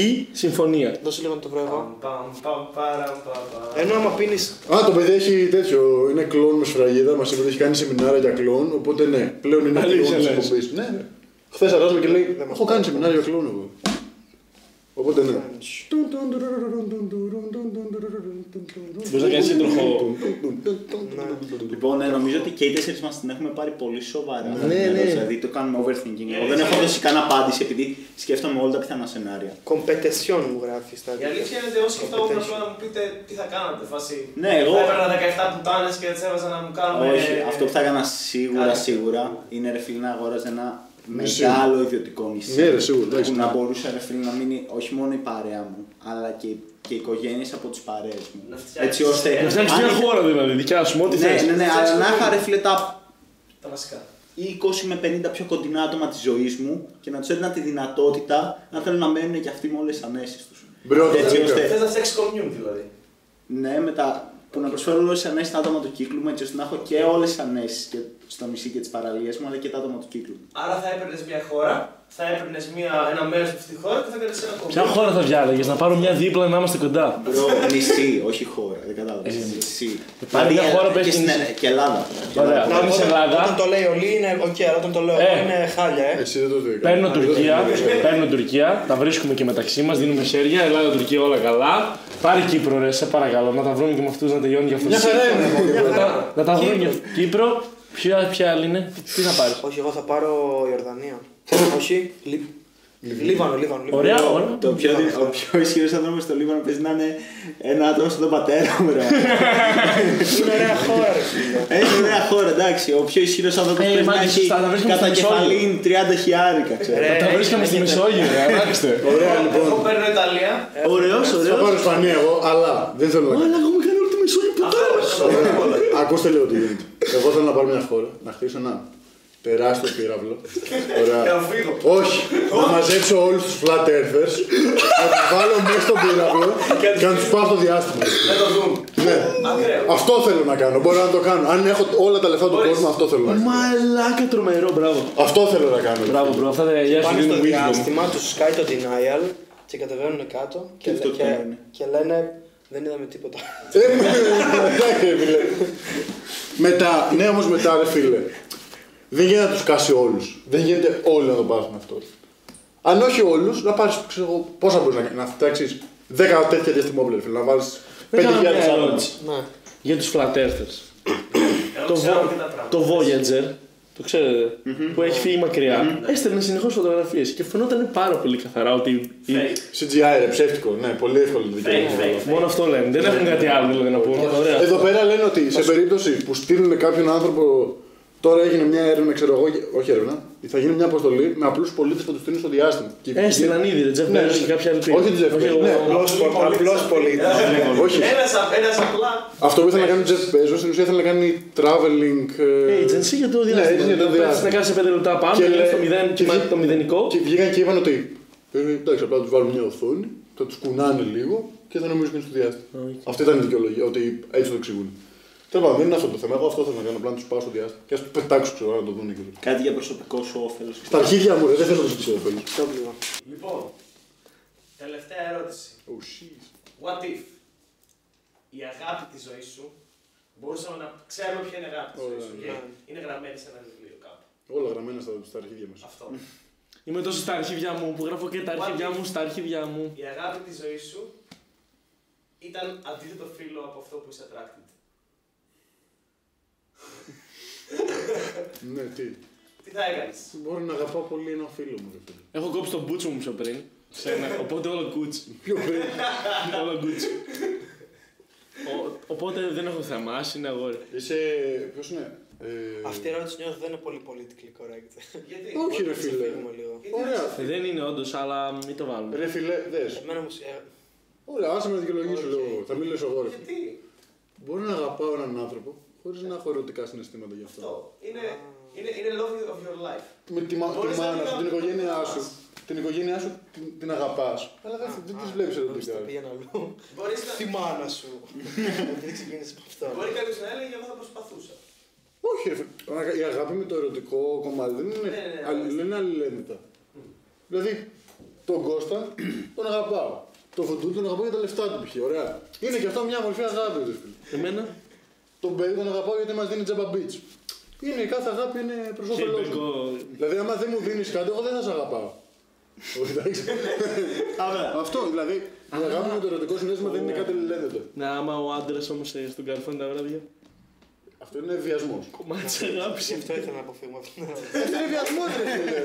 [SPEAKER 3] ή, ή συμφωνία.
[SPEAKER 4] Δώσε λίγο να το βρω εγώ.
[SPEAKER 1] Παμ, παμ, παμ, παραμ, παμ, παμ.
[SPEAKER 4] Ενώ άμα πίνεις.
[SPEAKER 2] Α, το παιδί έχει τέτοιο. Είναι κλόν με σφραγίδα. Μας είπε ότι έχει κάνει σεμινάρια για κλόν. Οπότε ναι, πλέον είναι
[SPEAKER 3] Αλήθεια
[SPEAKER 2] κλόν της
[SPEAKER 3] λες.
[SPEAKER 2] εκπομπής. Ναι, ναι. Χθε αράζουμε και λέει:
[SPEAKER 4] Δεν
[SPEAKER 2] Έχω κάνει σεμινάριο για κλόν εγώ. Οπότε ναι.
[SPEAKER 3] Μπορείς να κάνεις σύντροφο.
[SPEAKER 5] Λοιπόν, ναι, νομίζω ότι και οι τέσσερις μας την έχουμε πάρει πολύ σοβαρά.
[SPEAKER 2] Ναι, ναι.
[SPEAKER 5] Δηλαδή το κάνουμε overthinking. Εγώ δεν
[SPEAKER 1] αλήθεια
[SPEAKER 5] έχω
[SPEAKER 1] είναι-
[SPEAKER 5] δώσει καν απάντηση επειδή σκέφτομαι όλα τα πιθανά σενάρια.
[SPEAKER 4] Κομπετεσιόν μου γράφει στα
[SPEAKER 1] Η
[SPEAKER 4] αγγλικά.
[SPEAKER 1] αλήθεια είναι ότι εγώ σκεφτόμουν
[SPEAKER 4] Competition.
[SPEAKER 1] απλά να μου πείτε τι θα κάνατε. Φάση.
[SPEAKER 5] Ναι, εγώ-
[SPEAKER 1] Θα έπαιρνα 17 πουτάνε και τι έβαζα να μου κάνουν. ε,
[SPEAKER 5] Όχι, αυτό που θα έκανα σίγουρα,
[SPEAKER 1] κάτι.
[SPEAKER 5] σίγουρα είναι ρε φίλε να αγόραζα ένα
[SPEAKER 2] Νησί.
[SPEAKER 5] μεγάλο ιδιωτικό νησί.
[SPEAKER 2] Ναι, ρε, σίγουρα, εντάξει.
[SPEAKER 5] Που να μπορούσε ρε φίλε να μείνει όχι μόνο η παρέα μου, αλλά και, και οι οικογένειες από τις παρέες
[SPEAKER 1] Να
[SPEAKER 5] μου.
[SPEAKER 1] φτιάξεις
[SPEAKER 5] Έτσι ώστε.
[SPEAKER 3] Να φτιάξεις μια
[SPEAKER 5] αν-
[SPEAKER 3] χώρα δηλαδή, δικιά σου, ό,τι
[SPEAKER 5] Ναι,
[SPEAKER 3] θες.
[SPEAKER 5] ναι, ναι, αλλά να είχα ρε φίλε τα
[SPEAKER 1] Τα βασικά.
[SPEAKER 5] 20 με 50 πιο κοντινά άτομα της ζωής μου και να τους έδινα τη δυνατότητα να θέλουν να μένουν και αυτοί με όλες τις ανέσεις τους.
[SPEAKER 2] Μπρο,
[SPEAKER 5] Έτσι
[SPEAKER 2] Τζίκα.
[SPEAKER 5] ώστε.
[SPEAKER 1] Θες να φτιάξεις community δηλαδή.
[SPEAKER 5] Ναι, μετά που να προσφέρω όλες τις ανέσεις στα άτομα του κύκλου μου, έτσι ώστε να έχω και όλες τις ανέσεις και στο νησί και τις παραλίες μου, αλλά και τα άτομα του κύκλου μου.
[SPEAKER 1] Άρα θα έπαιρνες μια χώρα, θα έπαιρνες ένα μέρος από αυτή της χώρας και θα έκανε ένα
[SPEAKER 3] Ποια
[SPEAKER 1] κομμάτι.
[SPEAKER 3] χώρα θα διάλεγες, να πάρω μια δίπλα να είμαστε κοντά.
[SPEAKER 5] Μπρο, νησί, όχι χώρα, δεν κατάλαβα.
[SPEAKER 3] Ε,
[SPEAKER 5] Νησί.
[SPEAKER 3] Υπάρχει ναι. μια χώρα που έχει
[SPEAKER 5] και στην- Ε,
[SPEAKER 3] νησί.
[SPEAKER 5] Και Ελλάδα. Και
[SPEAKER 3] Ωραία.
[SPEAKER 5] Ελλάδα.
[SPEAKER 3] Να
[SPEAKER 4] όταν,
[SPEAKER 3] είσαι Ελλάδα.
[SPEAKER 4] όταν το λέει ο Λί είναι οκ, αλλά όταν το λέω
[SPEAKER 3] Ε.
[SPEAKER 4] εγώ είναι χάλια, ε.
[SPEAKER 2] Εσύ δεν το δίκαιο.
[SPEAKER 3] Παίρνω Τουρκία, παίρνω Τουρκία, τα βρίσκουμε και μεταξύ μας, δίνουμε χέρια, Ελλάδα, Τουρκία, όλα καλά. Πάρε Κύπρο, ρε, σε παρακαλώ, να τα βρούμε και με αυτούς να τελειώνει για αυτό.
[SPEAKER 2] Μια χαρά είναι.
[SPEAKER 3] Να τα- Να τα βρούμε και Κύπρο, ποια, ποια άλλη είναι, τι να πάρεις.
[SPEAKER 4] Όχι, εγώ θα πάρω Ιορδανία. Όχι, Λι... Λίβανο, Λίβανο. Λίβανο.
[SPEAKER 3] Ωραία, ωραία.
[SPEAKER 5] Το πιο, δι- ο πιο ισχυρός άνθρωπος στο Λίβανο παίζει να είναι ένα άτομο στον πατέρα μου, ρε.
[SPEAKER 4] Είναι ωραία χώρα, ρε φίλε.
[SPEAKER 5] Έχει ωραία χώρα, εντάξει. Ο πιο ισχυρός άνθρωπος
[SPEAKER 3] Ε,
[SPEAKER 5] πρέπει να
[SPEAKER 3] μάγκες,
[SPEAKER 5] έχει
[SPEAKER 3] θα τα βρίσκουμε
[SPEAKER 5] κατά
[SPEAKER 3] στο Μεσόγειο.
[SPEAKER 5] κεφαλήν 30 χιλιάρικα, ξέρω.
[SPEAKER 4] Ρε,
[SPEAKER 3] Τα βρίσκαμε στη
[SPEAKER 4] έχετε-
[SPEAKER 3] Μεσόγειο, ρε, αλλάξτε.
[SPEAKER 2] Ωραία,
[SPEAKER 1] Εγώ
[SPEAKER 2] λοιπόν.
[SPEAKER 1] παίρνω Ιταλία.
[SPEAKER 3] Ε,
[SPEAKER 5] Ωραίο,
[SPEAKER 2] Θα πάρω
[SPEAKER 5] ωραίος.
[SPEAKER 2] Ισπανία εγώ, αλλά δεν θέλω να
[SPEAKER 5] Αλλά έχουμε κάνει όλη τη Μεσόγειο που
[SPEAKER 2] Ωραία. Ακούστε λίγο τι γίνεται. Εγώ θέλω να πάρω μια χώρα, να χτίσω ένα τεράστιο πύραυλο. Ωραία.
[SPEAKER 1] Και να φύγω.
[SPEAKER 2] Όχι. να μαζέψω όλους τους flat earthers, να τους βάλω μέσα στον πύραυλο και να τους πάω στο διάστημα.
[SPEAKER 1] Δεν το δούμε.
[SPEAKER 2] ναι.
[SPEAKER 1] Ακραίο.
[SPEAKER 2] Αυτό θέλω να κάνω. Μπορώ να το κάνω. Αν έχω όλα τα λεφτά του
[SPEAKER 1] Μπορείς.
[SPEAKER 2] κόσμου, αυτό θέλω να κάνω.
[SPEAKER 3] Μαλάκα τρομερό, μπράβο.
[SPEAKER 2] Αυτό θέλω να κάνω.
[SPEAKER 3] Μπράβο, μπρο, αυτά τα γεια σου
[SPEAKER 4] Πάνε στο
[SPEAKER 3] δίνουν wisdom.
[SPEAKER 4] διάστημα, τους σκάει το denial και κατεβαίνουν κάτω και,
[SPEAKER 5] αυτό
[SPEAKER 4] λέ-
[SPEAKER 5] τι λένε.
[SPEAKER 4] και λένε δεν είδαμε τίποτα.
[SPEAKER 2] Ε, εντάξει, ρε φίλε. μετά, ναι όμως μετά ρε φίλε. Δεν γίνεται να τους κάσει όλους. Δεν γίνεται όλοι να το πάρουν αυτό. Αν όχι όλους, να πάρεις, ξέρω εγώ, πόσα μπορείς να, κάνεις, να φτιάξεις 10 τέτοια διαστημόπλαια, ρε φίλε, να βάλεις 5.000
[SPEAKER 3] Έκανα μια
[SPEAKER 2] άτομα.
[SPEAKER 3] ερώτηση
[SPEAKER 4] ναι.
[SPEAKER 3] για τους flat earthers.
[SPEAKER 1] Ε, Εγώ
[SPEAKER 3] Το,
[SPEAKER 1] ξέρω
[SPEAKER 3] Vo-
[SPEAKER 1] και τα πράγματα.
[SPEAKER 3] το Voyager, το ξέρετε, που έχει φύγει μακριά, έστελνε συνεχώς φωτογραφίες και φαινόταν πάρα πολύ καθαρά ότι.
[SPEAKER 1] Fake.
[SPEAKER 2] CGI ρε, ψεύτικο, ναι, πολύ εύκολο το
[SPEAKER 3] Ε,
[SPEAKER 2] δικαίωμα.
[SPEAKER 1] Fake, fake.
[SPEAKER 3] Μόνο αυτό λένε. Δεν έχουν κάτι άλλο δηλαδή να πούνε. Ωραία.
[SPEAKER 2] Εδώ πέρα λένε ότι σε περίπτωση που στείλουν κάποιον άνθρωπο Τώρα έγινε μια έρευνα, ξέρω εγώ, όχι έρευνα, θα γίνει μια αποστολή με απλούς πολίτες που τους στείλουν στο διάστημα. Και-
[SPEAKER 3] Έστειλαν ήδη, δεν
[SPEAKER 2] Ναι,
[SPEAKER 3] τζεφτέρε
[SPEAKER 2] ναι.
[SPEAKER 3] και κάποια ελπίδα.
[SPEAKER 2] Όχι, Jeff Bezos, ναι.
[SPEAKER 3] ο-
[SPEAKER 6] Απλό πολίτη.
[SPEAKER 2] Όχι.
[SPEAKER 1] Ένας, ένας απλά.
[SPEAKER 2] Αυτό που ήθελε να κάνει ο Τζεφ Bezos, στην ουσία ήθελε να κάνει traveling. ε,
[SPEAKER 3] agency για το
[SPEAKER 2] Ναι, agency
[SPEAKER 3] διάστημα.
[SPEAKER 2] για το
[SPEAKER 3] Πέρασε
[SPEAKER 2] διάστημα.
[SPEAKER 3] να κάνεις σε 5 λεπτά πάνω,
[SPEAKER 2] Και
[SPEAKER 3] και
[SPEAKER 2] λέει-
[SPEAKER 3] στο μηδέν,
[SPEAKER 2] και
[SPEAKER 3] κοιμάται
[SPEAKER 2] βγει-
[SPEAKER 3] το μηδενικό.
[SPEAKER 2] Και βγήκαν και είπαν ότι. ε, Εντάξει, απλά τους βάλουν μια οθόνη, θα τους κουνάνε λίγο και θα νομίζουν ότι είναι στο διάστημα.
[SPEAKER 3] Οκ.
[SPEAKER 2] Αυτή ήταν η δικαιολογία, ότι έτσι το εξηγούν. Τέλος πάντων, δεν είναι αυτό το θέμα. Εγώ αυτό θέλω να κάνω, απλά να τους πάω στο διάστημα και ας του πετάξω, ξέρω να το δουν και τέτοια.
[SPEAKER 5] Κάτι για προσωπικό σου όφελος.
[SPEAKER 2] Στα αρχίδια μου, ρε, δεν θέλω να τους ξέρω.
[SPEAKER 4] W.
[SPEAKER 1] Λοιπόν, τελευταία ερώτηση.
[SPEAKER 2] Oh, shit.
[SPEAKER 1] What if η αγάπη της ζωής σου μπορούσαμε να ξέρουμε ποια είναι η αγάπη της ζωής σου.
[SPEAKER 2] Ωραία,
[SPEAKER 1] και
[SPEAKER 4] ναι.
[SPEAKER 1] Είναι γραμμένη σε ένα βιβλίο κάπου.
[SPEAKER 2] Όλα γραμμένα στα, στα αρχίδια μας.
[SPEAKER 1] Αυτό.
[SPEAKER 3] Είμαι τόσο στα αρχίδια μου που γράφω και τα
[SPEAKER 1] What
[SPEAKER 3] αρχίδια
[SPEAKER 1] if-
[SPEAKER 3] μου στα αρχίδια μου.
[SPEAKER 1] Η αγάπη της ζωής σου ήταν αντίθετο φύλλο από αυτό που είσαι attracted.
[SPEAKER 2] Ναι, τι.
[SPEAKER 1] Τι θα έκανες.
[SPEAKER 2] Μπορεί να αγαπάω πολύ ένα φίλο μου, ρε παιδί.
[SPEAKER 3] Έχω κόψει τον μπούτσο μου πιο πριν. σε ένα- Οπότε όλο κούτσι.
[SPEAKER 2] Πιο πριν.
[SPEAKER 3] Όλο κούτσι. Ο- Οπότε δεν έχω θέμα, ας είναι αγόρι.
[SPEAKER 2] Είσαι. Ποιος είναι. Ε...
[SPEAKER 4] Αυτή η ερώτηση νιώθω δεν είναι πολύ politically correct.
[SPEAKER 1] Γιατί.
[SPEAKER 2] Όχι, ρε
[SPEAKER 4] Να ξεφύγουμε
[SPEAKER 2] Ε, φίλε.
[SPEAKER 4] λίγο.
[SPEAKER 1] Γιατί
[SPEAKER 2] Ωραία.
[SPEAKER 3] Δεν είναι όντως, αλλά μην το βάλουμε.
[SPEAKER 2] Ρε φίλε, δες.
[SPEAKER 4] Εμένα ε, μου σε-
[SPEAKER 2] Ωραία, άσε με να δικαιολογήσω
[SPEAKER 4] Οκ.
[SPEAKER 2] λίγο. Θα μιλήσω εγώ. ρε.
[SPEAKER 1] Γιατί.
[SPEAKER 2] Μπορώ να αγαπάω έναν άνθρωπο χωρίς να έχω ερωτικά συναισθήματα γι' αυτό.
[SPEAKER 1] Αυτό. Είναι, είναι, είναι love of your life.
[SPEAKER 2] Με τη, μα... τη
[SPEAKER 1] Μπορείς να
[SPEAKER 2] μάνα
[SPEAKER 1] μην
[SPEAKER 2] σου, την
[SPEAKER 1] αγαπάς.
[SPEAKER 2] οικογένειά σου. Την οικογένειά σου την, την αγαπάς. Αλλά γράφει, δεν της βλέπει
[SPEAKER 4] νόμιζα
[SPEAKER 2] ερωτικά.
[SPEAKER 4] τα πήγαινα αλλού.
[SPEAKER 1] Μπορείς
[SPEAKER 4] Τη
[SPEAKER 1] να...
[SPEAKER 4] μάνα σου. Δεν ξεκίνησε με αυτό.
[SPEAKER 1] Μπορεί κάποιος να έλεγε εγώ θα προσπαθούσα.
[SPEAKER 2] Όχι, ρε φίλε. Α, η αγάπη με το ερωτικό κομμάτι δεν
[SPEAKER 1] Ναι, ναι, ναι,
[SPEAKER 2] είναι, αλλη- δεν είναι αλληλένδετα. Δηλαδή, τον Κώστα τον αγαπάω. Το φουντού τον αγαπάω για τα λεφτά του π.χ. Ωραία. Είναι και αυτό μια μορφή αγάπης, ρε φίλε.
[SPEAKER 3] Εμένα.
[SPEAKER 2] Τον Μπέικον τον αγαπάω γιατί μας δίνει τζαμπα beach. Είναι, κάθε αγάπη είναι προς
[SPEAKER 3] Και
[SPEAKER 2] όφελό μου.
[SPEAKER 3] μπέκο-
[SPEAKER 2] Δηλαδή, άμα δεν μου δίνεις κάτι, εγώ δεν θα σε αγαπάω. Εντάξει. Αυτό δηλαδή. Η αγάπη με το ερωτικό συνέστημα δεν είναι κάτι ελεύθερο.
[SPEAKER 3] Ναι, άμα ο άντρας όμως στον καρφόν τα βράδια.
[SPEAKER 2] Αυτό είναι βιασμός.
[SPEAKER 3] Κομμάτι αγάπη.
[SPEAKER 4] Γι' αυτό ήθελα να αποφύγουμε αυτή την ερώτηση.
[SPEAKER 2] Ε, Αυτό είναι βιασμός, ρε φίλε.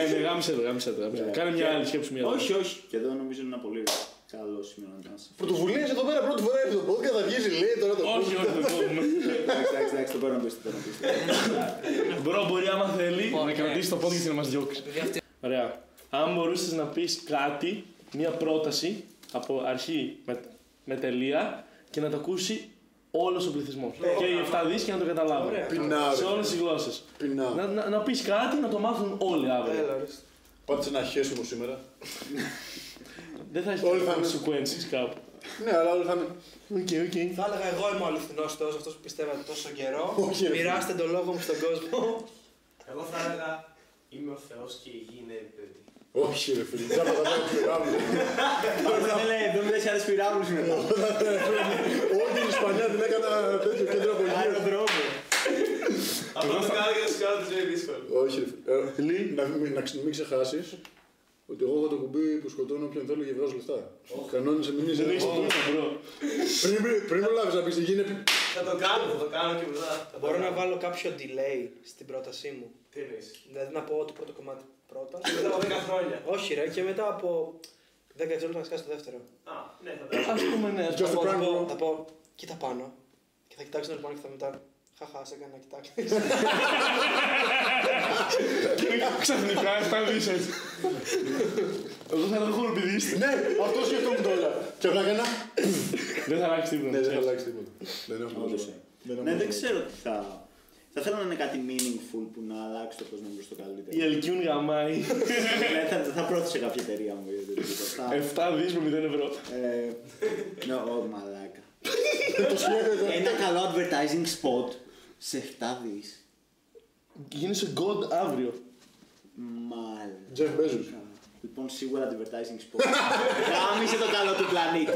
[SPEAKER 3] Ε, ναι, γάμισε το, γάμισε το. γάμισε το.
[SPEAKER 5] Ναι.
[SPEAKER 3] Κάνε μια άλλη σκέψη μια. άλλη.
[SPEAKER 5] Όχι, όχι. Και εδώ νομίζω είναι ένα πολύ καλό σημείο να κάνεις.
[SPEAKER 2] Πρωτοβουλίε εδώ πέρα πρώτη φορά έρχεται το podcast, θα βγεις λέει τώρα το
[SPEAKER 3] όχι, όχι, το κόβουμε.
[SPEAKER 5] Εντάξει, εντάξει, εντάξει, το παίρνω πίσω. το παίρνω πίσω.
[SPEAKER 3] Μπρο, μπορεί άμα θέλει να κρατήσει το πόδι και να μας διώξει. Ωραία. Αν μπορούσες να πεις κάτι, μια πρόταση από αρχή με, με τελεία και να το ακούσει όλος ο πληθυσμός. Και οι 7 δις και να το καταλάβουν.
[SPEAKER 4] Ωραία.
[SPEAKER 2] Πεινάω.
[SPEAKER 3] Σε όλες τις γλώσσες. Να,
[SPEAKER 2] Πεινάω. Ε,
[SPEAKER 3] να, να πεις κάτι να το μάθουν όλοι αύριο.
[SPEAKER 4] Έλα, ορίστε.
[SPEAKER 2] Πάτησε ένα χέσιμο σήμερα.
[SPEAKER 3] Δεν θα έχεις
[SPEAKER 2] Όλοι θα είναι.
[SPEAKER 3] consequences κάπου.
[SPEAKER 2] Ναι, αλλά όλοι θα είναι.
[SPEAKER 3] Οκ, οκ.
[SPEAKER 4] Θα έλεγα εγώ είμαι ο αληθινός Θεός, αυτός που πιστεύατε τόσο καιρό.
[SPEAKER 2] Όχι, ρε.
[SPEAKER 4] Μοιράστε τον λόγο μου στον κόσμο.
[SPEAKER 1] Εγώ θα έλεγα είμαι ο Θεός και η γη είναι παιδί.
[SPEAKER 2] Όχι, ρε φίλε. Τζάμπα θα πάω πειράμβουλα.
[SPEAKER 5] Δεν λέει, δεν μιλάει για τι πυράβλου μετά.
[SPEAKER 2] Όλη η Ισπανία την έκανα τέτοιο
[SPEAKER 5] ε.
[SPEAKER 2] κέντρο απογείωση.
[SPEAKER 1] Αυτό το κάνω για να σου κάνω τη ζωή δύσκολη.
[SPEAKER 2] Όχι, ρε φίλε. Ε, να μην- Να ξε- μην ξεχάσεις ότι εγώ έχω το κουμπί που σκοτώνω όποιον θέλω και βγάζω λεφτά. Κανόνισε μην είσαι.
[SPEAKER 3] Δεν έχει πούτσα, μπρο.
[SPEAKER 2] Πριν- πριν- Πριν προλάβεις να πεις τι γίνεται.
[SPEAKER 1] Θα το κάνω, θα το κάνω και μετά. θα το
[SPEAKER 4] Μπορώ να
[SPEAKER 1] κάνω.
[SPEAKER 4] βάλω κάποιο delay στην πρότασή μου.
[SPEAKER 1] Τι εννοείς.
[SPEAKER 4] Δηλαδή να πω το πρώτο κομμάτι πρώτα.
[SPEAKER 1] Και μετά από 10 χρόνια.
[SPEAKER 4] Όχι, ρε, και μετά από 10 δευτερόλεπτα να σκάσει το δεύτερο.
[SPEAKER 1] Α, ναι, θα τα
[SPEAKER 3] Α πούμε, ναι.
[SPEAKER 2] Just
[SPEAKER 4] Θα πω,
[SPEAKER 2] a
[SPEAKER 4] θα
[SPEAKER 2] prank,
[SPEAKER 4] πω,
[SPEAKER 2] bro.
[SPEAKER 4] θα πω, κοίτα πάνω. Και θα κοιτάξω τον πάνω και θα μετά. Χαχά, σε έκανα να κοιτάξεις.
[SPEAKER 3] Ξαφνικά 7 δι έτσι. Εγώ θα το χοροπηδήσει.
[SPEAKER 2] Ναι, αυτό σκεφτόμουν τώρα. Και απλά έκανα.
[SPEAKER 3] Δεν θα αλλάξει τίποτα.
[SPEAKER 2] Ναι, δεν θα
[SPEAKER 3] ξέρεις.
[SPEAKER 2] αλλάξει τίποτα. Δεν έχουμε
[SPEAKER 5] Όντως,
[SPEAKER 2] τίποτα.
[SPEAKER 5] ε.
[SPEAKER 2] έχουμε
[SPEAKER 5] Ναι, δεν
[SPEAKER 2] τίποτα.
[SPEAKER 5] ξέρω τι θα. Θα θέλω να είναι κάτι meaningful που να αλλάξει το κόσμο προ το
[SPEAKER 3] Η
[SPEAKER 5] καλύτερο.
[SPEAKER 3] Ελκύουν γαμάει.
[SPEAKER 5] Ναι, θα, θα πρόθεσε κάποια εταιρεία μου για το τίποτα.
[SPEAKER 3] 7 δις με 0 ευρώ.
[SPEAKER 5] Ε, Ναι, ω, μαλάκα.
[SPEAKER 2] Το σκέφτεται.
[SPEAKER 5] Ένα καλό advertising spot σε 7 δι.
[SPEAKER 3] Γίνεσαι god αύριο.
[SPEAKER 5] Μάλακα.
[SPEAKER 2] Τζεφ Μπέζους.
[SPEAKER 5] Λοιπόν, σίγουρα advertising spot. Γάμισε το καλό του πλανήτη.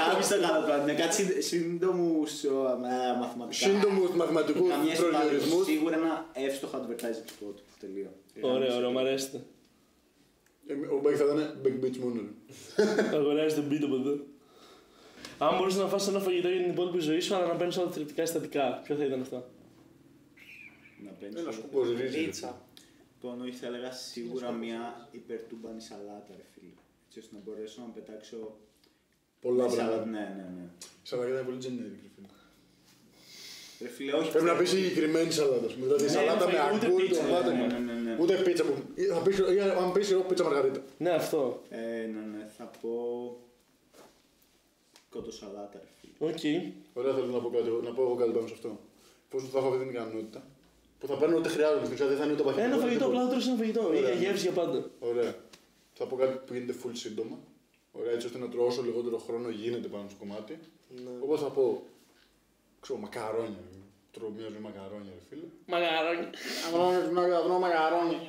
[SPEAKER 5] Γάμισε το καλό του πλανήτη. Με κάτι σύντομου μαθηματικά.
[SPEAKER 2] Σύντομους μαθηματικούς
[SPEAKER 5] Καμιά
[SPEAKER 2] προσδιορισμούς.
[SPEAKER 5] συμβάλλον. Σίγουρα ένα εύστοχο advertising spot. Τελείω.
[SPEAKER 3] Ωραίο, ωραίο, μου αρέσετε.
[SPEAKER 2] Ε, Ο Μπέκ θα ήταν Big Bitch μόνο. ρε.
[SPEAKER 3] Αγοράζει τον beat από εδώ. Αν μπορούσε να φας ένα φαγητό για την υπόλοιπη ζωή σου, αλλά να παίρνεις όλα τα θρεπτικά συστατικά, ποιο θα ήταν αυτό.
[SPEAKER 5] Να
[SPEAKER 2] Ένα
[SPEAKER 5] παίρνει.
[SPEAKER 2] σκούκος ρύζι. ρε.
[SPEAKER 4] Πίτσα.
[SPEAKER 5] Λοιπόν, όχι, θα έλεγα σίγουρα μια υπερτούμπανη σαλάτα, ρε φίλε. Έτσι ώστε να μπορέσω να πετάξω.
[SPEAKER 2] Πολλά
[SPEAKER 5] σαλάτα.
[SPEAKER 2] πράγματα.
[SPEAKER 5] Ναι, ναι, ναι.
[SPEAKER 2] Σαλάτα ήταν πολύ generic. ρε φίλε.
[SPEAKER 5] Ρε φίλε, όχι.
[SPEAKER 2] Πρέπει να πεις συγκεκριμένη σαλάτα. ας πούμε. Δηλαδή
[SPEAKER 5] Ναι,
[SPEAKER 2] σαλάτα
[SPEAKER 3] ούτε
[SPEAKER 2] με ακούρι,
[SPEAKER 3] πίτσα,
[SPEAKER 2] ντομάτα.
[SPEAKER 5] ναι, ναι, ναι, ναι.
[SPEAKER 2] Ούτε πίτσα που. ή θα πεις- ή Αν πεις εγώ πίτσα μαργαρίτα.
[SPEAKER 3] Ναι, αυτό.
[SPEAKER 5] Ε, ναι, ναι, θα πω. Κοτοσαλάτα, ρε φίλε.
[SPEAKER 3] Οκ.
[SPEAKER 2] Ωραία, θέλω να πω, κάτι, να πω εγώ κάτι πάνω σε αυτό. Πώς θα έχω αυτή την ικανότητα που θα παίρνω ό,τι χρειάζομαι στην ουσία, δεν θα είναι ούτε παχύ.
[SPEAKER 3] Ένα φαγητό, απλά θα τρως ένα φαγητό.
[SPEAKER 2] Ωραία.
[SPEAKER 3] Είναι γεύση για πάντα.
[SPEAKER 2] Ωραία. Θα πω κάτι που γίνεται full σύντομα. Ωραία, έτσι ώστε να τρώω όσο λιγότερο χρόνο γίνεται πάνω στο κομμάτι.
[SPEAKER 4] Ναι.
[SPEAKER 2] Οπότε θα πω. ξέρω, μακαρόνια. Τρώω μια ζωή μακαρόνια, ρε φίλε.
[SPEAKER 3] Μαγαρόνι.
[SPEAKER 2] Αγνώνω, αγνώνω μακαρόνια.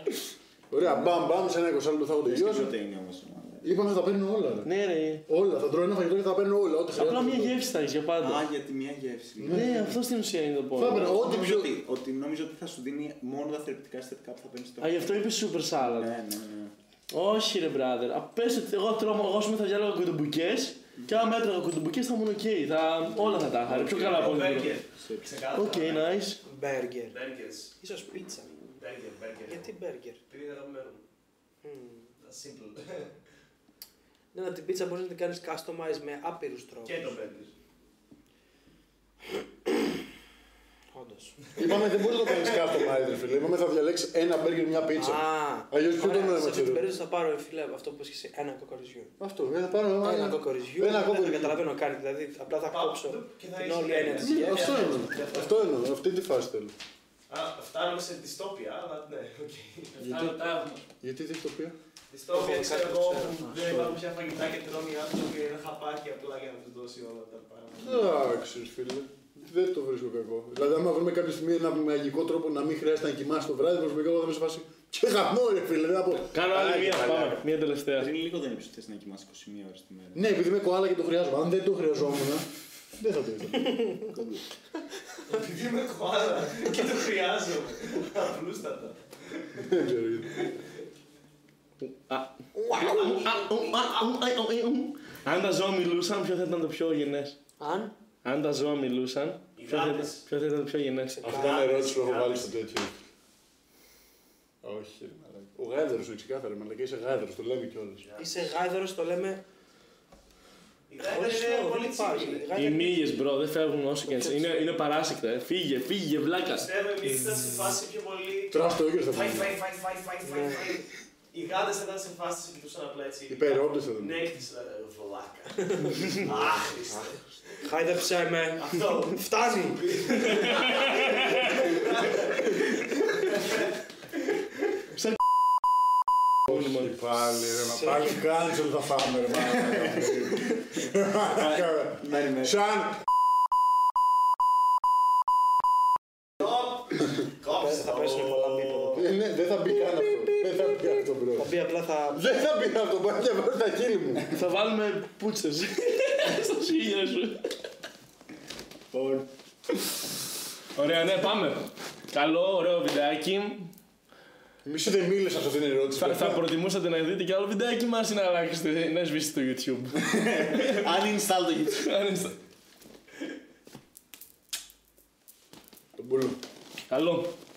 [SPEAKER 2] Ωραία, μπαμ, μπαμ, σε ένα εικοσάλεπτο θα έχω
[SPEAKER 5] Δεν είναι
[SPEAKER 2] τελειώσει.
[SPEAKER 5] πρωτεΐνη όμως, ναι. ομάδα.
[SPEAKER 2] Είπαμε θα τα παίρνω όλα, ρε.
[SPEAKER 3] Ναι, ρε.
[SPEAKER 2] Όλα, θα τρώω ένα φαγητό και θα παίρνω όλα. Ό,τι
[SPEAKER 3] Απλά μια
[SPEAKER 2] θα τρώω.
[SPEAKER 3] γεύση θα έχει για πάντα.
[SPEAKER 5] Α, γιατί μια γεύση.
[SPEAKER 3] Ναι, αυτό στην ουσία είναι το
[SPEAKER 2] Θα
[SPEAKER 3] πόνο.
[SPEAKER 2] έπαιρνα ό,τι
[SPEAKER 5] Νόμιζα
[SPEAKER 2] πιο.
[SPEAKER 5] ότι, ότι νόμιζα ότι θα σου δίνει μόνο τα θρεπτικά συστατικά που θα παίρνεις στο
[SPEAKER 3] Α, γι' αυτό είπε super salad.
[SPEAKER 5] Ναι, ναι, ναι.
[SPEAKER 3] Όχι ρε brother, Α, πες ότι εγώ τρώω, εγώ σου θα διάλεγα κουτουμπουκές και άμα έτρωγα κουτουμπουκές θα ήμουν οκ, θα... όλα θα τα είχα, ρε, πιο καλά από
[SPEAKER 1] Ο
[SPEAKER 3] ό,τι
[SPEAKER 1] Μπέργκερ.
[SPEAKER 3] τρώω.
[SPEAKER 5] Σε-
[SPEAKER 1] Ξεκάθαρα.
[SPEAKER 3] Οκ, nice.
[SPEAKER 4] Μπέργκερ.
[SPEAKER 1] Μπέργκερς.
[SPEAKER 4] Ίσως πίτσα.
[SPEAKER 1] Μπέργκερ, μπέργκερ.
[SPEAKER 4] Γιατί μπέργκερ.
[SPEAKER 1] Επειδή είναι αγαπημένο μου.
[SPEAKER 4] Μμμ.
[SPEAKER 1] Τα simple.
[SPEAKER 4] Ναι, να την πίτσα μπορείς να την κάνεις customize με άπειρους τρόπους.
[SPEAKER 1] Και το μπέργκερ.
[SPEAKER 4] Όντως.
[SPEAKER 2] Είπαμε δεν μπορείς να το κάνεις κάτω, Μάιντρε, φίλε. Είπαμε θα διαλέξεις ένα μπέργκερ, μια πίτσα.
[SPEAKER 4] Α,
[SPEAKER 2] Αλλιώς ποιο
[SPEAKER 4] ωραία,
[SPEAKER 2] το νόημα
[SPEAKER 4] Σε αυτή την
[SPEAKER 2] ξέρω.
[SPEAKER 4] περίπτωση θα πάρω εμφυλέ αυτό που είσαι ένα κοκοριζιού.
[SPEAKER 2] Αυτό, ε, θα πάρω ένα.
[SPEAKER 4] Ένα κοκοριζιού.
[SPEAKER 2] Ένα
[SPEAKER 4] Δεν
[SPEAKER 2] κοκοριζιού.
[SPEAKER 4] καταλαβαίνω κάτι, δηλαδή απλά θα
[SPEAKER 1] Πάω,
[SPEAKER 4] κόψω
[SPEAKER 1] και θα
[SPEAKER 4] την
[SPEAKER 1] είσαι
[SPEAKER 4] όλη
[SPEAKER 1] καλά.
[SPEAKER 4] έννοια τη
[SPEAKER 2] Ναι,
[SPEAKER 4] γεύσης.
[SPEAKER 2] Αυτό εννοώ. Αυτό εννοώ. Αυτή τη φάση θέλω.
[SPEAKER 1] Α, φτάνουμε σε δυστόπια, αλλά ναι, οκ. Φτάνω τα
[SPEAKER 2] Γιατί δεν το πει.
[SPEAKER 1] Δυστόπια,
[SPEAKER 4] Εγώ
[SPEAKER 1] ξέρω
[SPEAKER 4] κάτι
[SPEAKER 1] εγώ,
[SPEAKER 4] ξέρω.
[SPEAKER 1] που δεν υπάρχουν πια φαγητά και τρώνε οι άνθρωποι ένα χαπάκι απλά για να τους δώσει όλα τα πράγματα.
[SPEAKER 2] Εντάξει, φίλε. Δεν το βρίσκω κακό. Δηλαδή, άμα βρούμε κάποια στιγμή ένα μαγικό τρόπο να μην χρειάζεται να κοιμάσαι το βράδυ, προσωπικά εγώ θα είμαι σε φάση. Και γαμό, ρε φίλε. Δεν θα πω.
[SPEAKER 3] Κάνω άλλη
[SPEAKER 2] «Καλά,
[SPEAKER 3] μία,
[SPEAKER 2] καλά».
[SPEAKER 3] πάμε, μία τελευταία.
[SPEAKER 5] Πριν λίγο δεν είπες ότι θες να κοιμάσαι 21 ώρες τη μέρα.
[SPEAKER 2] Ναι, επειδή είμαι κοάλα και το χρειάζομαι. Αν δεν το χρειαζόμουν, δεν θα το ήθελα.
[SPEAKER 1] Επειδή είμαι κοάλα και το χρειάζομαι. Απλούστατα.
[SPEAKER 2] Δεν ξέρω γιατί.
[SPEAKER 3] Α. Α, ου, α, ου, α, ου, ε, ου. Αν τα ζώα μιλούσαν, ποιο θα ήταν το πιο γενές.
[SPEAKER 4] Αν
[SPEAKER 3] Αν τα ζώα μιλούσαν,
[SPEAKER 1] Οι
[SPEAKER 3] ποιο θα ήταν-
[SPEAKER 1] γάτες.
[SPEAKER 3] ποιο θα ήταν το πιο γενές.
[SPEAKER 2] Αυτή ήταν η ερώτηση που έχω βάλει στο τέτοιο. Όχι, ρε μαλάκα. Ο γάιδαρος είναι ξεκάθαρο, μαλακά είσαι γάιδαρος, το λέμε κιόλας.
[SPEAKER 4] είσαι γάιδαρος, το λέμε.
[SPEAKER 1] Η
[SPEAKER 4] χωρίς
[SPEAKER 1] γάτα
[SPEAKER 4] λόγο,
[SPEAKER 1] Ε, είναι
[SPEAKER 4] δεν
[SPEAKER 1] πολύ
[SPEAKER 4] υπάρχει.
[SPEAKER 1] τσίπη.
[SPEAKER 3] Οι
[SPEAKER 4] Γάιδαρο-
[SPEAKER 3] μύγες, μπρο, δεν φεύγουν όσο και έτσι. Είναι, είναι παράσικτα. ε. Φύγε, φύγε, βλάκας.
[SPEAKER 1] Πιστεύω εμείς ήταν σε φάση πιο πολύ...
[SPEAKER 2] Τράφ το ίδιος θα
[SPEAKER 1] Φάει,
[SPEAKER 2] πούμε.
[SPEAKER 1] φάει, φάει, φάει, φάει, φάει, φάει. Οι γάτες ήταν σε φάση κοιτούσαν απλά έτσι.
[SPEAKER 2] Υπερόπτε θα
[SPEAKER 1] Ναι,
[SPEAKER 2] δούμε.
[SPEAKER 1] έκτισα βλάκα. Άχρηστο.
[SPEAKER 4] Χάιδεψε με.
[SPEAKER 1] Αυτό.
[SPEAKER 4] Φτάνει.
[SPEAKER 2] Όχι πάλι, ρε μα πάλι κάνσελ θα φάμε, ρε μαλάκα.
[SPEAKER 5] Μέρη μέρη.
[SPEAKER 2] Σαν
[SPEAKER 1] Κόψε
[SPEAKER 4] Θα πέσουν πολλά μπίπεδα.
[SPEAKER 2] Ε, Ναι, δεν θα μπει καν αυτό. Δεν θα μπει αυτό,
[SPEAKER 4] Θα
[SPEAKER 2] μπρο.
[SPEAKER 4] μπει απλά θα.
[SPEAKER 2] Δεν θα μπει αυτό, πάει και βάζω τα χείλη μου.
[SPEAKER 3] Θα βάλουμε πούτσες στα σίγια σου. Ωραία, ναι, πάμε. Καλό, ωραίο βιντεάκι.
[SPEAKER 2] Μισό δεν μίλησα σε αυτήν την ερώτηση.
[SPEAKER 3] Θα, θα προτιμούσατε να δείτε και άλλο βιντεάκι μας ή να αλλάξετε, να σβήσετε το YouTube.
[SPEAKER 5] Uninstall το YouTube.
[SPEAKER 2] Τον πουλο.
[SPEAKER 3] Καλό.